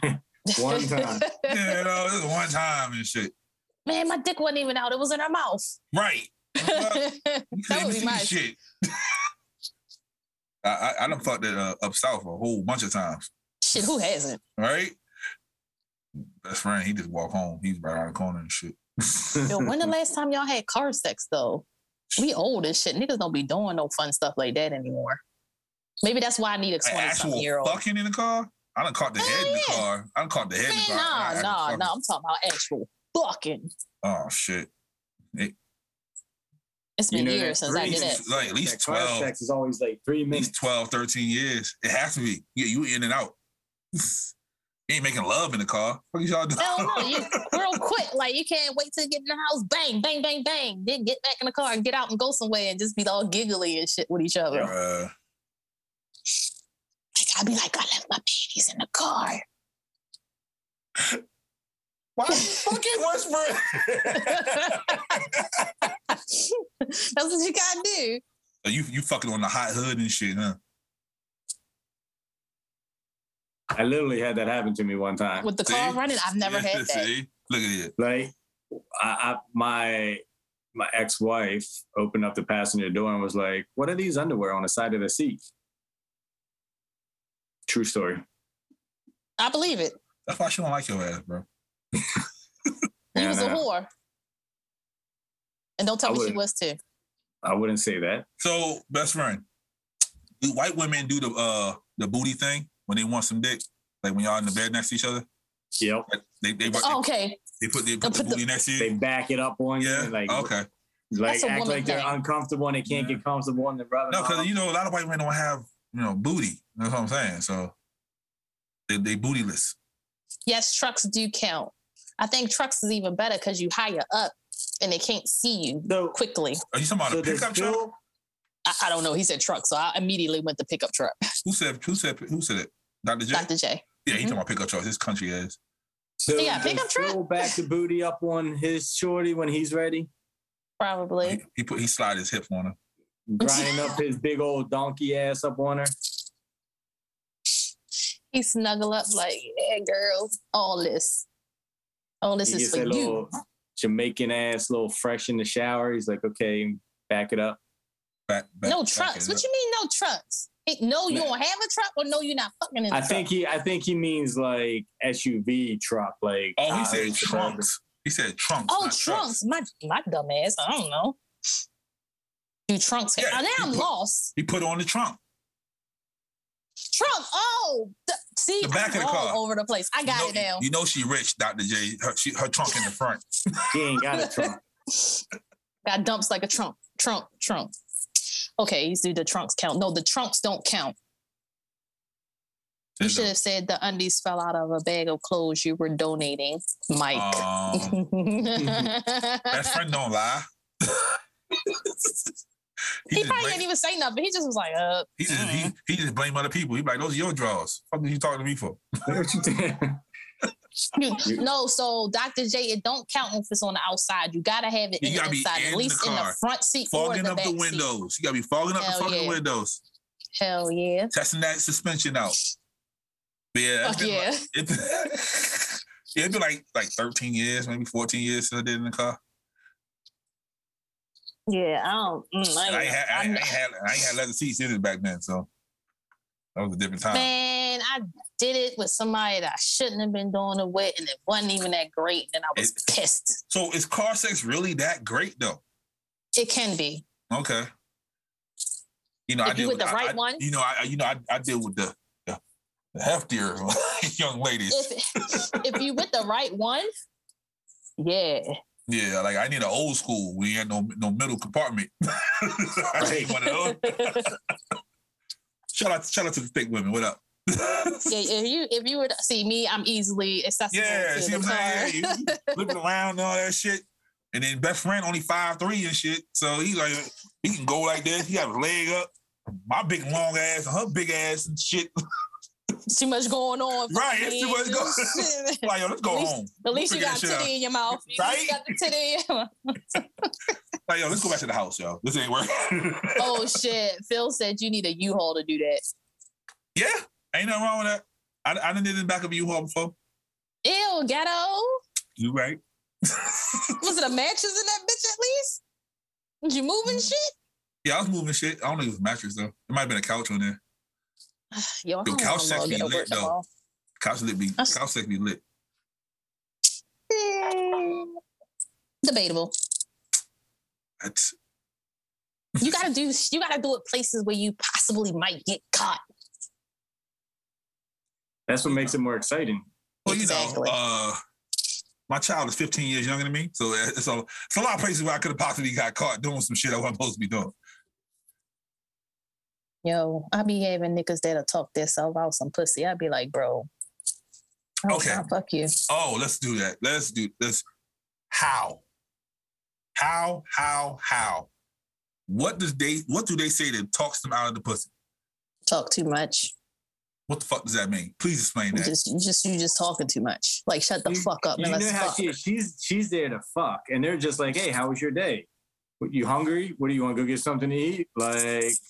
mean? One time. Yeah, you know, this is one time and shit. man, my dick wasn't even out. It was in her mouth. Right. Well, that You That couldn't would even be my- see shit. I, I I done fucked it uh, up south a whole bunch of times. Shit, who hasn't? Right. Best friend, he just walked home. He's right around the corner and shit. Yo, when the last time y'all had car sex though? We old as shit. Niggas don't be doing no fun stuff like that anymore. Maybe that's why I need a Like, twenty something actual year old. fucking in the car. I done caught the Hell head in the yeah. car. I done caught the head in the Man, car. I nah, had to nah, fucking- nah. I'm talking about actual fucking. Oh shit. It's You been know that years since I three did it. It's Like at least that car 12, at sex is always like three least minutes. 12, 13 years. It has to be. Yeah, you in and out. you ain't making love in the car. What y'all doing? Hell no, you real quick. Like you can't wait to get in the house, bang, bang, bang, bang. Then get back in the car and get out and go somewhere and just be all giggly and shit with each other. Uh, Like I'd be like, I left my panties in the car. why you fucking Westbrook? That's what you gotta do. Uh, you you fucking on the hot hood and shit, huh? I literally had that happen to me one time. With the See? car running, I've never had that. See? Look at it. Like, I, I my my ex wife opened up the passenger door and was like, "What are these underwear on the side of the seat?" True story. I believe it. That's why she don't like your ass, bro. You Yeah, was a nah. whore. And don't tell I me she wouldn't. was too. I wouldn't say that. So, best friend, do white women do the uh the booty thing when they want some dick? Like when y'all in the bed next to each other, Yep. Like, they they, they, Oh, okay. they put they put They'll the put the- booty next to They you. back it up on you, Yeah. and like okay. like That's a act woman like they're thing. uncomfortable and they can't Yeah. get comfortable and they're rubbing. No, because on. you know a lot of white women don't have you know booty. That's what I'm saying. So they they bootyless. Yes, trucks do count. I think trucks is even better because you higher up and they can't see you so, quickly. Are you talking about so a there's pickup still truck? I, I don't know. He said truck, so I immediately went to pickup truck. Who said who said who said it? Dr. J. Dr. J. Yeah, he talking about pickup trucks. His country ass. so They got does pickup truck? Phil back the booty up on his shorty when he's ready, Probably. He, he put he slide his hip on her. grinding up his big old donkey ass up on her. He snuggle up like, yeah, girl, all this. All this he is gets for that you. little Jamaican ass, little fresh in the shower. He's like, okay, back it up. Back, back, no back trucks. it What you mean no trucks? Hey, No, you Yeah. don't have a truck, or no, you're not fucking in. A I truck? think he, I think he means like SUV truck, like. Oh, he Tahoe, said Suburban. trunks. He said trunks. Oh, not trunks. My my dumb ass. I don't know. Do trunks? Yeah, oh, now you I'm put- lost. He put on the trunk. Trunk. Oh, th- see, The back I'm of the all car. over the place. I got you it know, now. You know she rich, Dr. J. Her, she, her trunk in the front. He ain't got a truck. Got dumps like a trunk. Trunk. Trunk. Okay, you see the trunks count. No, the trunks don't count. You should have said the undies fell out of a bag of clothes you were donating, Mike. Um, best friend don't lie. he, he just probably blame, didn't even say nothing. He just was like, uh, he, just, he, he just blame other people. He be like, those are your drawers. What are you talking to me for? What you doing? You- no, so Dr. J, it don't count if it's on the outside. You gotta have it You in the gotta be inside, in at the least in car. the front seat Fogging or the up back the window. windows. You gotta be fogging up Hell the fucking yeah. windows. Seat. Hell yeah, Testing that suspension out. But yeah, it's fuck been yeah. It, yeah, it'd be like like 13 years, maybe 14 years since I did in the car. yeah, I don't. mm, I And I ain't had I, ain't- ain't- I ain't had I ain't had leather seats either back then, so that was a different time. man, I did it with somebody that I shouldn't have been doing it with, and it wasn't even that great. And I was It- pissed. So is car sex really that great though? It can be. Okay. You know, If I you did with the I- right I- one. You know, I you know I, I deal with the, the the heftier young ladies. If if you with the right one, yeah. yeah, like I need an old school. We ain't no no middle compartment. I need one of those. Shout out shout out to the thick women. What up? Yeah, if you if you were to see me, I'm easily accessible Yeah, to see the what I'm car. saying? Yeah, you flipping around and all that shit. And then best friend only five three and shit. So he like he can go like this. He got his leg up. My big long ass and her big ass and shit. too much going on. Right, it's too much going. Like, yo, let's go At least- home. At least you Figure got that shit out. titty in your mouth. You Right? got the titty. in your mouth. Like, yo, let's go back to the house, yo. This ain't working. oh shit! Phil said you need a U-Haul to do that. yeah, ain't nothing wrong with that. I, I done did it in the back of a U-Haul before. Ew, ghetto. You right. Was it a mattress in that bitch at least? Was you moving shit? Yeah, I was moving shit. I don't think it was a mattress though. It might have been a couch on there. Yo, I Yo, don't couch know, sex I'll be get over lit, it no though. more. Couch lit be That's- couch sex be lit. Debatable. That's You gotta do you gotta do it places where you possibly might get caught. That's what makes it more exciting. well, you know, Exactly. uh, my child is 15 years younger than me, so uh, so it's a lot of places where I could have possibly got caught doing some shit I wasn't supposed to be doing. Yo, I be having niggas that'll talk themselves out some pussy. I'd be like, bro. I was Okay. trying to Fuck you. Oh, let's do that. Let's do this. How? How? How? How? What does they? What do they say that talks them out of the pussy? Talk too much. What the fuck does that mean? Please explain You that. just you just you just talking too much. Like shut the fuck up You and know let's how Oh, fuck. she, she's she's there to fuck, and they're just like, "Hey, how was your day? What, you hungry? What do you want to go get something to eat?" Like,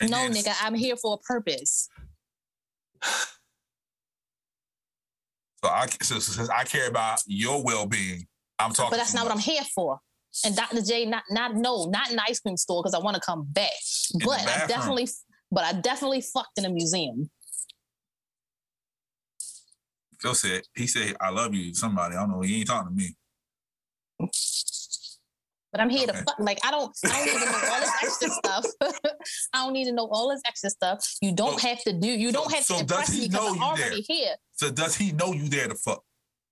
And No, then- nigga, I'm here for a purpose. So I so, so- so I care about your well being. I'm talking. But that's not what I'm here for. And Dr. J, not not no, not an ice cream store because I want to come back. the But I bathroom. definitely, but I definitely fucked in a museum. Phil said he said I love you. to Somebody I don't know. He ain't talking to me. But I'm here Okay. to fuck. Like I don't, I don't need to know all this extra stuff. I don't need to know all this extra stuff. You don't So- have to do. You don't so- have so to does impress he me because I'm know you there? already here. So does he know you there to fuck?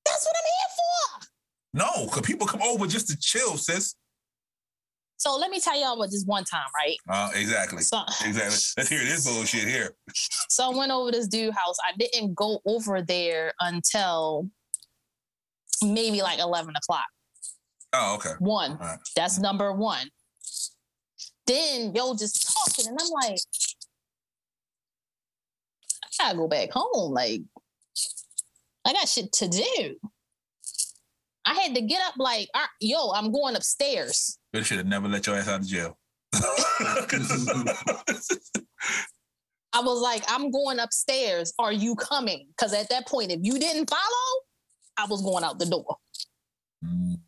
That's what I'm here for. No, because people come over just to chill, sis. So let me tell y'all about this one time, right? Uh, exactly. So, Exactly. Let's hear this bullshit here. so I went over this dude house. I didn't go over there until maybe like eleven o'clock. Oh, okay. One. Alright. That's number one. Then yo just talking, and I'm like, I gotta go back home. Like, I got shit to do. I had to get up. Like, "All right, yo, I'm going upstairs. They should have never let your ass out of jail. I was like, I'm going upstairs. Are you coming? Because at that point, if you didn't follow, I was going out the door. Mm.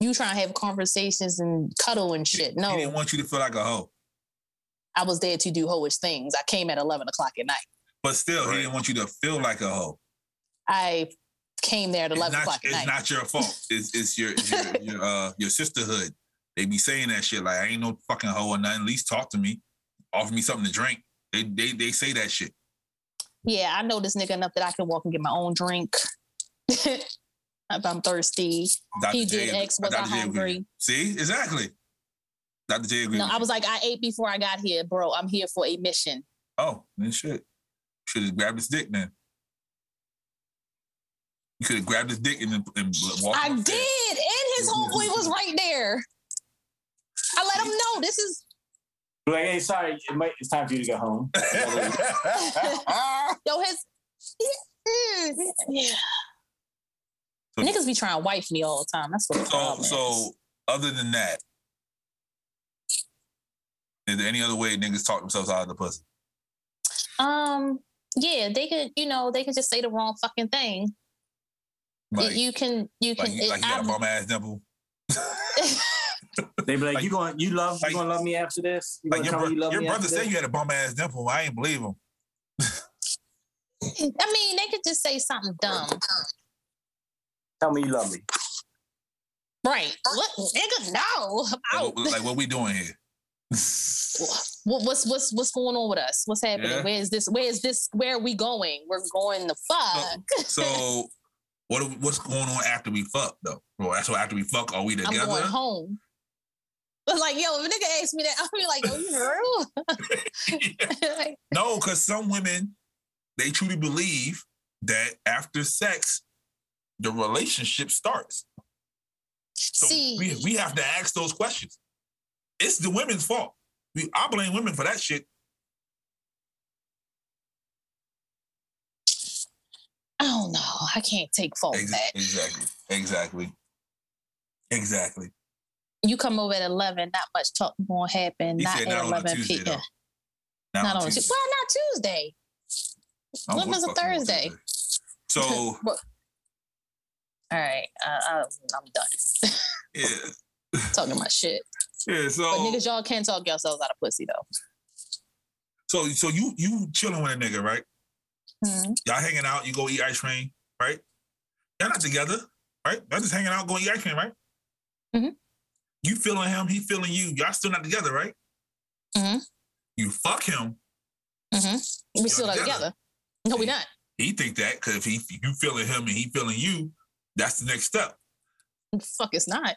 You trying to have conversations and cuddle and shit. He No, didn't want you to feel like a hoe, I was there to do hoish things. I came at 11 o'clock at night. but still, Right. he didn't want you to feel like a hoe. I came there at It's 11 not, o'clock at it's night. not your fault. It's, it's your it's your, your uh your sisterhood. They be saying that shit like I ain't no fucking hoe or nothing. At least talk to me, offer me something to drink. They they they say that shit. yeah, I know this nigga enough that I can walk and get my own drink if I'm thirsty. Dr. He did J- ask, was I J agree with hungry? you. See, exactly. Dr. J agreed. No, with I you. was like, I ate before I got here, bro. I'm here for a mission. Oh, then shit. Should have grabbed his dick then. You could have grabbed his dick and, then- and walked. I did, and upstairs. his homeboy was right there. I let him know this is like, "Hey, sorry, it might, it's time for you to go home." yo his. Yeah, mm, yeah. So- Niggas be trying to wife me all the time. That's what the so, problem so other than that, is there any other way niggas talk themselves out of the pussy? is. Um, yeah, they could, you know, they could just say the wrong fucking thing. Like, you can, you can. like, you, it- like you got a I'm- bum ass nipple. They be like, Like- "You going? to You love? like- you gonna love me after this? You Like gonna your, tell bro- me you love your me brother after said this?" you had a bum ass nipple. I ain't believe him. I mean, they could just say something dumb. Tell me you love me. Right. What nigga, no. I'm Like, out. what, like, what we doing here? What, what's what's what's going on with us? What's happening? Yeah. Where is this? Where is this? Where are we going? We're going the fuck. So what what's going on after we fuck though? Well, that's what after we fuck, are we I'm together? going home. But like, yo, if a nigga asked me that, I'll be like, yo, you real? Like, No, because some women they truly believe that after sex, the relationship starts. So See, we, we have to ask those questions. It's the women's fault. We, I blame women for that shit. I don't know. I can't take fault Ex- back. Exactly. Exactly. Exactly. You come over at eleven. Not much talk gonna happen. He not said at not on a eleven Tuesday p.m. though. Not on a Tuesday. Well, not Tuesday. I don't when was work a fucking on Thursday? Tuesday. So All right, uh, uh, um, I'm done. Yeah, talking my shit. yeah. But So, niggas, y'all can't talk yourselves out of pussy though. so, so you you chilling with a nigga, right? Mhm. Y'all hanging out. You go eat ice cream, right? Y'all not together, right? Y'all just hanging out, going eat ice cream, right? Mhm. You feeling him, he feeling you. Y'all still not together, right? Mhm. You fuck him. We still not together. together. No, we not. He think that because if he if you feeling him and he feeling you, that's the next step. Fuck, it's not.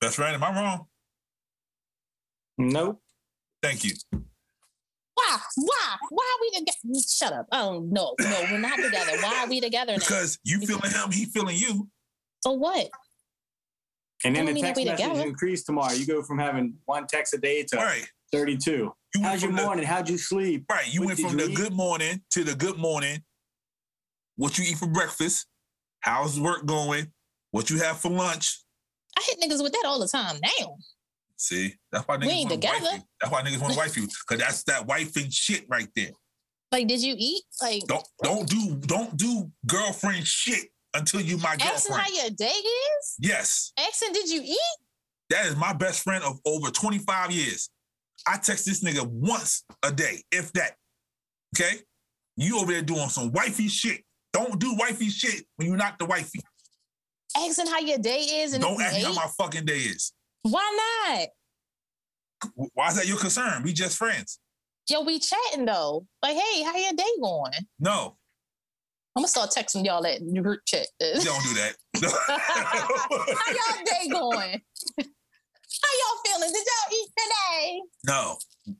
That's right. Am I wrong? Nope. Thank you. Why? Why? Why are we together? Shut up. Oh no, no, we're not together. Why are we together now? Because you feeling him, he feeling you. So what? And then Don't mean the that text we messages together. increase tomorrow. You go from having one text a day to Right. 32. You went How's your from the- morning? How'd you sleep? Right. You What went did from you the eat? good morning to the good morning. What you eat for breakfast? How's work going? What you have for lunch? I hit niggas with that all the time now. See, that's why We niggas ain't want to wife together. you. That's why niggas want to wife you, cause that's that wifing shit right there. Like, did you eat? Like, Don't don't do don't do girlfriend shit until you my asking how girlfriend. your day is? Yes, Asking, did you eat? that is my best friend of over twenty five years. I text this nigga once a day, if that. Okay, you over there doing some wifey shit. Don't do wifey shit when you're not the wifey. Asking how your day is and Don't if ask me you how ate? my fucking day is. Why not? Why is that your concern? We just friends. Yo, we chatting though. Like, hey, how your day going? No, I'm gonna start texting y'all that group chat. you don't do that. how y'all day going? How y'all feeling? Did y'all eat today? no,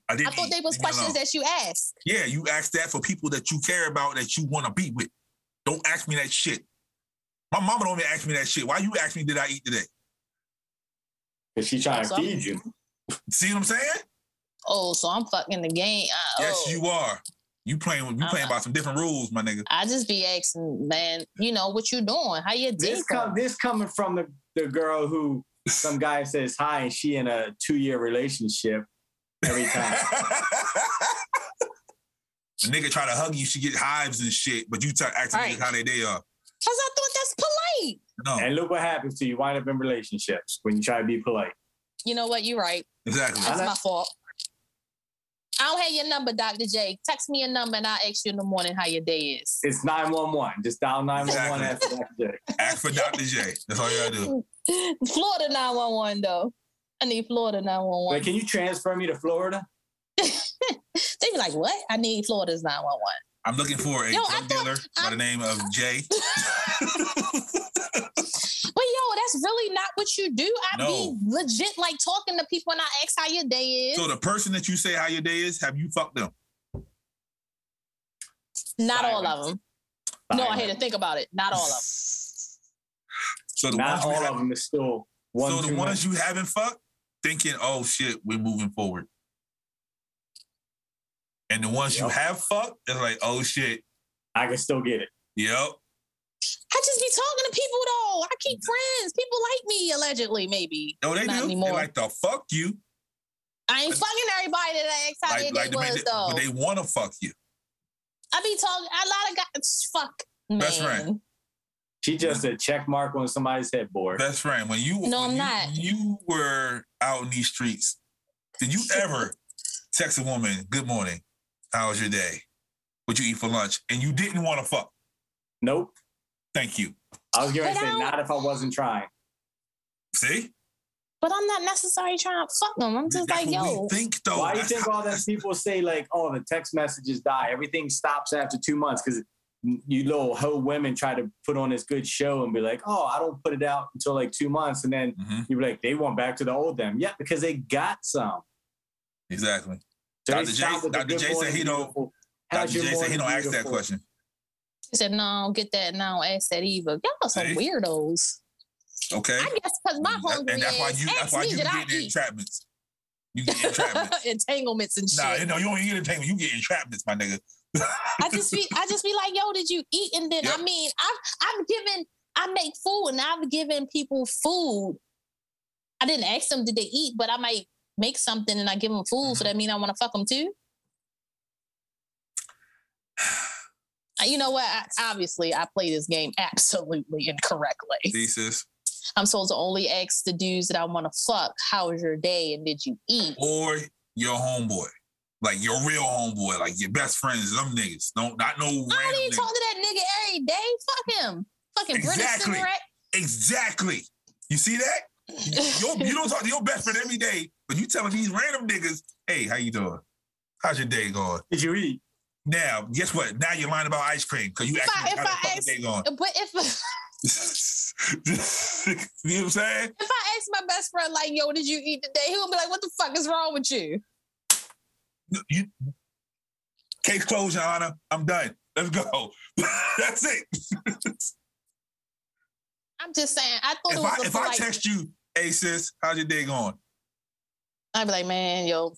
I didn't. I thought eat. they was Leave me alone. questions that you asked. Yeah, you ask that for people that you care about that you want to be with. Don't ask me that shit. My mama don't even ask me that shit. Why you ask me did I eat today? Because she's trying to Awesome. feed you. See what I'm saying? Oh, so I'm fucking the game. Uh, Yes, oh. you are. You playing with you playing Uh-uh. by some different rules, my nigga. I just be asking, man. You know what you doing? How you doing? This com- this coming from the, the girl who some guy says hi and she in a two year relationship every time. a nigga try to hug you, she get hives and shit, but you t- acting Right. how they day are. Cause I thought that's polite. No, and look what happens to you. Wind up in relationships when you try to be polite. You know what? You're right. exactly. That's I- my fault. I don't have your number, Dr. J. Text me your number and I'll ask you in the morning how your day is. It's 911. Just dial 911 Exactly. after that. Ask for Dr. J. That's all you gotta do. Florida 911 though. I need Florida Like, 911. can you transfer me to Florida? They be like, what? I need Florida's 911. I'm looking for a Yo, I drug thought- dealer by I- the name of Jay. But yo, that's really not what you do. I No. be legit like talking to people and I ask how your day is. so the person that you say how your day is, have you fucked them? Not all of them. No, I had to think about it. Not all of them. So the ones Not you all have, of them is still one. so the too ones many. you haven't fucked, thinking, oh shit, we're moving forward. And the ones you Yep. have fucked, it's like, oh shit, I can still get it. yep. I just be talking to people though. I keep friends. People like me allegedly, maybe. No, they Not do. anymore. They like to fuck you, I ain't fucking everybody that I asked how like, their like day the man was that- though. but they want to fuck you. I be talking a lot of guys. Fuck, man. Best friend. She just a check mark on somebody's headboard. Best friend, when you No, when I'm you, not. You were out in these streets. Did you ever text a woman, "Good morning, how was your day? What you eat for lunch?" And you didn't want to fuck. Nope. Thank you. I was going to But say I don't- not if I wasn't trying. See, But I'm not necessarily trying to fuck them. I'm just that's like, what yo, we think though. Why do you That's think how- all that people say like, oh, the text messages die, everything stops after two months because you little hoe women try to put on this good show and be like, oh, I don't put it out until like two months, and then Mhm. you be like, they went back to the old them, yeah, because they got some. Exactly. So they Dr. J- stopped with the Dr. good J said morning, he don't- beautiful. Dr. How's your J said he morning, don't ask that beautiful? question. she said, no, I don't get that. No, I don't ask that either. Y'all some See? weirdos. Okay. I guess because my hungry and that's why ass you that's asked why me, you did I get eat? entrapments. You get entrapments. Entanglements and shit. nah, no, you don't even get entrapments. You get entrapments, my nigga. I just be I just be like, yo, did you eat? And then Yep. I mean, I've I've given I make food and I've given people food. I didn't ask them did they eat, but I might make something and I give them food, Mm-hmm. so that mean I want to fuck them too. Uh, You know what? I, obviously, I play this game absolutely incorrectly. Thesis. I'm supposed to only ask the dudes that I want to fuck, how was your day and did you eat? or your homeboy, like your real homeboy, like your best friends, them niggas. Don't not no random. I don't even niggas. talk to that nigga every day. Fuck him. Fucking Exactly. British cigarette. Exactly. You see that? Your- you don't talk to your best friend every day, but you telling these random niggas, "Hey, how you doing? How's your day going?" Did you eat? Now, guess what? Now you're lying about ice cream because you If I- actually if how the I fucking ask- day going. But if you know what I'm saying? if I ask my best friend like, "Yo, did you eat today?" He'll be like, "What the fuck is wrong with you?" You- case closed, Your Honor. I'm done. Let's go. That's it. I'm just saying. I thought if it was I a if I polite. text you, hey sis, how's your day going? I'd be like, "Man, yo,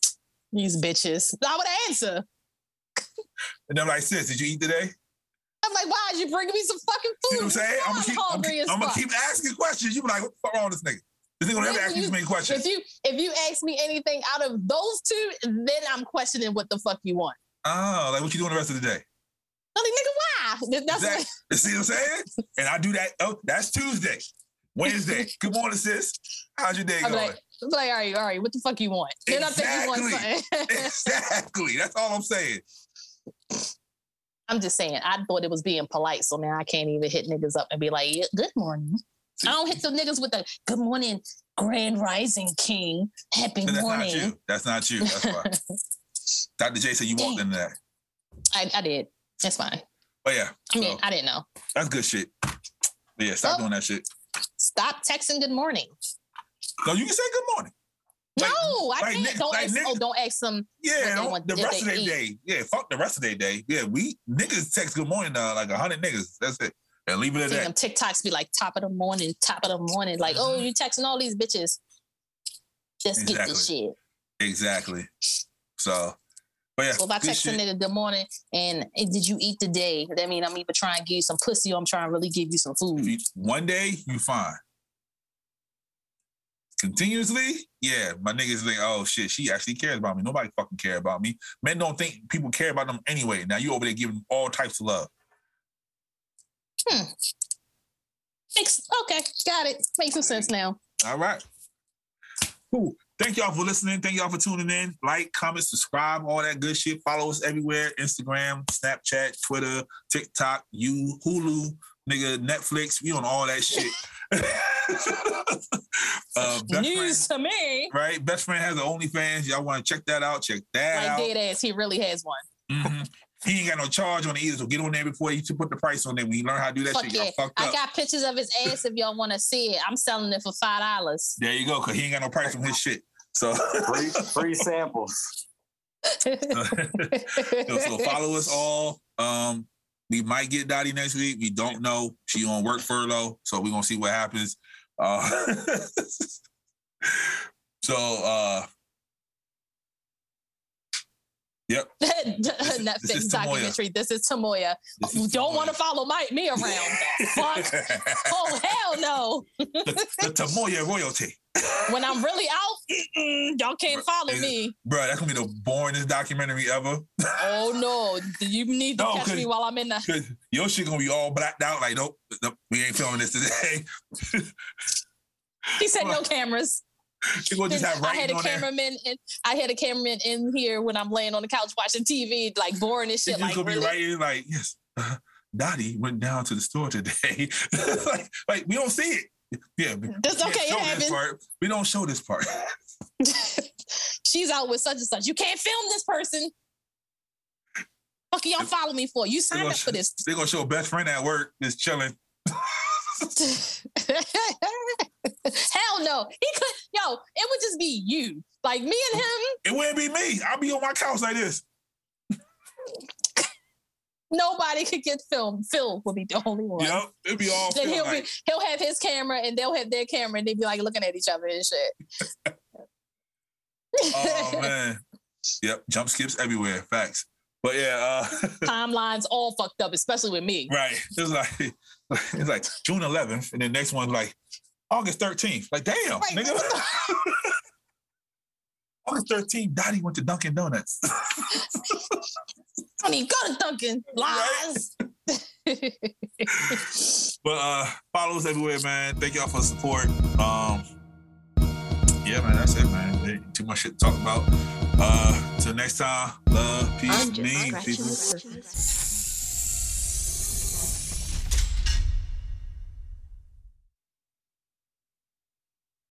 these bitches." I would answer. And I'm like, sis, did you eat today? I'm like, "Why is you bringing me some fucking food?" You know what I'm saying? I'm I'm gonna keep, I'm, hungry as I'm gonna fuck. keep asking questions. You be like, what the fuck wrong with this nigga? This nigga don't ever When ask me you- this many questions. If you if you ask me anything out of those two, then I'm questioning what the fuck you want. oh, like what you doing the rest of the day? I'm like, nigga, why? That's Exactly. You see what I'm saying? And I do that. Oh, that's Tuesday. Wednesday. Good morning, sis. How's your day I'm going? like, I'm like, all right, all right, what the fuck you want? Then I think you want something. exactly. That's all I'm saying. I'm just saying, I thought it was being polite, so now I can't even hit niggas up and be like, yeah, good morning. I don't hit the niggas with the good morning, grand rising king, happy But that's not morning. you. That's not you. That's why. Dr. J said you walked into that. I, I did. That's fine. But yeah, I, so, did, I didn't know. that's good shit. But yeah, stop Oh. doing that shit. Stop texting good morning. No, you can say good morning. Like- no, I like can't. niggas- don't, like ask, niggas- oh, don't ask them. Yeah, they don't- want- the if rest of they their eat. day. Yeah, fuck the rest of their day. Yeah, we niggas text good morning to uh, like hundred niggas. That's it. And leave it at Seeing them that. TikToks be like top of the morning, top of the morning. Like, oh, you texting all these bitches. Just get this Exactly. shit. Exactly. So, but yeah, So if I good text a shit. nigga good morning and "Hey, did you eat today? That mean I'm either trying to give you some pussy or I'm trying to really give you some If food. you- one day you fine. Continuously, yeah, my niggas think, oh shit, she actually cares about me. Nobody fucking care about me. Men don't think people care about them anyway. Now you over there giving all types of love. Makes, okay, got it. Makes some sense now. All right. Cool. Thank y'all for listening. Thank y'all for tuning in. Like, comment, subscribe, all that good shit. Follow us everywhere Instagram, Snapchat, Twitter, TikTok, you, Hulu, nigga, Netflix. We on all that shit. uh, best friend, News to me. right? Best friend has the OnlyFans. Y'all want to check that out? Check that Like out. dead ass, he really has one. Mhm. He ain't got no charge on it either. So get on there before you put the price on there. When you learn how to do that Fuck shit, yeah. y'all fucked I up. got pictures of his ass if y'all want to see it. I'm selling it for five dollars. there you go, because he ain't got no price on his shit. So. Free, free samples. so, so follow us all. Um, we might get Dottie next week. We don't know. She on work furlough, so we're gonna see what happens. Uh, so uh Yep. is- Netflix this is Tamoya. documentary. This is Tamoya. this You is don't want to Tamoya. follow my, me around. Fuck. Oh hell no! the, the Tamoya royalty. When I'm really out, mm-mm, y'all can't follow me. Bro, that's gonna be the boringest documentary ever. Oh no! You need to No, catch 'cause- me while I'm in the. Cause your shit gonna be all blacked out. Like, nope, nope we ain't filming this today. He said no Right. cameras. You gonna just have I had writing a on there. cameraman in. I had a cameraman in here when I'm laying on the couch watching TV, like boring and It's shit. just Like gonna really? be right in like, yes, uh, Dottie went down to the store today. like, like, we don't see it. Yeah, we That's can't okay. It show this happened. part. We don't show this part. She's out with such and such. You can't film this person. Fuck y'all follow me for? You signed gonna up for this. They're gonna show best friend at work just chilling. Hell no. He could yo, it would just be you. Like me and him, It wouldn't be me. I'll be on my couch like this. nobody could get filmed. Phil will be the only one. Yep, it'd be all. Then filmed, he'll like, be he'll have his camera and they'll have their camera and they'd be like looking at each other and shit. oh man. Yep, jump skips everywhere. Facts. But yeah, uh, Timelines all fucked up, especially with me. right. It's like it's like June 11th, and the next one's like August 13th. Like, damn, Right. nigga. August 13th, Dottie went to Dunkin' Donuts. Don't even go to Duncan. Lies. But uh, follow us everywhere, man. Thank y'all for the support. Um, yeah, man, that's it, man. There ain't Too much shit to talk about. Uh, till next time, love, peace, I'm mean, just people. scratching the surface.